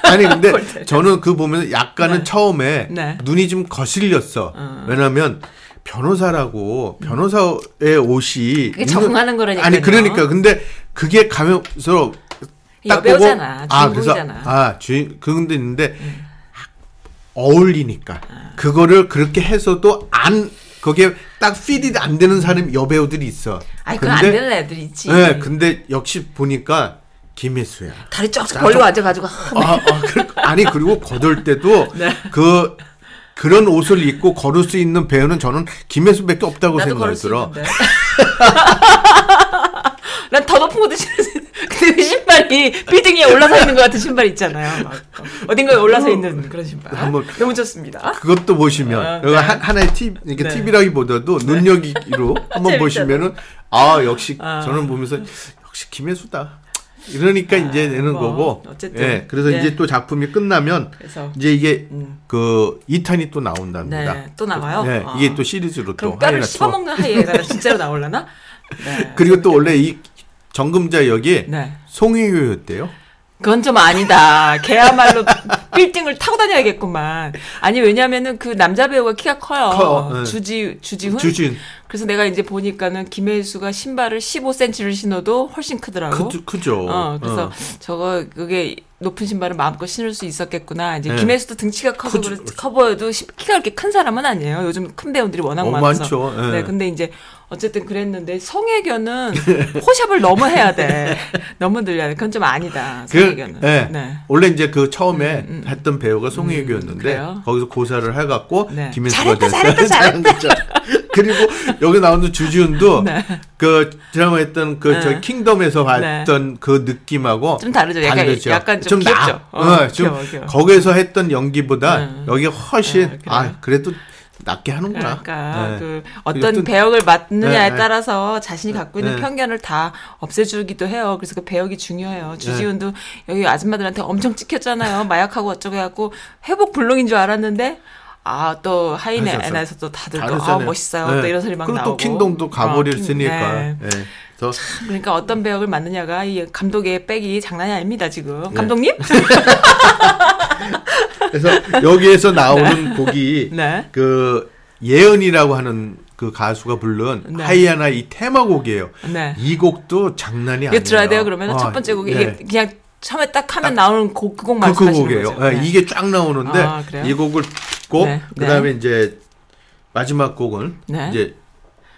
S4: 아니 근데 저는 그 보면 약간은 처음에
S3: 네.
S4: 눈이 좀 거슬렸어. 왜냐면 변호사라고 변호사의 옷이
S3: 그게 적응하는 거라니까요.
S4: 아니 그러니까 근데 그게 가면서 딱 보고
S3: 여배우잖아.
S4: 아 그래서
S3: 주인공이잖아.
S4: 아 주인 그건데 있는데 아, 어울리니까
S3: 아.
S4: 그거를 그렇게 해서도 안 그게 딱 피디 안 되는 사람 여배우들이 있어.
S3: 아니, 그건 안
S4: 근데-
S3: 되는 애들 있지.
S4: 예, 근데 역시 보니까 김혜수야.
S3: 다리 쫙쫙 벌리고 앉아가지고.
S4: 아,
S3: 네.
S4: 아, 그, 아니 그리고 걸을 때도 그 그런 옷을 입고 걸을 수 있는 배우는 저는 김혜수밖에 없다고
S3: 나도
S4: 생각이
S3: 걸을 수
S4: 들어.
S3: 있는데. 난 더 높은 것도 신을 수 있는데 근데 그 신발이 빌딩에 올라서 있는 것 같은 신발 있잖아요. 막 어딘가에 올라서 있는 그런 신발.
S4: 음. 한번-
S3: 너무 좋습니다.
S4: 그것도 보시면
S3: 아,
S4: 이거 하, 하나의 팁 이렇게
S3: 네.
S4: 팁이라기보다도 눈여기로 한번
S3: 재밌잖아.
S4: 보시면은 아 역시 저는 보면서 역시 김혜수다. 이러니까 이제 되는
S3: 뭐,
S4: 거고.
S3: 어쨌든.
S4: 예, 그래서
S3: 네.
S4: 이제 또 작품이 끝나면
S3: 그래서
S4: 이제 이게 그 2탄이 또 나온답니다.
S3: 네, 또 나와요?
S4: 예,
S3: 아.
S4: 이게 또 시리즈로 또
S3: 그럼 뼈를
S4: 하이라이트로.
S3: 씹어먹는 하이에가 진짜로 나올라나? 네.
S4: 그리고 또 원래 이 정금자 역이
S3: 네.
S4: 송혜교였대요.
S3: 그건 좀 아니다. 걔야말로 빌딩을 타고 다녀야겠구만. 아니 왜냐면은 그 남자 배우가 키가 커요.
S4: 커요. 네.
S3: 주지 주지훈.
S4: 주진.
S3: 그래서 내가 이제 보니까는 김혜수가 신발을 15cm를 신어도 훨씬 크더라고.
S4: 그, 그죠.
S3: 음. 어, 그래서
S4: 어.
S3: 저거 그게 높은 신발을 마음껏 신을 수 있었겠구나. 이제
S4: 네.
S3: 김혜수도 등치가 커서
S4: 그죠.
S3: 그렇 커버여도 시- 키가 그렇게 큰 사람은 아니에요. 요즘 큰 배우들이 워낙
S4: 어,
S3: 많아서.
S4: 많죠. 예.
S3: 네, 근데 이제 어쨌든 그랬는데 성혜교는 호샵을 너무 해야 돼. 너무 늘려야 돼. 그건 좀 아니다.
S4: 그,
S3: 성혜교는.
S4: 예.
S3: 네.
S4: 원래 이제 그 처음에 했던 배우가 송혜교였는데
S3: 음, 그래요?
S4: 거기서 고사를 해갖고
S3: 네.
S4: 김혜수가
S3: 잘했다, 잘했다, 잘했다.
S4: 그리고 여기 나오는 주지훈도
S3: 네.
S4: 그 드라마 했던 그
S3: 네.
S4: 저 킹덤에서 봤던 그 느낌하고
S3: 좀 다르죠. 약간- 약간 좀
S4: 나-
S3: 귀엽죠? 어,
S4: 어, 좀
S3: 귀여워, 귀여워.
S4: 거기에서 했던 연기보다
S3: 네.
S4: 여기가 훨씬
S3: 네, 그래요.
S4: 아 그래도 낫게 하는구나.
S3: 그러니까
S4: 네.
S3: 그
S4: 어떤-
S3: 어떤 배역을 맡느냐에
S4: 네, 네.
S3: 따라서 자신이 갖고 있는
S4: 네.
S3: 편견을 다 없애주기도 해요. 그래서 그 배역이 중요해요.
S4: 네.
S3: 주지훈도 여기 아줌마들한테 엄청 찍혔잖아요. 마약하고 어쩌고 해갖고 회복 불능인 줄 알았는데 아 또
S4: 다르잖아요.
S3: 하이메에서 또 다들 또 아
S4: 다르잖아요.
S3: 멋있어요.
S4: 네.
S3: 또 이런 소리 막
S4: 그리고
S3: 나오고.
S4: 또 킹덤도
S3: 어, 킹-
S4: 가버렸으니까.
S3: 네.
S4: 예. 더
S3: 그러니까 어떤 배역을 맡느냐가 이 감독의 백이 장난이 아닙니다 지금
S4: 예.
S3: 감독님.
S4: 그래서 여기에서 나오는 곡이
S3: 네.
S4: 그 예은이라고 하는 그 가수가 부른
S3: 네.
S4: 하이아나 이 테마곡이에요.
S3: 네.
S4: 이 곡도 장난이
S3: 이거
S4: 예, 아니에요.
S3: 들어야 돼요. 그러면
S4: 아,
S3: 은첫 번째 곡이
S4: 예.
S3: 이게 그냥 처음에 딱 하면 나오는 곡 그곡
S4: 그, 그
S3: 말씀하시는
S4: 곡이에요.
S3: 거죠.
S4: 예,
S3: 네.
S4: 이게 쫙 나오는데
S3: 아, 그래요?
S4: 이 곡을 듣고
S3: 네,
S4: 그다음에 이제 마지막 곡은
S3: 네.
S4: 이제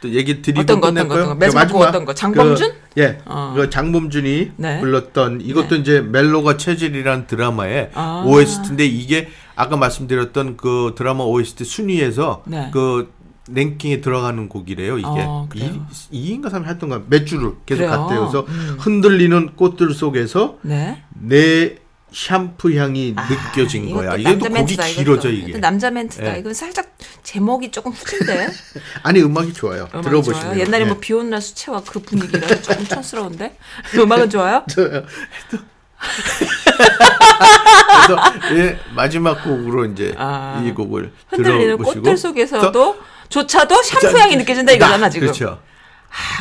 S4: 또 얘기 드리고
S3: 어떤 거, 어떤 거,
S4: 끝낼까요?
S3: 어떤 거? 마지막 곡 어떤 거? 장범준?
S4: 그, 예,
S3: 어.
S4: 그 장범준이
S3: 네.
S4: 불렀던 이것도 이제 멜로가 체질이라는 드라마의
S3: 아.
S4: OST인데 이게 아까 말씀드렸던 그 드라마 OST 순위에서
S3: 네.
S4: 그 랭킹에 들어가는 곡이래요. 이게
S3: 어,
S4: 이
S3: 그래요?
S4: 2인가 3인 했던가 몇 주를 계속
S3: 그래요? 음.
S4: 갔대요. 그래서 흔들리는 꽃들 속에서
S3: 네.
S4: 내 샴푸 향이
S3: 아,
S4: 느껴진
S3: 이것도
S4: 거야. 이게 또
S3: 남자
S4: 곡이
S3: 멘트다,
S4: 길어져
S3: 이것도.
S4: 이게.
S3: 이것도 남자 멘트다.
S4: 예.
S3: 이건 살짝 제목이 조금 후진데
S4: 아니 음악이 좋아요.
S3: 음악이
S4: 들어보시면 예.
S3: 좋아요? 옛날에 뭐 비 오는 날 수채화 그 분위기라 조금 촌스러운데 음악은 좋아요?
S4: 그래서 예, 마지막 곡으로 이제
S3: 아.
S4: 이 곡을
S3: 흔들리는
S4: 들어보시고
S3: 꽃들 속에서도 조차도 샴푸 향이 느껴진다 이거잖아 지금
S4: 그렇죠.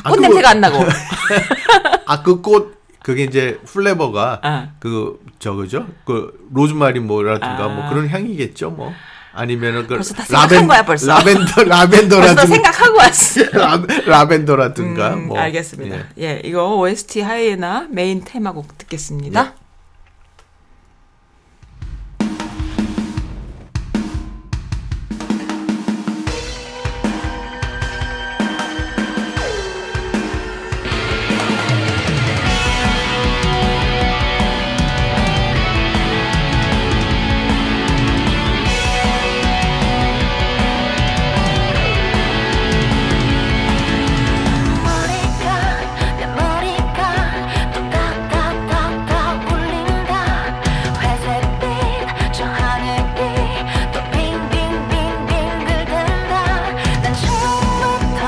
S3: 아, 꽃 냄새가 안 나고
S4: 아그 꽃 그게 이제 플레버가
S3: 아.
S4: 그 저거죠 그 로즈마리 뭐라든가
S3: 아.
S4: 뭐 그런 향이겠죠 뭐 아니면은 그
S3: 벌써 다 생각한 거야, 벌써.
S4: 라벤더
S3: 벌써
S4: 라벤더라든가
S3: 생각하고 왔어
S4: 라- 라벤더라든가
S3: 음,
S4: 뭐
S3: 알겠습니다
S4: 예.
S3: 예. 이거 OST 하이에나 메인 테마곡 듣겠습니다
S4: 예.
S1: 머리가 내 머리가 또가가가가 울린다 회색빛 저 하늘빛 또 빙빙빙빙 긁는다 난 처음부터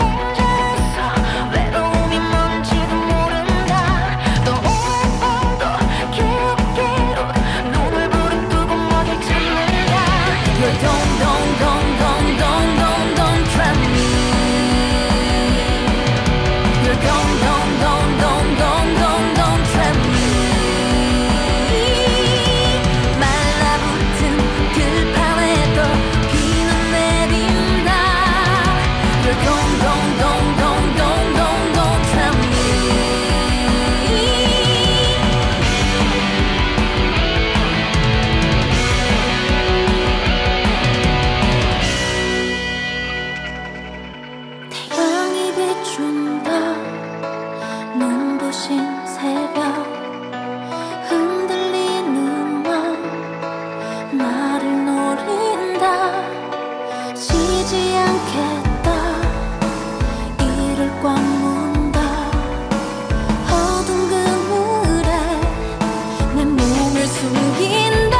S1: 혼자서 외로움이 뭔지도 모른다 또 오늘 밤도 기록기록 눈을 부릅뜨고 먹일 참는다 You don't don't don't don't don't don't don't try me You're gone, gone, gone, gone, gone, gone, gone from me. 말라붙은 그 밤에도 비는 내린다. You're gone, gone, gone, gone, gone, gone, gone from me. 태양이 비춘다 눈부신 새벽 흔들리는 맘 나를 노린다 쉬지 않겠다 이를 꽉 문다 어둠 그물에 내 몸을 숨긴다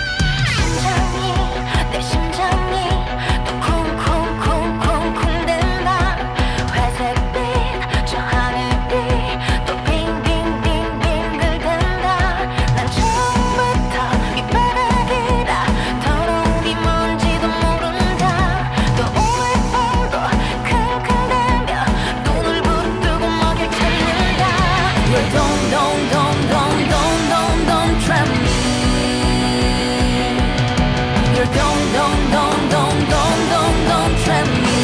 S1: 심장이 내 심장이 또 쿵쿵쿵쿵쿵 된다 회색빛 저 하늘빛 또 빙빙빙빙 긁는다 난 처음부터 이 바닥이라 더러움이 뭔지도 모른다 또 오늘 밤도 캄캄대며 눈을 부릅뜨고 먹일 찾는다 You don't don't don't don't don't don't don't try me You're don't don't don't don't don't don't don't try me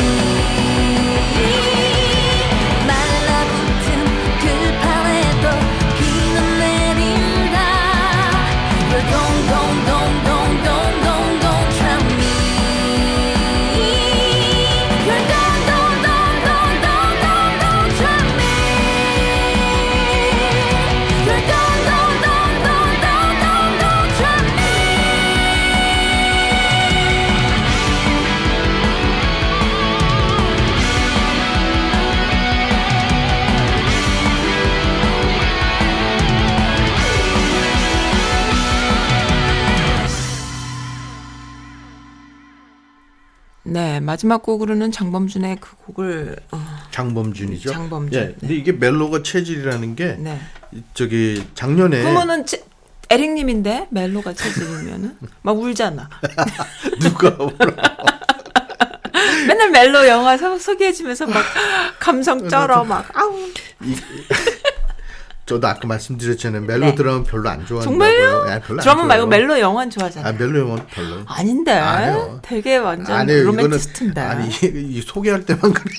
S1: 말라붙은 그 밤에도 비는 내린다 You're don't don't don't don't don't don't don't try me You're don't don't don't don't don't don't don't try me You're don't don't don't don't don't don't don't try me
S3: 네 마지막 곡으로는 장범준의 그 곡을 어,
S4: 장범준이죠.
S3: 장범준,
S4: 예. 근데 이게 멜로가 체질이라는 게
S3: 네
S4: 저기 작년에
S3: 부모는 제- 에릭님인데 멜로가 체질이면은 막 울잖아
S4: 누가 뭐라-
S3: 맨날 멜로 영화 소- 소개해주면서 막 감성 쩔어 막 아우
S4: 이- 저도 아까 말씀드렸잖아요. 멜로
S3: 네.
S4: 드라마 별로 안 좋아한다고요.
S3: 정말요?
S4: 예, 별로 안
S3: 드라마
S4: 좋아해요.
S3: 말고 멜로 영화는 좋아하잖아요.
S4: 아 멜로 영화 별로.
S3: 아닌데
S4: 안 해요.
S3: 되게 완전
S4: 아니에요, 이거는-
S3: 로맨티스트인데
S4: 아니 이, 이 소개할 때만 그래.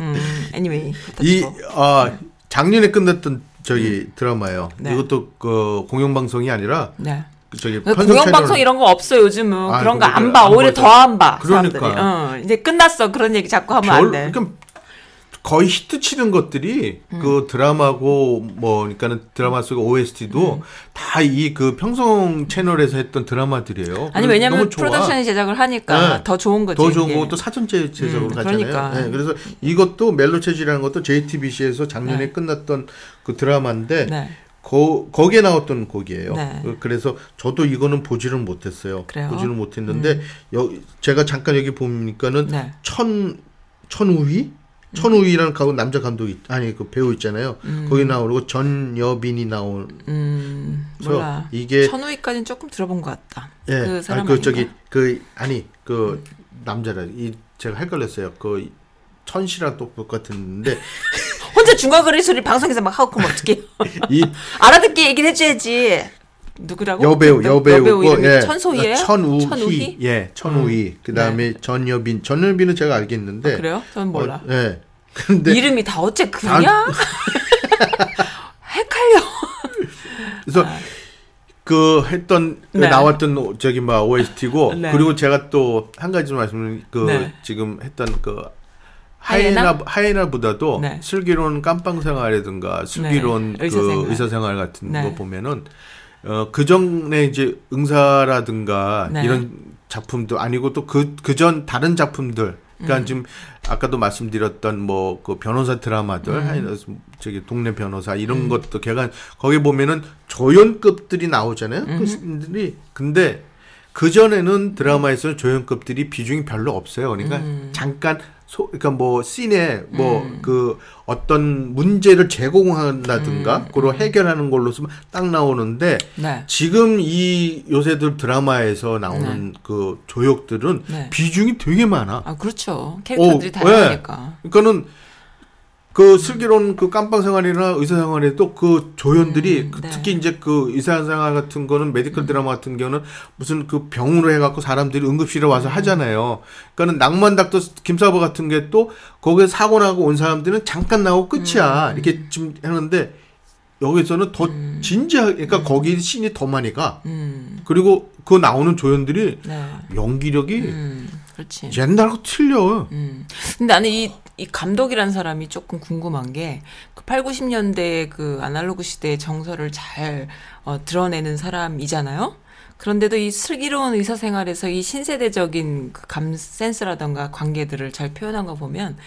S3: 음, anyway. 뭐. 그렇다
S4: 이,
S3: 치고.
S4: 아, 작년에 끝났던 저기 드라마예요.
S3: 그렇죠. 네.
S4: 이것도 그 공영방송이 아니라
S3: 네.
S4: 그 저기
S3: 그
S4: 편성
S3: 공영방송
S4: 채널.
S3: 이런 거 없어 요즘은
S4: 아,
S3: 그런 거
S4: 그거를
S3: 안 봐.
S4: 안
S3: 오히려
S4: 보죠.
S3: 더 안 봐.
S4: 그러니까.
S3: 사람들이. 어, 이제 끝났어. 그런 얘기 자꾸 하면
S4: 별,
S3: 안 돼. 음.
S4: 그러니까 거의 히트 치는 것들이 그 드라마고 뭐 그러니까는 드라마 속의 OST도
S3: 음.
S4: 다 이 그 평성 채널에서 했던 드라마들이에요.
S3: 아니
S4: 그래서
S3: 왜냐면
S4: 너무 좋아.
S3: 프로덕션이 제작을 하니까
S4: 네.
S3: 더 좋은 거지.
S4: 더 좋은
S3: 이게.
S4: 거고 또 사전제 제작으로
S3: 음,
S4: 가잖아요.
S3: 그러니까.
S4: 네, 그래서 이것도 멜로 체질이라는 것도 JTBC에서 작년에 끝났던 그 드라마인데
S3: 네.
S4: 거, 거기에 나왔던 곡이에요.
S3: 네.
S4: 어, 그래서 저도 이거는 보지는 못했어요.
S3: 그래요? 음.
S4: 보지는 못했는데 여, 제가 잠깐 여기 보니까는
S3: 네.
S4: 천 천우희 천우희라는 가고 남자 감독 이 아니 그 배우 있잖아요. 거기 나오고 전여빈이 나오서
S3: 음, 몰라.
S4: 이게
S3: 천우희까지는 조금 들어본 것 같다.
S4: 예,
S3: 그 사람
S4: 아니,
S3: 아닌가?
S4: 그 저기 그 아니 그 남자라 이 제가 헷갈렸어요. 그 천시랑 똑같은데
S3: 혼자 중화거리 소리 방송에서 막 하고 그럼 어떻게
S4: 이
S3: 알아듣게 얘기를 해줘야지. 누구라고?
S4: 여배우
S3: 그
S4: 여배우
S3: 이름이
S4: 예.
S3: 천소희예요?
S4: 천우희,
S3: 천우희? 네.
S4: 예 천우희 그다음에 전여빈 전여빈은 제가 알겠는데
S3: 아, 그래요? 저는 몰라.
S4: 네. 어, 예 근데
S3: 이름이 다 어째 그냐? 헷갈려.
S4: 그래서 그 했던 그
S3: 아. 네.
S4: 나왔던 저기 막 OST고
S3: 네.
S4: 그리고 제가 또 한 가지 말씀을 그
S3: 네.
S4: 지금 했던 그
S3: 하이에나?
S4: 하이에나 하이에나보다도
S3: 네.
S4: 슬기로운 깜빵 생활이든가 슬기로운
S3: 네. 의사생활.
S4: 그 의사생활 같은
S3: 네.
S4: 거 보면은 어그 전에 이제 응사라든가
S3: 네.
S4: 이런 작품도 아니고 또 그 그 전 다른 작품들 그러니까 지금 아까도 말씀드렸던 뭐 그 변호사 드라마들 하여튼 저기 동네 변호사 이런 것도 걔가 거기 보면은 조연급들이 나오잖아요 그 사람들이 근데 그 전에는 드라마에서는 조연급들이 비중이 별로 없어요 그러니까 잠깐 소, 그러니까 뭐 씬에 뭐 그 어떤 문제를 제공한다든가 그걸 해결하는 걸로서 딱 나오는데
S3: 네.
S4: 지금 이 요새들 드라마에서 나오는 그 조역들은
S3: 네.
S4: 비중이 되게 많아.
S3: 아 그렇죠. 캐릭터들이
S4: 어,
S3: 다양하니까.
S4: 예. 그러니까는 그 슬기로운 그 깜빵 생활이나 의사 생활에도 그 조연들이 그
S3: 네. 음.
S4: 특히 이제 그 의사 생활 같은 거는 메디컬 드라마 같은 경우는 무슨 그 병으로 해갖고 사람들이 응급실에 와서
S3: 음.
S4: 하잖아요. 그러니까는 낭만닥터 김사부 같은 게 또 거기에 사고 나고 온 사람들은 잠깐 나오고
S3: 음.
S4: 끝이야. 이렇게 지금 하는데 여기서는 더 진지하게, 그러니까 거기 신이 더 많이 가.
S3: 음,
S4: 그리고 그 나오는 조연들이
S3: 네.
S4: 연기력이
S3: 음, 그렇지.
S4: 옛날하고 틀려.
S3: 음. 근데 나는 이, 이 감독이란 사람이 조금 궁금한 게, 그 8, 90년대 그 아날로그 시대의 정서를 잘 어, 드러내는 사람이잖아요? 그런데도 이 슬기로운 의사 생활에서 이 신세대적인 그 감, 센스라던가 관계들을 잘 표현한 거 보면,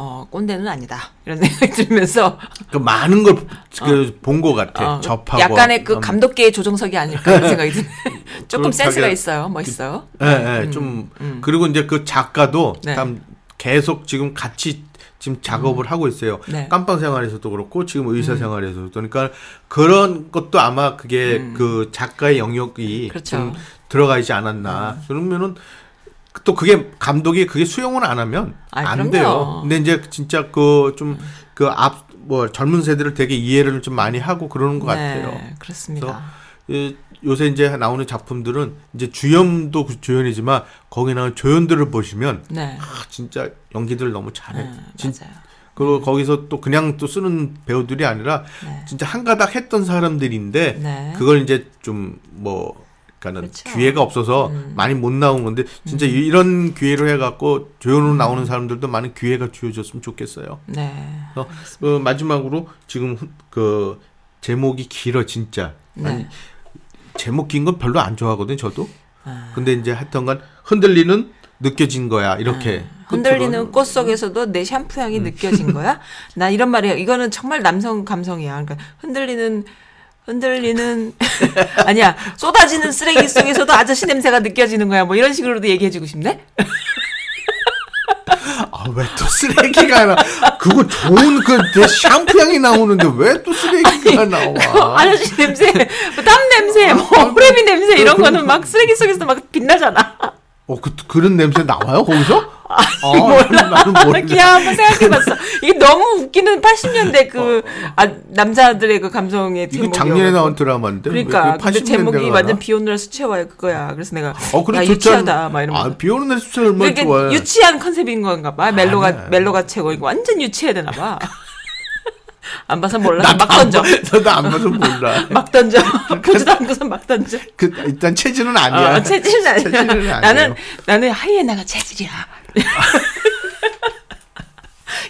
S3: 어, 꼰대는 아니다. 이런 생각이 들면서.
S4: 그 많은 걸그 본 것 같아.
S3: 어,
S4: 접하고.
S3: 약간의 그
S4: 음,
S3: 감독계의 조정석이 아닐까 하는 생각이 드네. 조금
S4: 그럼
S3: 센스가
S4: 자기가-
S3: 있어요. 멋있어요.
S4: 예, 예, 좀 그리고 이제 그 작가도
S3: 음, 네.
S4: 참 계속 지금 같이 지금 작업을 하고 있어요.
S3: 네. 음.
S4: 깜빵 생활에서도 그렇고 지금 의사 생활에서도 그러니까 그런 것도 아마 그게 그 작가의 영역이
S3: 음. 그렇죠. 음.
S4: 좀 들어가 있지 않았나. 그러면은 또 그게 감독이 그게 수용을 안 하면
S3: 아이,
S4: 안
S3: 그럼요. 음.
S4: 돼요. 근데 이제 진짜 그 좀 그 앞 뭐 젊은 세대를 되게 이해를 좀 많이 하고 그러는 것 같아요.
S3: 네, 그렇습니다.
S4: 이- 예, 요새 이제 나오는 작품들은 이제 주연도 그 조연이지만 거기 나오는 조연들을 보시면
S3: 네.
S4: 아, 진짜 연기들 너무 잘해.
S3: 네,
S4: 진-
S3: 맞아요.
S4: 그리고 거기서 또 그냥 또 쓰는 배우들이 아니라
S3: 네.
S4: 진짜 한가닥 했던 사람들인데
S3: 네.
S4: 그걸 이제 좀 뭐 그러니까는
S3: 그렇죠. 음.
S4: 기회가 없어서 많이 못 나온 건데 진짜 이- 이런 기회를 해갖고 조연으로 나오는 사람들도 많은 기회가 주어졌으면 좋겠어요.
S3: 네.
S4: 그래서 어, 마지막으로 지금 후- 그 제목이 길어 진짜.
S3: 네.
S4: 아니, 그 제목 긴 건 별로 안 좋아하거든요, 저도.
S3: 아.
S4: 근데 이제 하여튼간 흔들리는 느껴진 거야, 이렇게.
S3: 아, 흔들리는
S4: 끝으로는. 음.
S3: 꽃 속에서도 내 샴푸 향이 느껴진 거야? 나 이런 말이야. 이거는 정말 남성 감성이야. 그러니까 흔들리는 흔들리는 아니야 쏟아지는 쓰레기 속에서도 아저씨 냄새가 느껴지는 거야. 뭐 이런 식으로도 얘기해주고 싶네.
S4: 아, 왜 또 쓰레기가 나? 그거 좋은 그 샴푸향이 나오는데 왜 또 쓰레기가 나와?
S3: 어, 아저씨 냄새, 뭐땀 냄새,
S4: 아,
S3: 뭐 호레비 냄새 이런 거는 막 쓰레기 속에서 막 빛나잖아.
S4: 어, 그, 그런 냄새 나와요, 거기서? 어, 나는 모르는데.
S3: 이렇게 한번 생각해봤어. 이게 너무 웃기는 80년대 그 아, 남자들의 그 감성의
S4: 어. 이게
S3: 제목이
S4: 작년에 나온 드라마인데. 왜
S3: 그러니까
S4: 그
S3: 근데
S4: 80년대가
S3: 제목이
S4: 나와?
S3: 완전 비 오는 날 수채화야 그거야. 그래서 내가
S4: 어, 그래
S3: 야
S4: 좋잖아.
S3: 유치하다 막 이러면서.
S4: 아, 비 오는 날 수채 얼마나
S3: 이렇게
S4: 좋아해.
S3: 유치한 컨셉인 건가 봐. 멜로가
S4: 아니야.
S3: 멜로가 최고. 이거 완전 유치해야 되나 봐. 안 봐서 몰라. 막 던져.
S4: 아, 나안 봐서 몰라.
S3: 막 던져. 보지도 않고서 막 던져.
S4: 그 일단 체질은 아니야.
S3: 어, 체질은 아니야.
S4: 체질은 아니에요.
S3: 나는 나는 하이에나가 체질이야.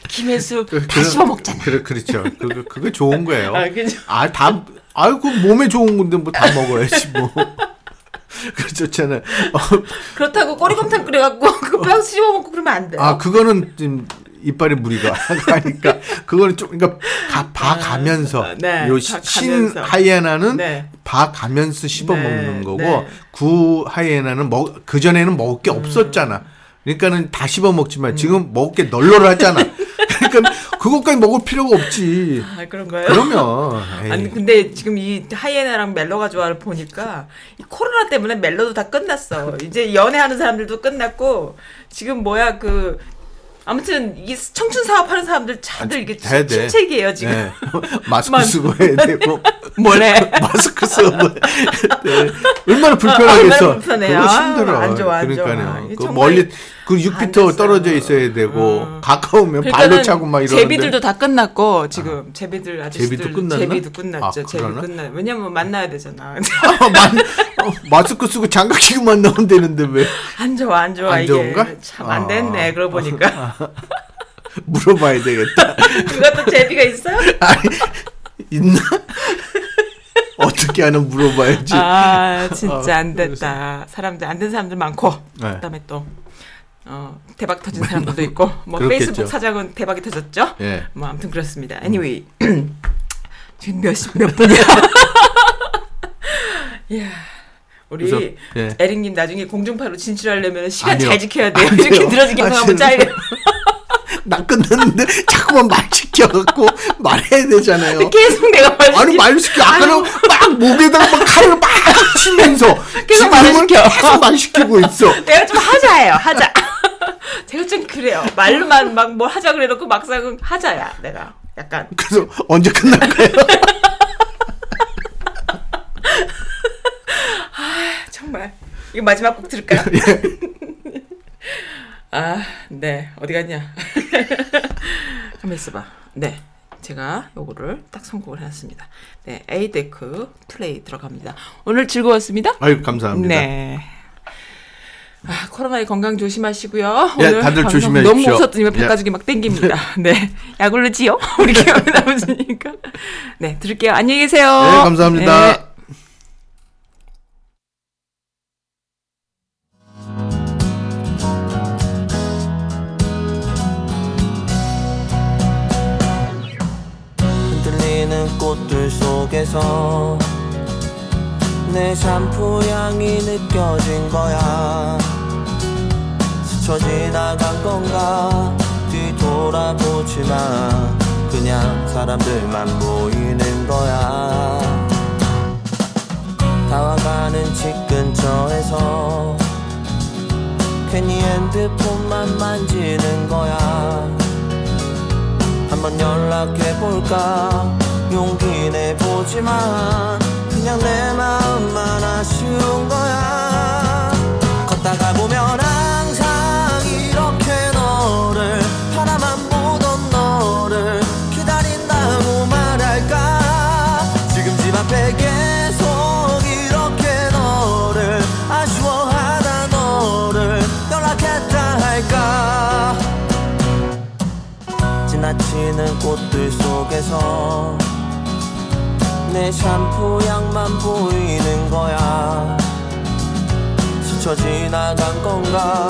S3: 김혜수 다
S4: 그런-
S3: 씹어 먹잖아.
S4: 그래 그렇죠. 그거 그게 좋은 거예요.
S3: 아, 그죠.
S4: 아, 다 아유 그 몸에 좋은 건데 뭐 다 먹어야지 뭐. 그 좋잖아요. 어,
S3: 그렇다고 꼬리곰탕 끓여갖고 그뼈 씹어 먹고 그러면 안 돼.
S4: 아 그거는 좀 이빨에 무리가 가니까 그거는 좀 그러니까 가, 봐가면서
S3: 네, 봐가면서.
S4: 요신 하이에나는
S3: 네.
S4: 봐가면서 씹어 먹는
S3: 네,
S4: 거고
S3: 네.
S4: 구 하이에나는 먹 그전에는 먹을 게 없었잖아. 그러니까는 다 씹어 먹지만 지금 먹을 게 널널하잖아. 그러니까 그것까지 먹을 필요가 없지.
S3: 아, 그런 거예요?
S4: 그러면 에이.
S3: 아니 근데 지금 이 하이에나랑 멜로가 좋아를 보니까 이 코로나 때문에 멜로도 다 끝났어. 이제 연애하는 사람들도 끝났고 지금 뭐야 그 아무튼 이 청춘 사업하는 사람들 다들 이게
S4: 해야 돼.
S3: 침체기예요 지금.
S4: 네. 마스크
S3: 만-
S4: 쓰고 해야 되고
S3: 뭐래?
S4: 마스크 쓰고 네. 얼마나
S3: 아,
S4: 불편하겠어.
S3: 얼마나 불편해.
S4: 그거
S3: 아유,
S4: 힘들어.
S3: 안 좋아, 안 좋아.
S4: 그러니까요.
S3: 이게
S4: 그
S3: 정말
S4: 멀리 그 6피터
S3: 됐어요.
S4: 떨어져 있어야 되고 가까우면 발로 차고 막 이러는데.
S3: 제비들도 다 끝났고 지금 제비들 아저씨들
S4: 제비도 끝났나?
S3: 제비도 끝났죠.
S4: 아,
S3: 제비
S4: 그러나?
S3: 끝나. 왜냐면 만나야 되잖아.
S4: 아, 만- 어, 마스크 쓰고 장갑 끼고만 나오면 되는데 왜
S3: 안 좋아 안 좋아
S4: 안
S3: 이게
S4: 좋은가?
S3: 참 안
S4: 아.
S3: 됐네. 그러고 보니까
S4: 물어봐야 되겠다.
S3: 그것도 제비가 있어요?
S4: 아니, 있나? 어떻게 하나 물어봐야지.
S3: 아 진짜
S4: 아,
S3: 안 됐다. 사람들 안 된 사람들 많고
S4: 네.
S3: 그다음에 또 어, 대박 터진 사람들도 있고 뭐
S4: 그렇겠죠.
S3: 페이스북 사장은 대박이 터졌죠.
S4: 예. 음.
S3: 뭐 아무튼 그렇습니다. Anyway 지금 몇몇 분이야? 야 우리
S4: 그래서, 예.
S3: 에릭님 나중에 공중파로 진출하려면 시간
S4: 아니요.
S3: 잘 지켜야 돼요.
S4: 아니에요.
S3: 이렇게 늘어지게 하면
S4: 아시는
S3: 짜요.
S4: 나 끝났는데 자꾸만 말 시켜갖고 말해야 되잖아요.
S3: 계속 내가 말
S4: 아니 말 시켜 아까는 막 목에다가 막 칼을 막 치면서
S3: 계속 말
S4: 지금은
S3: 시켜.
S4: 계속 말 시키고 있어.
S3: 내가 좀 하자예요, 하자. 제가 좀 그래요. 말로만 막 뭐 하자 그래놓고 막상은 하자야, 내가. 약간.
S4: 그래서 언제 끝날 거예요?
S3: 정말. 이거 마지막 곡 들을까요?
S4: 예.
S3: 아, 네. 어디 갔냐. 한번 있어봐. 네. 제가 요거를 딱 선곡을 해놨습니다. 네. 에이데크 플레이 들어갑니다. 오늘 즐거웠습니다.
S4: 아유 감사합니다.
S3: 네. 아, 코로나에 건강 조심하시고요.
S4: 예,
S3: 오늘
S4: 다들
S3: 방송
S4: 조심해
S3: 너무
S4: 주십시오.
S3: 웃었더니 왜
S4: 예.
S3: 바가지게 막 땡깁니다. 네. 약올르지요? 우리 기억이 나오시니까. 네, 들을게요. 안녕히 계세요.
S4: 네 감사합니다.
S3: 네.
S7: 흔들리는 꽃들 속에서 내 샴푸 향이 느껴진 거야 스쳐 지나간 건가 뒤돌아보지 마 그냥 사람들만 보이는 거야 다와가는 집 근처에서 괜히 핸드폰만 만지는 거야 한번 연락해볼까 용기 내보지만 그냥 내 마음만 아쉬운 거야 걷다가 보면 항상 이렇게 너를 바라만 보던 너를 기다린다고 말할까 지금 집 앞에 계속 이렇게 너를 아쉬워하다 너를 연락했다 할까 지나치는 꽃들 속에서 내 샴푸 향만 보이는 거야 스쳐 지나간 건가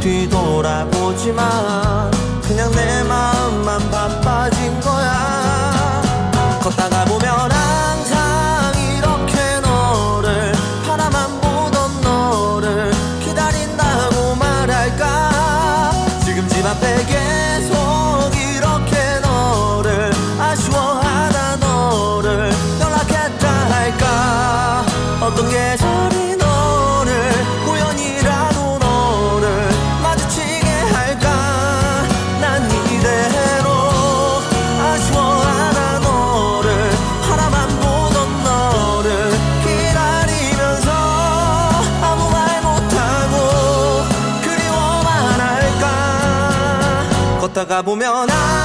S7: 뒤돌아보지만 그냥 내 마음만 바빠진 거야 걷다가 보면 항상 이렇게 너를 바라만 보던 너를 기다린다고 말할까 지금 집 앞에 계속 이렇게 너를 아쉬워하다 너를 연락했다 할까 어떤 계절이 너를 우연이라도 너를 마주치게 할 걷다가 보면 아